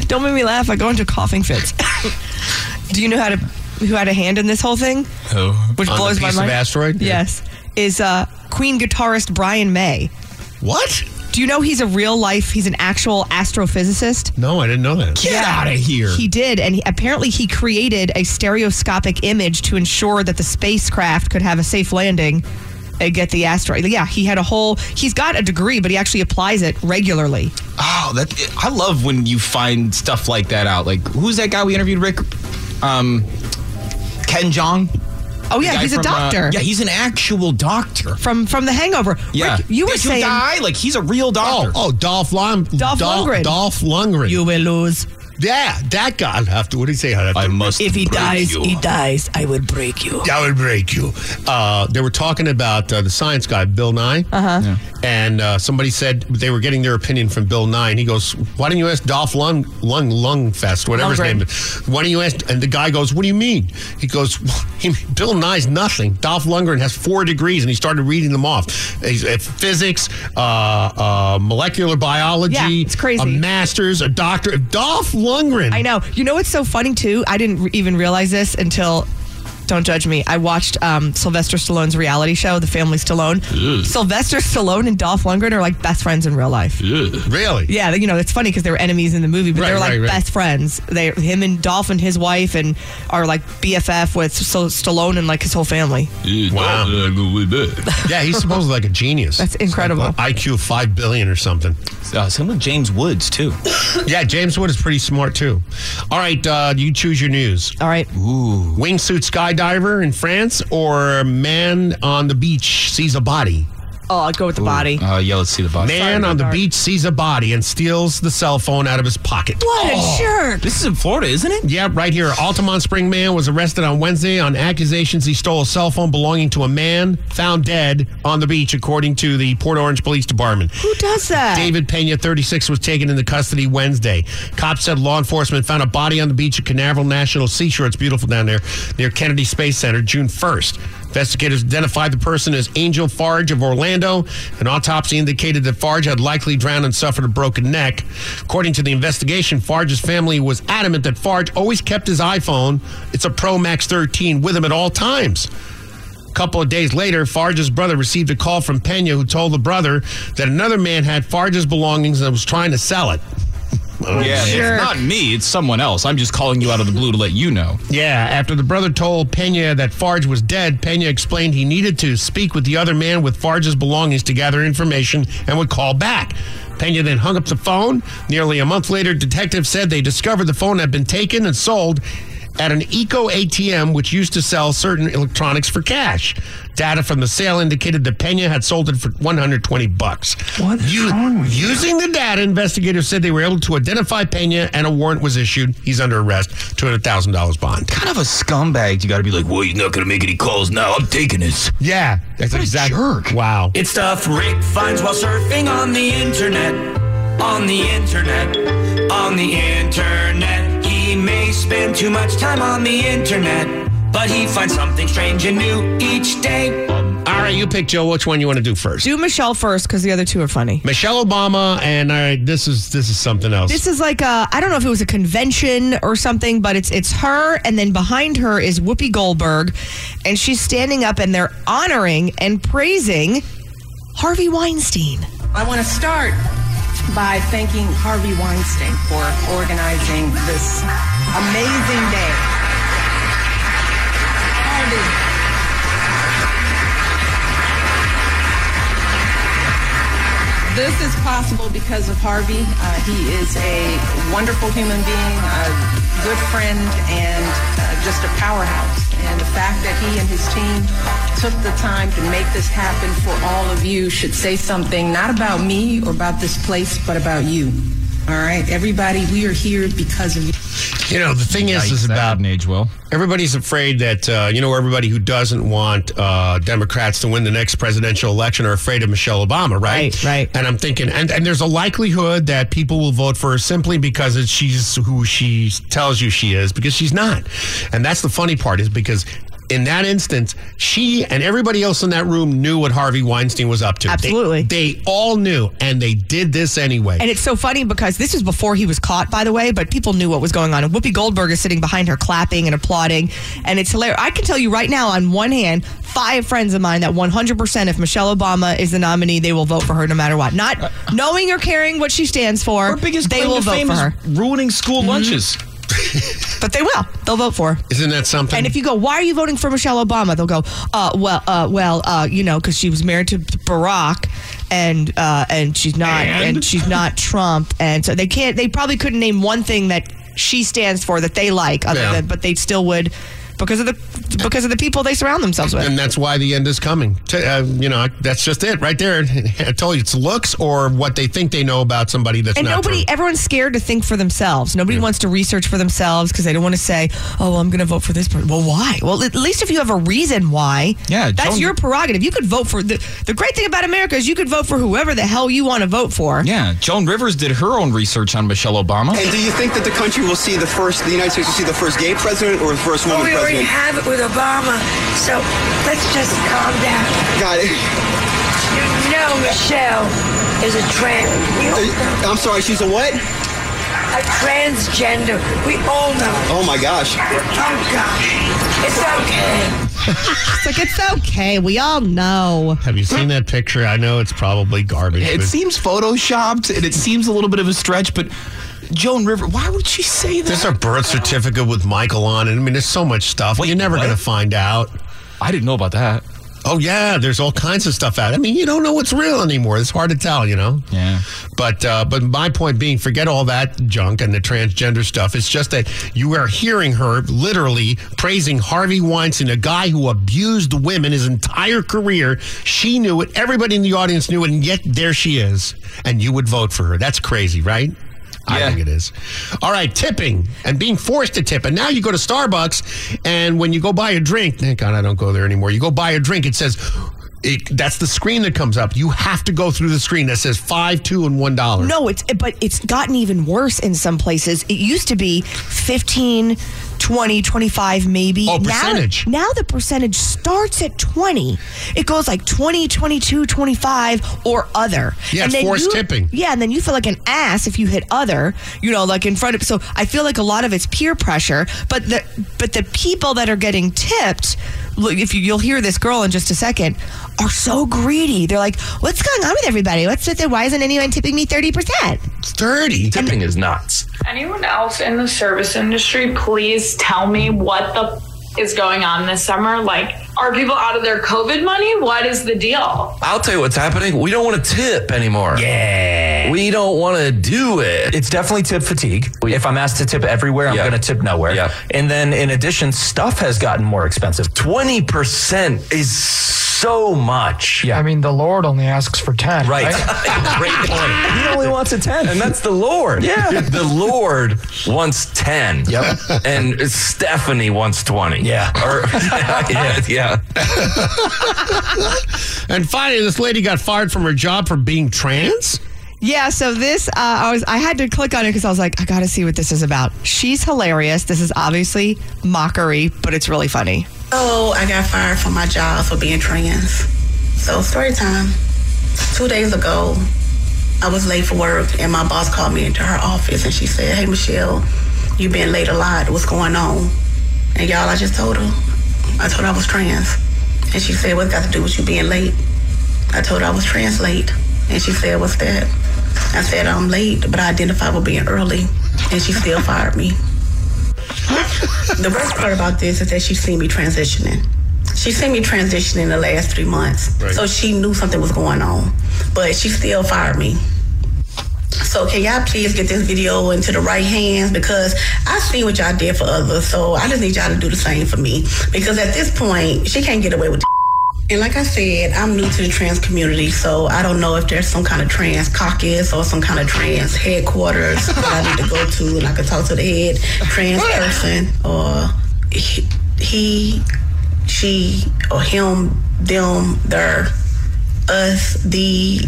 you? Don't make me laugh. I go into coughing fits. Do you know how to who had a hand in this whole thing? Oh. Who? Which On the blows my piece of mind. asteroid? Yes, is uh, Queen guitarist Brian May. What? Do you know he's a real life? He's an actual astrophysicist. No, I didn't know that. Get Yeah. outta He did, and he, apparently he created a stereoscopic image to ensure that the spacecraft could have a safe landing and get the asteroid. Yeah, he had a whole. He's got a degree, but he actually applies it regularly. Oh, that I love when you find stuff like that out. Like who's that guy we interviewed? Rick, um, Ken Jong. Oh The yeah, guy he's a from, uh, doctor. yeah, he's an actual doctor from from The Hangover. Yeah, Rick, you were Did saying die? like he's a real doctor. Oh, oh Dolph Lung, Dolph Lundgren. Dolph Lundgren. You will lose. Yeah, that guy. I'll have to. What do you say? I'll have I must. If he dies, he dies. I will break you. I will break you. Uh, they were talking about uh, the science guy, Bill Nye. Uh-huh. And uh, somebody said they were getting their opinion from Bill Nye. And he goes, Why don't you ask Dolph Lung, Lung, Lungfest, whatever his Lundgren. name is? Why don't you ask? And the guy goes, What do you mean? He goes, "Well, he, Bill Nye's nothing. Dolph Lundgren has four degrees. And he started reading them off He's, uh, physics, uh, uh, molecular biology. Yeah, it's crazy. A master's, a doctor. Dolph Lundgren. I know. You know what's so funny too? I didn't re- even realize this until. Don't judge me. I watched um, Sylvester Stallone's reality show, The Family Stallone. Ugh. Sylvester Stallone and Dolph Lundgren are like best friends in real life. Really? Yeah, you know it's funny because they were enemies in the movie, but Right, they were like right, right. best friends. They, him and Dolph and his wife, and are like BFF with so Stallone and like his whole family. Wow. yeah, he's supposedly like a genius. That's incredible. Like, IQ of 5 billion or something. Uh, same with James Woods, too. yeah, James Woods is pretty smart, too. All right, uh, you choose your news. All right. Ooh. Wingsuit skydiver in France or man on the beach sees a body? Oh, I'll go with the body. Uh, yeah, let's see the body. Man on the beach sees a body and steals the cell phone out of his pocket. What a jerk. This is in Florida, isn't it? Yeah, right here. Altamont Spring man was arrested on Wednesday on accusations he stole a cell phone belonging to a man found dead on the beach, according to the Port Orange Police Department. Who does that? David Pena, 36, was taken into custody Wednesday. Cops said law enforcement found a body on the beach at Canaveral National Seashore. It's beautiful down there near Kennedy Space Center June 1st. Investigators identified the person as Angel Farge of Orlando. An autopsy indicated that Farge had likely drowned and suffered a broken neck. According to the investigation, Farge's family was adamant that Farge always kept his iPhone, it's a Pro Max 13, with him at all times. A couple of days later, Farge's brother received a call from Pena, who told the brother that another man had Farge's belongings and was trying to sell it. Yeah, Jerk. it's not me. It's someone else. I'm just calling you out of the blue to let you know. Yeah, after the brother told Pena that Farge was dead, Pena explained he needed to speak with the other man with Farge's belongings to gather information and would call back. Pena then hung up the phone. Nearly a month later, detectives said they discovered the phone had been taken and sold at an eco ATM, which used to sell certain electronics for cash. Data from the sale indicated that Pena had sold it for 120 bucks. What is wrong with Using the data, investigators said they were able to identify Pena, and a warrant was issued. He's under arrest, two hundred thousand dollars bond. Kind of a scumbag. You got to be like, well, he's not going to make any calls now. I'm taking this. Yeah, that's exactly. Wow. It's stuff Rick finds while surfing on the internet. On the internet. On the internet. He may spend too much time on the internet, but he finds something strange and new each day. All right, you pick Joe. Which one you want to do first? Do Michelle first because the other two are funny. Michelle Obama, and all right, this is this is something else. This is like a I don't know if it was a convention or something, but it's it's her, and then behind her is Whoopi Goldberg, and she's standing up, and they're honoring and praising Harvey Weinstein. I want to start by thanking Harvey Weinstein for organizing this amazing day. Harvey. This is possible because of Harvey. Uh, he is a wonderful human being, a good friend, and uh, just a powerhouse. And the fact that he and his team took the time to make this happen for all of you should say something not about me or about this place, but about you. All right, everybody, we are here because of you. You know, the thing is, is about age. Well, everybody's afraid that uh, you know everybody who doesn't want uh, Democrats to win the next presidential election are afraid of Michelle Obama, right? Right. right. And I'm thinking, and, and there's a likelihood that people will vote for her simply because it's, she's who she tells you she is, because she's not. And that's the funny part is because in that instance, she and everybody else in that room knew what Harvey Weinstein was up to. Absolutely. They, they all knew, and they did this anyway. And it's so funny because this was before he was caught, by the way, but people knew what was going on. And Whoopi Goldberg is sitting behind her clapping and applauding. And it's hilarious. I can tell you right now, on one hand, five friends of mine that 100% if Michelle Obama is the nominee, they will vote for her no matter what. Not knowing or caring what she stands for, her biggest they Uh, claim will to vote fame for is her. Ruining school lunches. but they will. They'll vote for her. Isn't that something? And if you go, why are you voting for Michelle Obama? They'll go, uh, well, uh, well, uh, you know, because she was married to Barack, and uh, and she's not, and? she's not Trump, and so they can't. They probably couldn't name one thing that she stands for that they like, other Yeah. than, but they still would because of the because of the people they surround themselves with. And that's why the end is coming. T- uh, you know, that's just it right there. I told you, it's looks or what they think they know about somebody that's and not nobody, true. everyone's scared to think for themselves. Nobody wants to research for themselves because they don't want to say, "Oh, well, I'm going to vote for this person." Well, why? Well, at least if you have a reason why, Yeah, that's Joan- your prerogative. You could vote for the. The great thing about America is you could vote for whoever the hell you want to vote for. Yeah, Joan Rivers did her own research on Michelle Obama. And do you think that the country will see the first, the United States will see the first gay president or the first Well, Oh, woman we already president? have it with Obama, so let's just calm down. Got it. You know Michelle is a trans. Uh, I'm sorry, she's a what? A transgender. We all know. Oh my gosh. Oh gosh, it's okay. it's like it's okay. We all know. Have you seen that picture? I know it's probably garbage. It but- seems photoshopped and it seems a little bit of a stretch, but Joan Rivers, why would she say that? There's a birth certificate with Michael on it. I mean, there's so much stuff. You're never going to find out. I didn't know about that. Oh, yeah. There's all kinds of stuff out. I mean, you don't know what's real anymore. It's hard to tell, you know? Yeah. But, uh, but my point being, forget all that junk and the transgender stuff. It's just that you are hearing her literally praising Harvey Weinstein, a guy who abused women his entire career. She knew it. Everybody in the audience knew it. And yet there she is. And you would vote for her. That's crazy, right? I think it is. All right, tipping and being forced to tip. And now you go to Starbucks, and when you go buy a drink, thank God I don't go there anymore. You go buy a drink, it says, it, that's the screen that comes up. You have to go through the screen that says five, two, and one dollar. No, it's but it's gotten even worse in some places. It used to be 15, 20, 25 maybe. Oh, Now- percentage. Now, the percentage starts at 20. It goes like 20, 22, 25 or other. Yeah, it's then forced you- tipping. Yeah, and then you feel like an ass if you hit other, you know, like in front of so I feel like a lot of it's peer pressure, but the but the people that are getting tipped look, if you, you'll hear this girl in just a second, are so greedy. They're like, "What's going on with everybody? What's with it? Why isn't anyone tipping me thirty percent?" Thirty tipping is nuts. Anyone else in the service industry, please tell me what the f- is going on this summer? Like, are people out of their COVID money? What is the deal? I'll tell you what's happening. We don't want to tip anymore. Yeah. We don't want to do it. It's definitely tip fatigue. If I'm asked to tip everywhere, I'm going to tip nowhere. And then in addition, stuff has gotten more expensive. 20% is so much. I mean, the Lord only asks for 10. Right. Great point. He only wants a 10. And that's the Lord. Yeah. The Lord wants 10. Yep. And Stephanie wants 20. Yeah. Or, yeah. yeah. And finally, this lady got fired from her job for being trans. Yeah, so this uh, I was I had to click on it because I was like, I got to see what this is about. She's hilarious. This is obviously mockery, but it's really funny. So Oh, I got fired from my job for being trans. So story time. Two days ago, I was late for work and my boss called me into her office and she said, Hey Michelle, you been late a lot. What's going on? And y'all, I just told her. I told her I was trans. And she said, What's got to do with you being late? I told her I was trans late. And she said, What's that? I said, I'm late, but I identify with being early. And she still fired me. the worst part about this is that she's seen me transitioning. She's seen me transitioning the last three months. Right. So she knew something was going on. But she still fired me. So can y'all please get this video into the right hands because I see what y'all did for others. So I just need y'all to do the same for me. Because at this point, she can't get away with and like I said, I'm new to the trans community, so I don't know if there's some kind of trans caucus or some kind of trans headquarters that I need to go to and I can talk to the head trans person or he, he she, or him, them, their. us, the,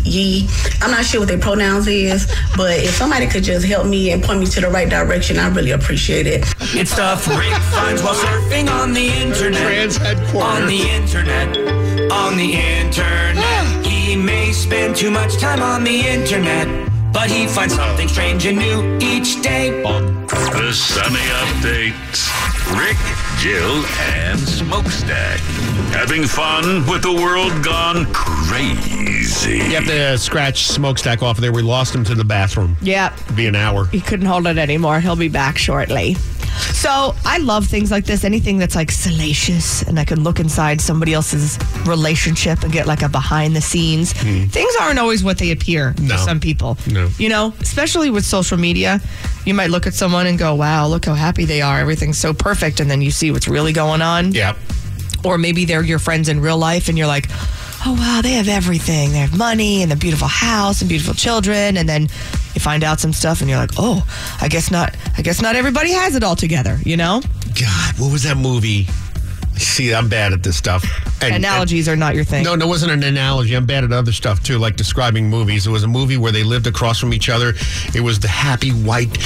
ye. I'm not sure what their pronouns is, but if somebody could just help me and point me to the right direction, I really appreciate it. It's stuff Rick finds while surfing on the internet. Trans headquarters. On the internet. On the internet. he may spend too much time on the internet, but he finds something strange and new each day. The Sunny Updates. Rick, Jill, and Smokestack. Having fun with the world gone crazy. You have to scratch Smokestack off of there. We lost him to the bathroom. Yep. It'd be an hour. He couldn't hold it anymore. He'll be back shortly. So I love things like this. Anything that's like salacious, and I can look inside somebody else's relationship and get like a behind the scenes. Things aren't always what they appear No. to some people. No. You know, especially with social media, you might look at someone and go, "Wow, look how happy they are. Everything's so perfect," and then you see what's really going on. Yep. Or maybe they're your friends in real life, and you're like. Oh wow, they have everything. They have money and a beautiful house and beautiful children and then you find out some stuff and you're like, "Oh, I guess not I guess not everybody has it all together, you know?" God, what was that movie? See, I'm bad at this stuff. Analogies are not your thing. No, no, it wasn't an analogy. I'm bad at other stuff too, like describing movies. It was a movie where they lived across from each other. It was the happy white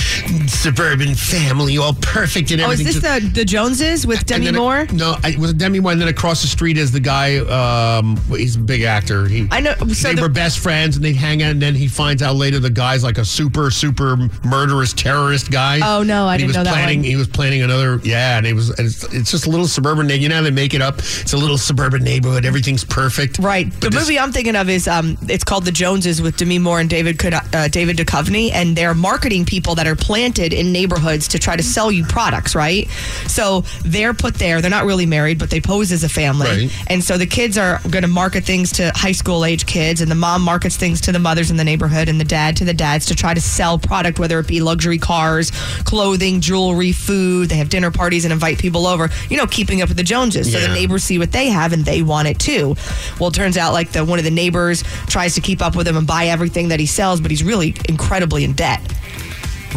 suburban family, all perfect and Oh, is everything. this just- the the Joneses with and Demi then it- Moore? no, I, it was Demi Moore. And then across the street is the guy. Um, he's a big actor. He, I know. they were best friends, and they'd hang out. And then he finds out later the guy's like a super, super murderous terrorist guy. Oh, no, I And he didn't was know that planning, one. He was planning another. Yeah, and it was. and It's, it's just a little suburban. neigh- You know how they make it up. It's a little suburban neighborhood. Everything's perfect. Right. the movie I'm thinking of is um, it's called The Joneses with Demi Moore and David Cud- uh, David Duchovny, and they're marketing people that are planted in neighborhoods to try to sell you products, right? So they're put there. They're not really married, but they pose as a family, Right. and so the kids are going to market things to high school age kids, and the mom markets things to the mothers in the neighborhood, and the dad to the dads to try to sell product, whether it be luxury cars, clothing, jewelry, food. They have dinner parties and invite people over. You know, keeping up with the Joneses. So Yeah. the neighbors neighbors see what they have and they want it too. Well, it turns out like the one of the neighbors tries to keep up with him and buy everything that he sells, but he's really incredibly in debt.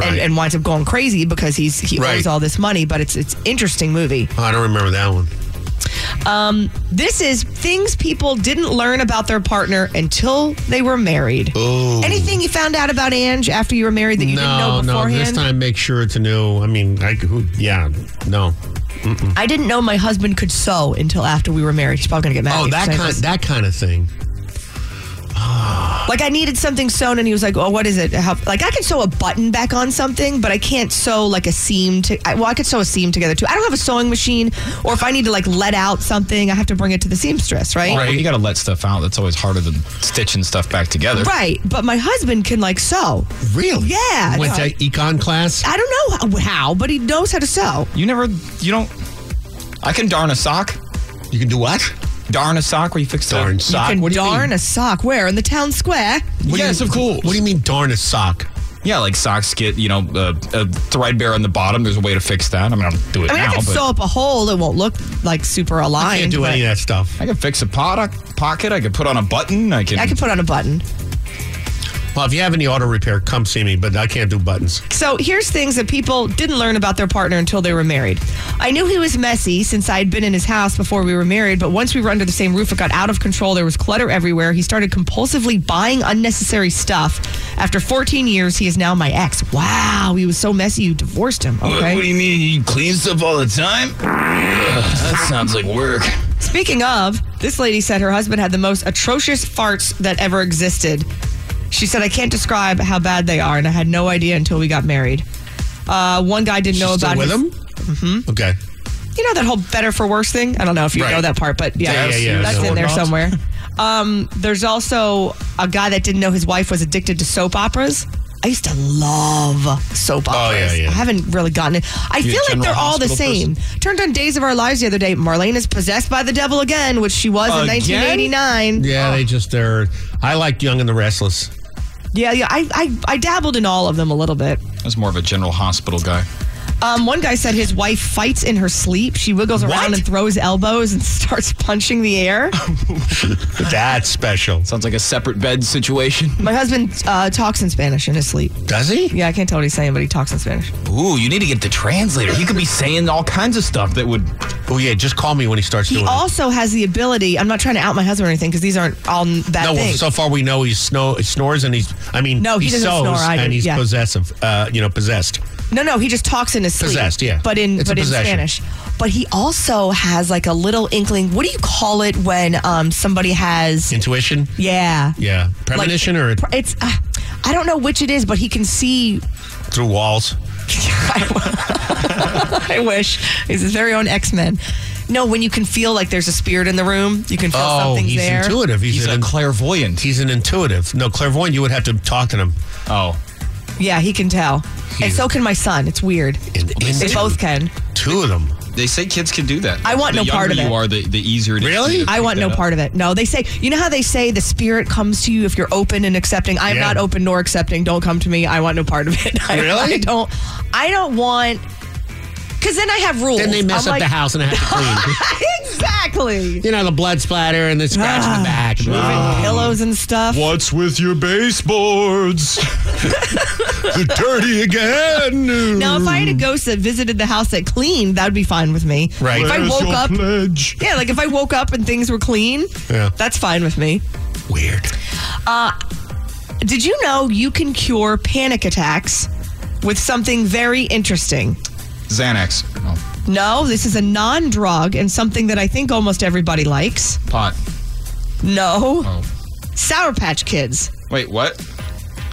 And, and winds up going crazy because he's he owes all this money, but it's it's interesting movie. I don't remember that one. Um, this is things people didn't learn about their partner until they were married. Anything you found out about Ange after you were married that you didn't know Oh. No, no. beforehand? This time, make sure it's a new. I mean, I who? Yeah, no. Mm-mm. I didn't know my husband could sew until after we were married. He's probably gonna get mad. at Oh, me that for saying kind this. that kind of thing. Like I needed something sewn, and he was like, "Oh, what is it? How, like I can sew a button back on something, but I can't sew like a seam to. I, well, I could sew a seam together too. I don't have a sewing machine, or if I need to like let out something, I have to bring it to the seamstress, right? Well, You got to let stuff out. That's always harder than stitching stuff back together. Right. But my husband can like sew. Really? Yeah. Went No. to econ class. I don't know how, how, but he knows how to sew. You never, you don't. I can darn a sock. You can do what? Darn a sock where you fix darn the sock. you can what do you darn mean? a sock where in the town square. yes, of course. What do you mean darn a sock? Yeah, like socks get you know uh, a threadbare on the bottom. There's a way to fix that. I mean, I'll do it I mean, now. I can but sew up a hole that won't look like super aligned. I but that stuff. I can fix a product, pocket. I can put on a button. I can. I can put on a button. Well, if you have any auto repair, come see me. But I can't do buttons. So here's things that people didn't learn about their partner until they were married. I knew he was messy since I had been in his house before we were married, but once we were under the same roof, it got out of control. There was clutter everywhere. He started compulsively buying unnecessary stuff. After 14 years, he is now my ex. Wow, he was so messy, you divorced him. Okay. do you mean? You clean stuff all the time? that sounds like work. Speaking of, this lady said her husband had the most atrocious farts that ever existed. She said, I can't describe how bad they are, and I had no idea until we got married. Uh, one guy didn't She's know still about with his- him? Mhm. Okay. you know that whole better for worse thing i don't know if you Right. know that part but yeah, Yeah, yeah, yeah. that's Yeah. in there Lost. somewhere um, there's also a guy that didn't know his wife was addicted to soap operas i used to love soap Oh, operas Oh, yeah. i haven't really gotten it i You a feel like General they're all the Hospital same turned on days of our lives the other day marlene is possessed by the devil again which she was in Oh. Again? 1989 Yeah, they just they're. I liked Young and the Restless. yeah yeah I, I, I dabbled in all of them a little bit I was more of a General Hospital guy. Um, one guy said his wife fights in her sleep. She wiggles around and throws elbows and starts punching the air. Oh, That's special. Sounds like a separate bed situation. My husband uh, talks in Spanish in his sleep. Does he? Yeah, I can't tell what he's saying, but he talks in Spanish. Ooh, you need to get the translator. He could be saying all kinds of stuff that would Well, Oh, yeah, just call me when he starts He doing it. also has the ability. I'm not trying to out my husband or anything because these aren't all n- bad No, well, things. so far we know he snow he snores and he's. I mean, no, he doesn't sews snore either, and he's yeah. possessive. Uh, you know, possessed. No, no, he just talks in his sleep. Possessed, yeah. But in It's a but in possession. Spanish. But he also has like a little inkling. What do you call it when um somebody has intuition? Yeah. Yeah, premonition or Pr- It's uh, I don't know which it is, but he can see. through walls. I wish he's his very own X Men. No, when you can feel like there's a spirit in the room, you can feel Oh, something's he's there. intuitive. He's, a clairvoyant. He's an intuitive. No, clairvoyant. You would have to talk to him. Oh, Yeah, he can tell, and He's- so can my son. It's weird. they into- both can. two of them. They say kids can do that. I want the no part of it. younger You are the, the easier. It is for you to I pick want that no up. part of it. No, they say, you know how they say the spirit comes to you if you're open and accepting. I'm Yeah. not open nor accepting. Don't come to me. I want no part of it. I, Really? I don't. I don't want. Because then I have rules. Then they mess I'm up like- the house and I have to clean. exactly. You know the blood splatter and the scratch in the back. Ah, Ah. Moving pillows and stuff. What's with your baseboards? They're dirty again. Now, if I had a ghost that visited the house that cleaned, that would be fine with me. Right. If I Where's woke your up, yeah, like if I woke up and things were clean, Yeah. that's fine with me. Weird. Uh, did you know you can cure panic attacks with something very interesting? Xanax. Oh, No. No, this is a non drug and something that I think almost everybody likes. Pot. No. Oh. Sour Patch Kids. Wait, what?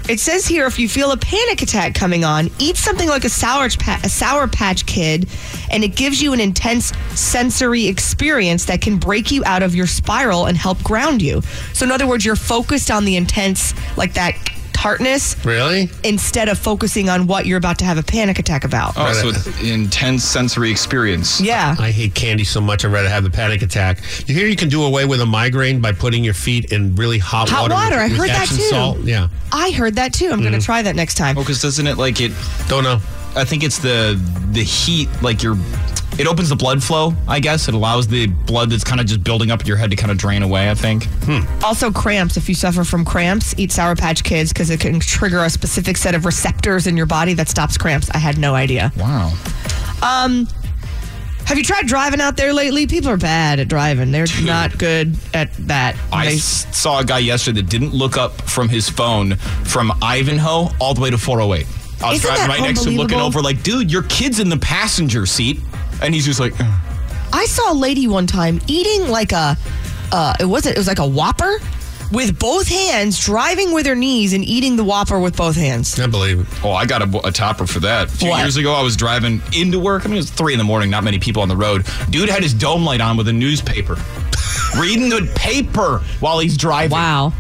It says here if you feel a panic attack coming on, eat something like a sour, pa- a sour patch kid, and it gives you an intense sensory experience that can break you out of your spiral and help ground you. So, in other words, you're focused on the intense, like that tartness, Really? instead of focusing on what you're about to have a panic attack about. Oh, so it's intense sensory experience. Yeah. I hate candy so much I'd rather have a panic attack. You hear you can do away with a migraine by putting your feet in really hot, Hot water. water, I with, with heard that Epsom too. Salt. Yeah. I heard that too. I'm going to try that next time. Well, because doesn't it like it? Don't know. I think it's the the heat, like your. It opens the blood flow, I guess. It allows the blood that's kind of just building up in your head to kind of drain away. I think. Hmm. Also, cramps. If you suffer from cramps, eat Sour Patch Kids because it can trigger a specific set of receptors in your body that stops cramps. I had no idea. Wow. Um, have you tried driving out there lately? People are bad at driving. They're not good at that. I s- saw a guy yesterday that didn't look up from his phone from Ivanhoe all the way to 408. I was Isn't that driving right next to him, looking unbelievable? over, like, dude, your kid's in the passenger seat, and he's just like, "Ugh." I saw a lady one time eating like a, uh, it wasn't. It was like a Whopper with both hands, driving with her knees and eating the Whopper with both hands. I believe it. Oh, I got a, a topper for that. A few What? years ago, I was driving into work. I mean, it was three in the morning, not many people on the road. Dude had his dome light on with a newspaper, reading the paper while he's driving. Wow.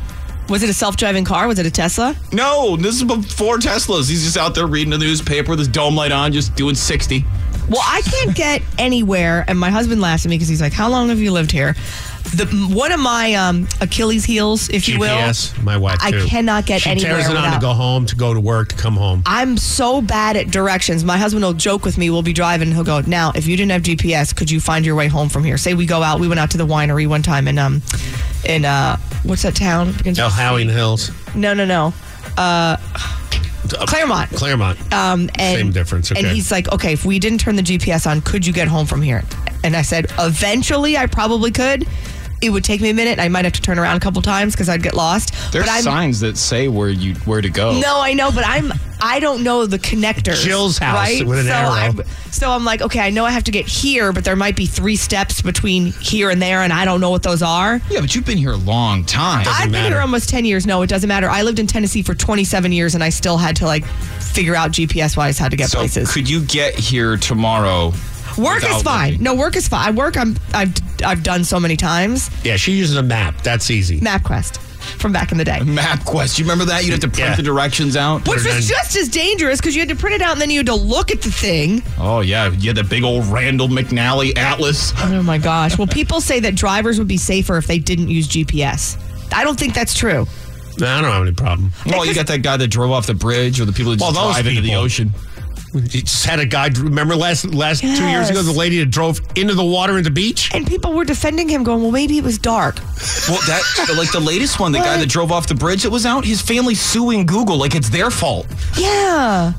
Was it a self-driving car? Was it a Tesla? No, this is before Teslas. He's just out there reading the newspaper with his dome light on, just doing 60. Well, I can't get anywhere, and my husband laughs at me because he's like, "How long have you lived here?" The one of my um, Achilles' heels, if you GPS. will. My wife. I too. cannot get she anywhere tears it on without- to go home, to go to work, to come home. I'm so bad at directions. My husband will joke with me. We'll be driving. and He'll go, "Now, if you didn't have GPS, could you find your way home from here?" Say we go out. We went out to the winery one time, and um, in uh, what's that town? Begins El with- Howing Hills. No, no, no. Uh, Claremont. Claremont. Um, and, Same difference, And okay. he's like, okay, if we didn't turn the GPS on, could you get home from here? And I said, eventually, I probably could. It would take me a minute. I might have to turn around a couple times because I'd get lost. There's but I'm, signs that say where you where to go. No, I know, but I'm. I don't know the connectors. Jill's house right? with an so arrow. I'm, so I'm like, okay, I know I have to get here, but there might be three steps between here and there, and I don't know what those are. Yeah, but you've been here a long time. I've been here almost 10 years. No, it doesn't matter. I lived in Tennessee for 27 years and I still had to like figure out GPS wise how to get so places. could you get here tomorrow? Work is without fine. No, work is fine. I work I'm I've I've done so many times. Yeah, she uses a map. That's easy. MapQuest from back in the day. MapQuest. You remember that? You'd have to print Yeah. the directions out. Which was just as dangerous because you had to print it out and then you had to look at the thing. Oh yeah, yeah, the big old Randall McNally Atlas. Oh my gosh. Well, people say that drivers would be safer if they didn't use GPS. I don't think that's true. Nah, I don't have any problem. Well, you got that guy that drove off the bridge, or the people that just those drive into the people. ocean. You just had a guy. Remember last last two years ago, Yes. the lady that drove into the water in the beach. And people were defending him going, "Well, maybe it was dark." Well, that like the latest one, the guy that drove off the bridge that was out. His family suing Google, like it's their fault. Yeah.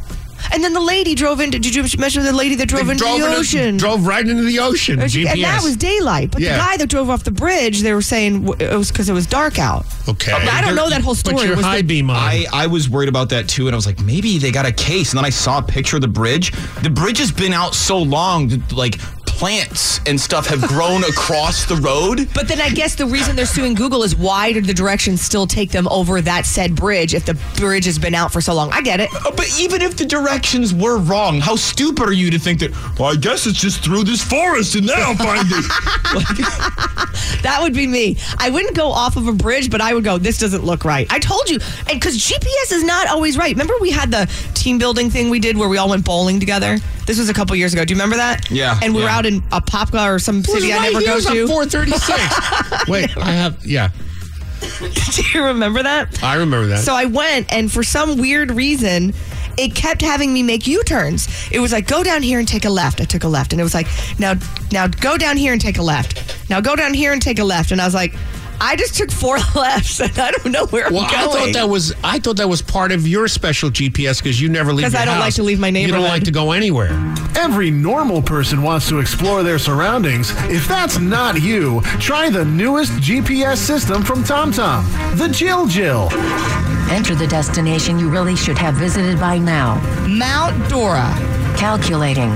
And then the lady drove into. Did you mention the lady that drove into drove the into- ocean? drove right into the ocean. And she- and that GPS. was daylight. But Yeah. the guy that drove off the bridge, they were saying w- it was because it was dark out. Okay. But I don't know that whole story. It was the- I, I was worried about that too, and I was like, maybe they got a case. And then I saw a picture of the bridge. The bridge has been out so long, that, like plants and stuff have grown across the road. But then I guess the reason they're suing Google is why did the directions still take them over that said bridge if the bridge has been out for so long? I get it. Uh, But even if the directions were wrong, how stupid are you to think that? Well, I guess it's just through this forest, and then I'll find it. That would be me. I wouldn't go off of a bridge, but I would go, this doesn't look right. I told you. And because GPS is not always right. Remember, we had the team building thing we did where we all went bowling together? This was a couple years ago. Do you remember that? Yeah, And we were yeah. out in Apopka or some was city I right never here, go it was on to. 436. Wait, I have. Yeah, Do you remember that? I remember that. So I went, and for some weird reason, it kept having me make U turns. It was like, go down here and take a left. I took a left, and it was like, now, now go down here and take a left. Now go down here and take a left. And I was like, I just took four lefts, and I don't know where well, I'm going. I thought that was I thought that was part of your special GPS because you never leave. 'Cause your I don't like house. to leave my You don't neighborhood. like to go anywhere. Every normal person wants to explore their surroundings. If that's not you, try the newest GPS system from TomTom, the Jill Jill. Enter the destination you really should have visited by now Mount Dora. Calculating.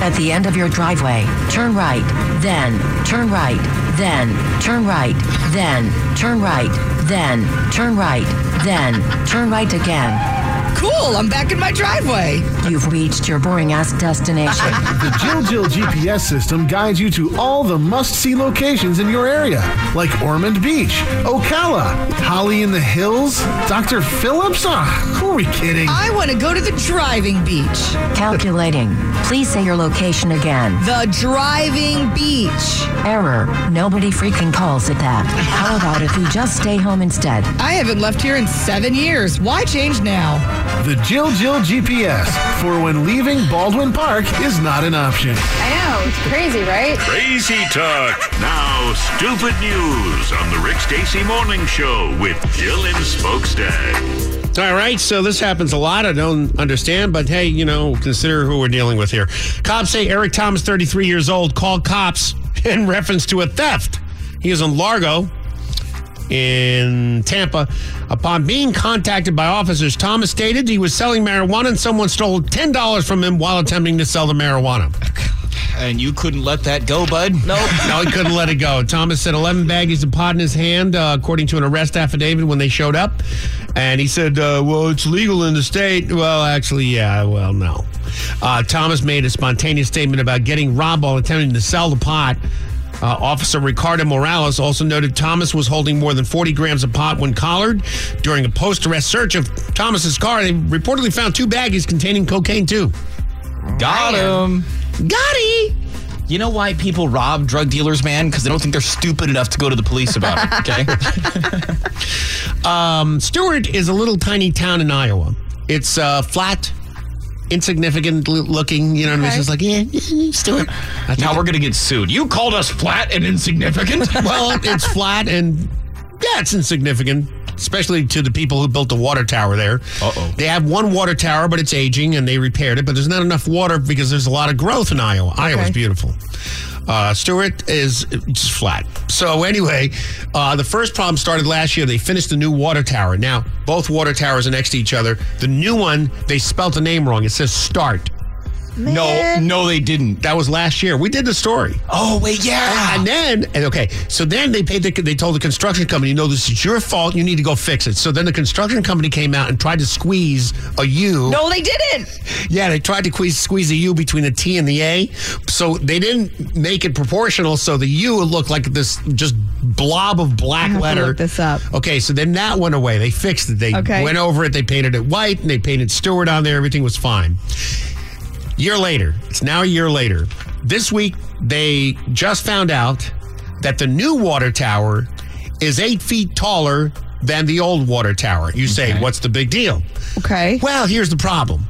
At the end of your driveway, turn right, then turn right, then turn right, then turn right, then turn right, then turn right again. Cool, I'm back in my driveway. You've reached your boring ass destination. The Jill Jill GPS system guides you to all the must see locations in your area, like Ormond Beach, Ocala, Holly in the Hills, Dr. Phillips. Ah, who are we kidding? I want to go to the driving beach. Calculating. Please say your location again. The driving beach. Error. Nobody freaking calls it that. How about if you just stay home instead? I haven't left here in seven years. Why change now? The Jill Jill GPS for when leaving Baldwin Park is not an option. I know. It's crazy, right? Crazy talk. Now, stupid news on the Rick Stacy Morning Show with Jill and Smokestack. All right, so this happens a lot. I don't understand, but hey, you know, consider who we're dealing with here. Cops say Eric Thomas, 33 years old, called cops in reference to a theft. He is in Largo in Tampa. Upon being contacted by officers, Thomas stated he was selling marijuana and someone stole $10 from him while attempting to sell the marijuana. and you couldn't let that go, bud. Nope. no, he couldn't let it go. Thomas said 11 baggies of pot in his hand, uh, according to an arrest affidavit when they showed up. And he said, uh, well, it's legal in the state. Well, actually, yeah, well, no. Uh, Thomas made a spontaneous statement about getting robbed while attempting to sell the pot. Uh, Officer Ricardo Morales also noted Thomas was holding more than 40 grams of pot when collared. During a post arrest search of Thomas's car, they reportedly found two baggies containing cocaine, too. Got him. Got he. You know why people rob drug dealers, man? Because they don't think they're stupid enough to go to the police about it. Okay. Um, Stewart is a little tiny town in Iowa. It's uh, flat, insignificant l- looking. You know what I mean? It's just like, yeah, Stewart. now we're gonna get sued. You called us flat and insignificant. well, it's flat and yeah, it's insignificant. Especially to the people who built the water tower there. Uh oh. They have one water tower, but it's aging and they repaired it, but there's not enough water because there's a lot of growth in Iowa. Iowa's beautiful. Uh, Stewart is just flat. So, anyway, uh, the first problem started last year. They finished the new water tower. Now, both water towers are next to each other. The new one, they spelt the name wrong. It says start. No, no, they didn't. That was last year. We did the story. Oh wait, yeah. And then, and okay, so then they paid. The, they told the construction company, "No, this is your fault. You need to go fix it." So then the construction company came out and tried to squeeze a U. No, they didn't. Yeah, they tried to squeeze squeeze a U between the T and the A. So they didn't make it proportional. So the U looked like this just blob of black have to letter. look this up. Okay, so then that went away. They fixed it. They Okay. went over it. They painted it white and they painted Stewart on there. Everything was fine. Year later, it's now a year later. This week, they just found out that the new water tower is eight feet taller than the old water tower. You say, what's the big deal? Okay. Well, here's the problem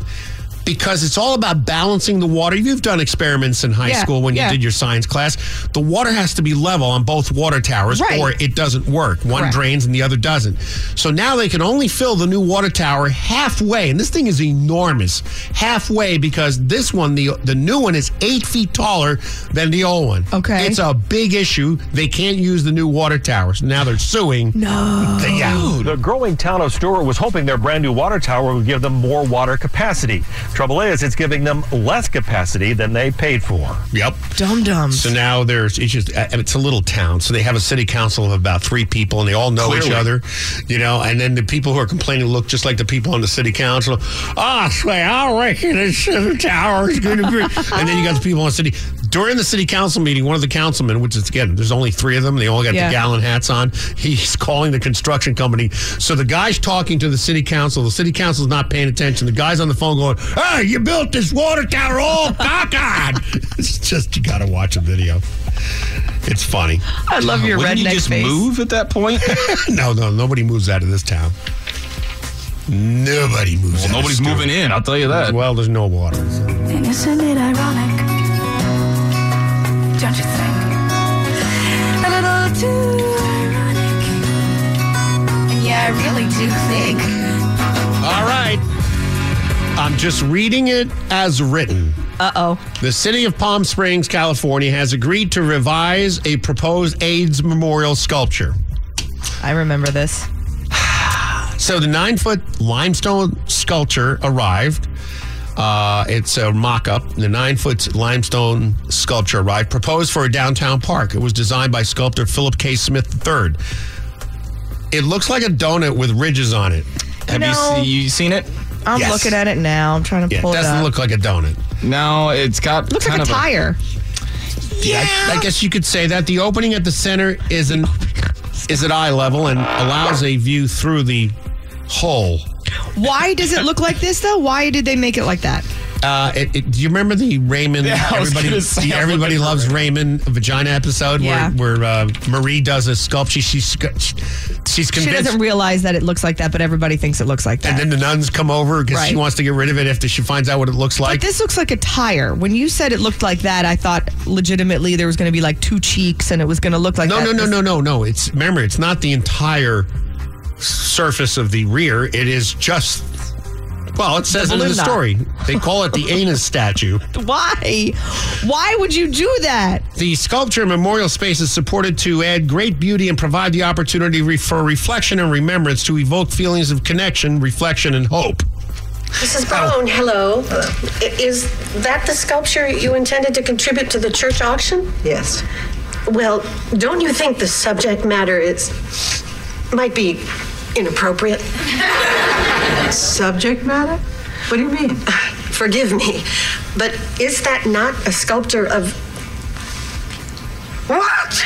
because it's all about balancing the water. You've done experiments in high Yeah, school when yeah. you did your science class. The water has to be level on both water towers Right. or it doesn't work. One Correct. drains and the other doesn't. So now they can only fill the new water tower halfway. And this thing is enormous. Halfway because this one, the, the new one, is eight feet taller than the old one. Okay. It's a big issue. They can't use the new water towers. Now they're suing. No. Yeah. The growing town of Stewart was hoping their brand new water tower would give them more water capacity. Trouble is, it's giving them less capacity than they paid for. Yep. Dum dums. So now there's it's just uh, and it's a little town, so they have a city council of about three people, and they all know each Clearly. other, you know. And then the people who are complaining look just like the people on the city council. Ah, oh, I reckon this uh, tower is going to be. and then you got the people on the city during the city council meeting. One of the councilmen, which is again, there's only three of them. They all got Yeah. the gallon hats on. He's calling the construction company. So the guy's talking to the city council. The city council's not paying attention. The guy's on the phone going, "Hey, you built this water tower all cockeyed." it's just you got to watch a video. It's funny. I love your Wouldn't redneck face. at that point? no, no, nobody moves out of this town. Nobody moves. Well, out nobody's of Stewart. moving in, I'll tell you that. Well, there's no water. And isn't it ironic? Don't you think? A little too ironic. And yeah, I really do think. All right. I'm just reading it as written. Uh oh. The city of Palm Springs, California has agreed to revise a proposed AIDS memorial sculpture. I remember this. So the nine foot limestone sculpture arrived. Uh, it's a mock up. The nine foot limestone sculpture arrived, proposed for a downtown park. It was designed by sculptor Philip K. Smith III. It looks like a donut with ridges on it. Have you No. see- you seen it? I'm looking at it now. I'm trying to Yeah, it pull it, doesn't up. look like a donut. No, it's got Looks kind like a of tire. Yeah, I, I guess you could say that the opening at the center is an is at eye level and allows a view through the hole. Why does it look like this though? Why did they make it like that? Uh, it, it- do you remember the Raymond? Yeah, I was everybody gonna say, the I'm everybody looking loves Raymond vagina episode Yeah. where where uh, Marie does a sculpture. She's she's She convinced, doesn't realize that it looks like that, but everybody thinks it looks like that. and then the nuns come over because she Right. wants to get rid of it after she finds out what it looks like. But this looks like a tire. When you said it looked like that, I thought legitimately there was going to be like two cheeks and it was going to look like no, that. no, no, This- no, no, no. It's remember, it's not the entire surface of the rear. It is just. Well, it says it in the balloon knot. story. They call it the anus statue. Why? Why would you do that? The sculpture and memorial space is supported to add great beauty and provide the opportunity re- for reflection and remembrance to evoke feelings of connection, reflection, and hope. Mrs. Brown, hello. I- Is that the sculpture you intended to contribute to the church auction? Yes. Well, don't you think the subject matter is might be inappropriate? subject matter? What do you mean? Uh, Forgive me, but is that not a sculpture of what?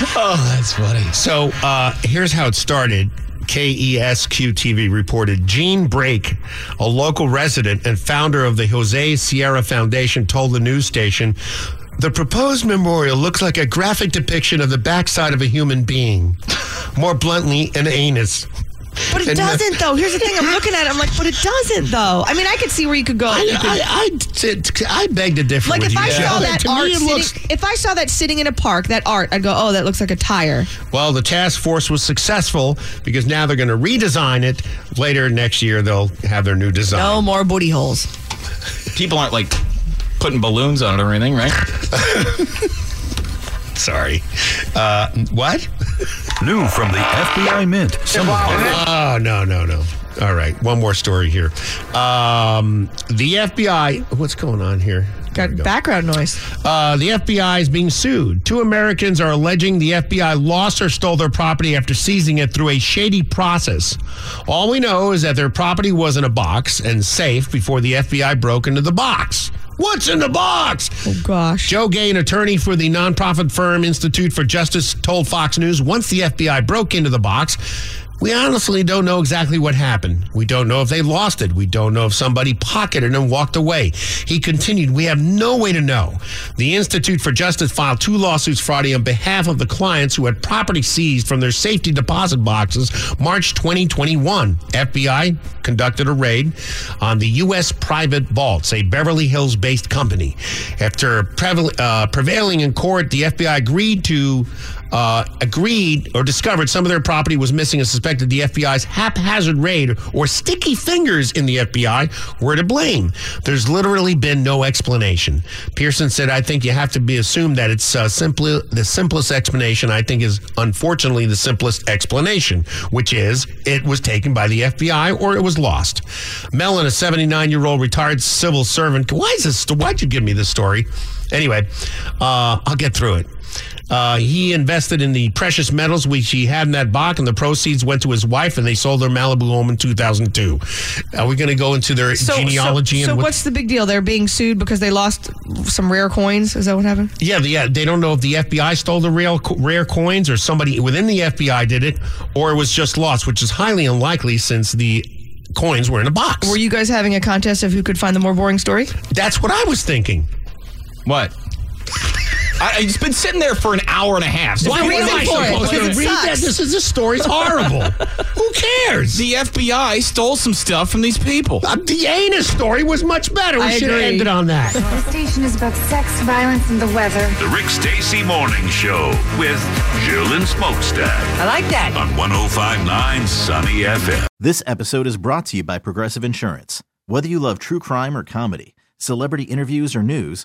oh, that's funny. So uh, here's how it started. E KESQ TV reported Gene Brake, a local resident and founder of the Jose Sierra Foundation, told the news station the proposed memorial looks like a graphic depiction of the backside of a human being. More bluntly, an anus. But it And uh, the- doesn't though. Here's the thing. I'm looking at it. I'm like, but it doesn't though. I mean, I could see where you could go. You could- I, I, I, I beg to differ like with if you. I Joe. saw that To me, art, it sitting, looks- if I saw that sitting in a park, that art, I'd go, oh, that looks like a tire. Well, the task force was successful because now they're going to redesign it. Later next year, they'll have their new design. No more booty holes. people aren't like putting balloons on it or anything, right? Sorry. Uh, what? New from the FBI Mint. Some of Oh, no, no, no. All right. One more story here. Um, the FBI, what's going on here? Got background noise. Uh, the FBI is being sued. Two Americans are alleging the FBI lost or stole their property after seizing it through a shady process. All we know is that their property was in a box and safe before the FBI broke into the box. What's in the box? Oh, gosh. Joe Gay, an attorney for the nonprofit firm Institute for Justice, told Fox News once the FBI broke into the box, We honestly don't know exactly what happened. We don't know if they lost it. We don't know if somebody pocketed and walked away. He continued, We have no way to know. The Institute for Justice filed two lawsuits Friday on behalf of the clients who had property seized from their safety deposit boxes March 2021. FBI conducted a raid on the U.S. Private Vaults, a Beverly Hills based company. After preval- uh, prevailing in court, the FBI agreed to uh, agreed or discovered some of their property was missing and suspected the FBI's haphazard raid or sticky fingers in the FBI were to blame. There's literally been no explanation. Pearson said, I think you have to be assumed that it's uh, simply the simplest explanation, I think, is unfortunately the simplest explanation, which is it was taken by the FBI or it was lost. Mellon, a 79 year old retired civil servant, why is this? Why'd you give me this story? Anyway, uh, I'll get through it. Uh, he invested in the precious metals which he had in that box, and the proceeds went to his wife, and they sold their Malibu home in 2002. Are we going to go into their genealogy? so, so and what- what's the big deal? They're being sued because they lost some rare coins. Is that what happened? Yeah, the, yeah. They don't know if the FBI stole the real rare coins or somebody within the FBI did it, or it was just lost, which is highly unlikely since the coins were in a box. Were you guys having a contest of who could find the more boring story? That's what I was thinking. What? I, it's been sitting there for an hour and a half. So Why what was am I supposed to read that? This is this story's horrible. Who cares? Uh, The FBI stole some stuff from these people. the anus story was much better. We should have ended on that. This station is about sex, violence, and the weather. The Rick Stacy Morning Show with Jill and Smokestack. I like that. On 1059 Sunny FM. This episode is brought to you by Progressive Insurance. Whether you love true crime or comedy, celebrity interviews or news,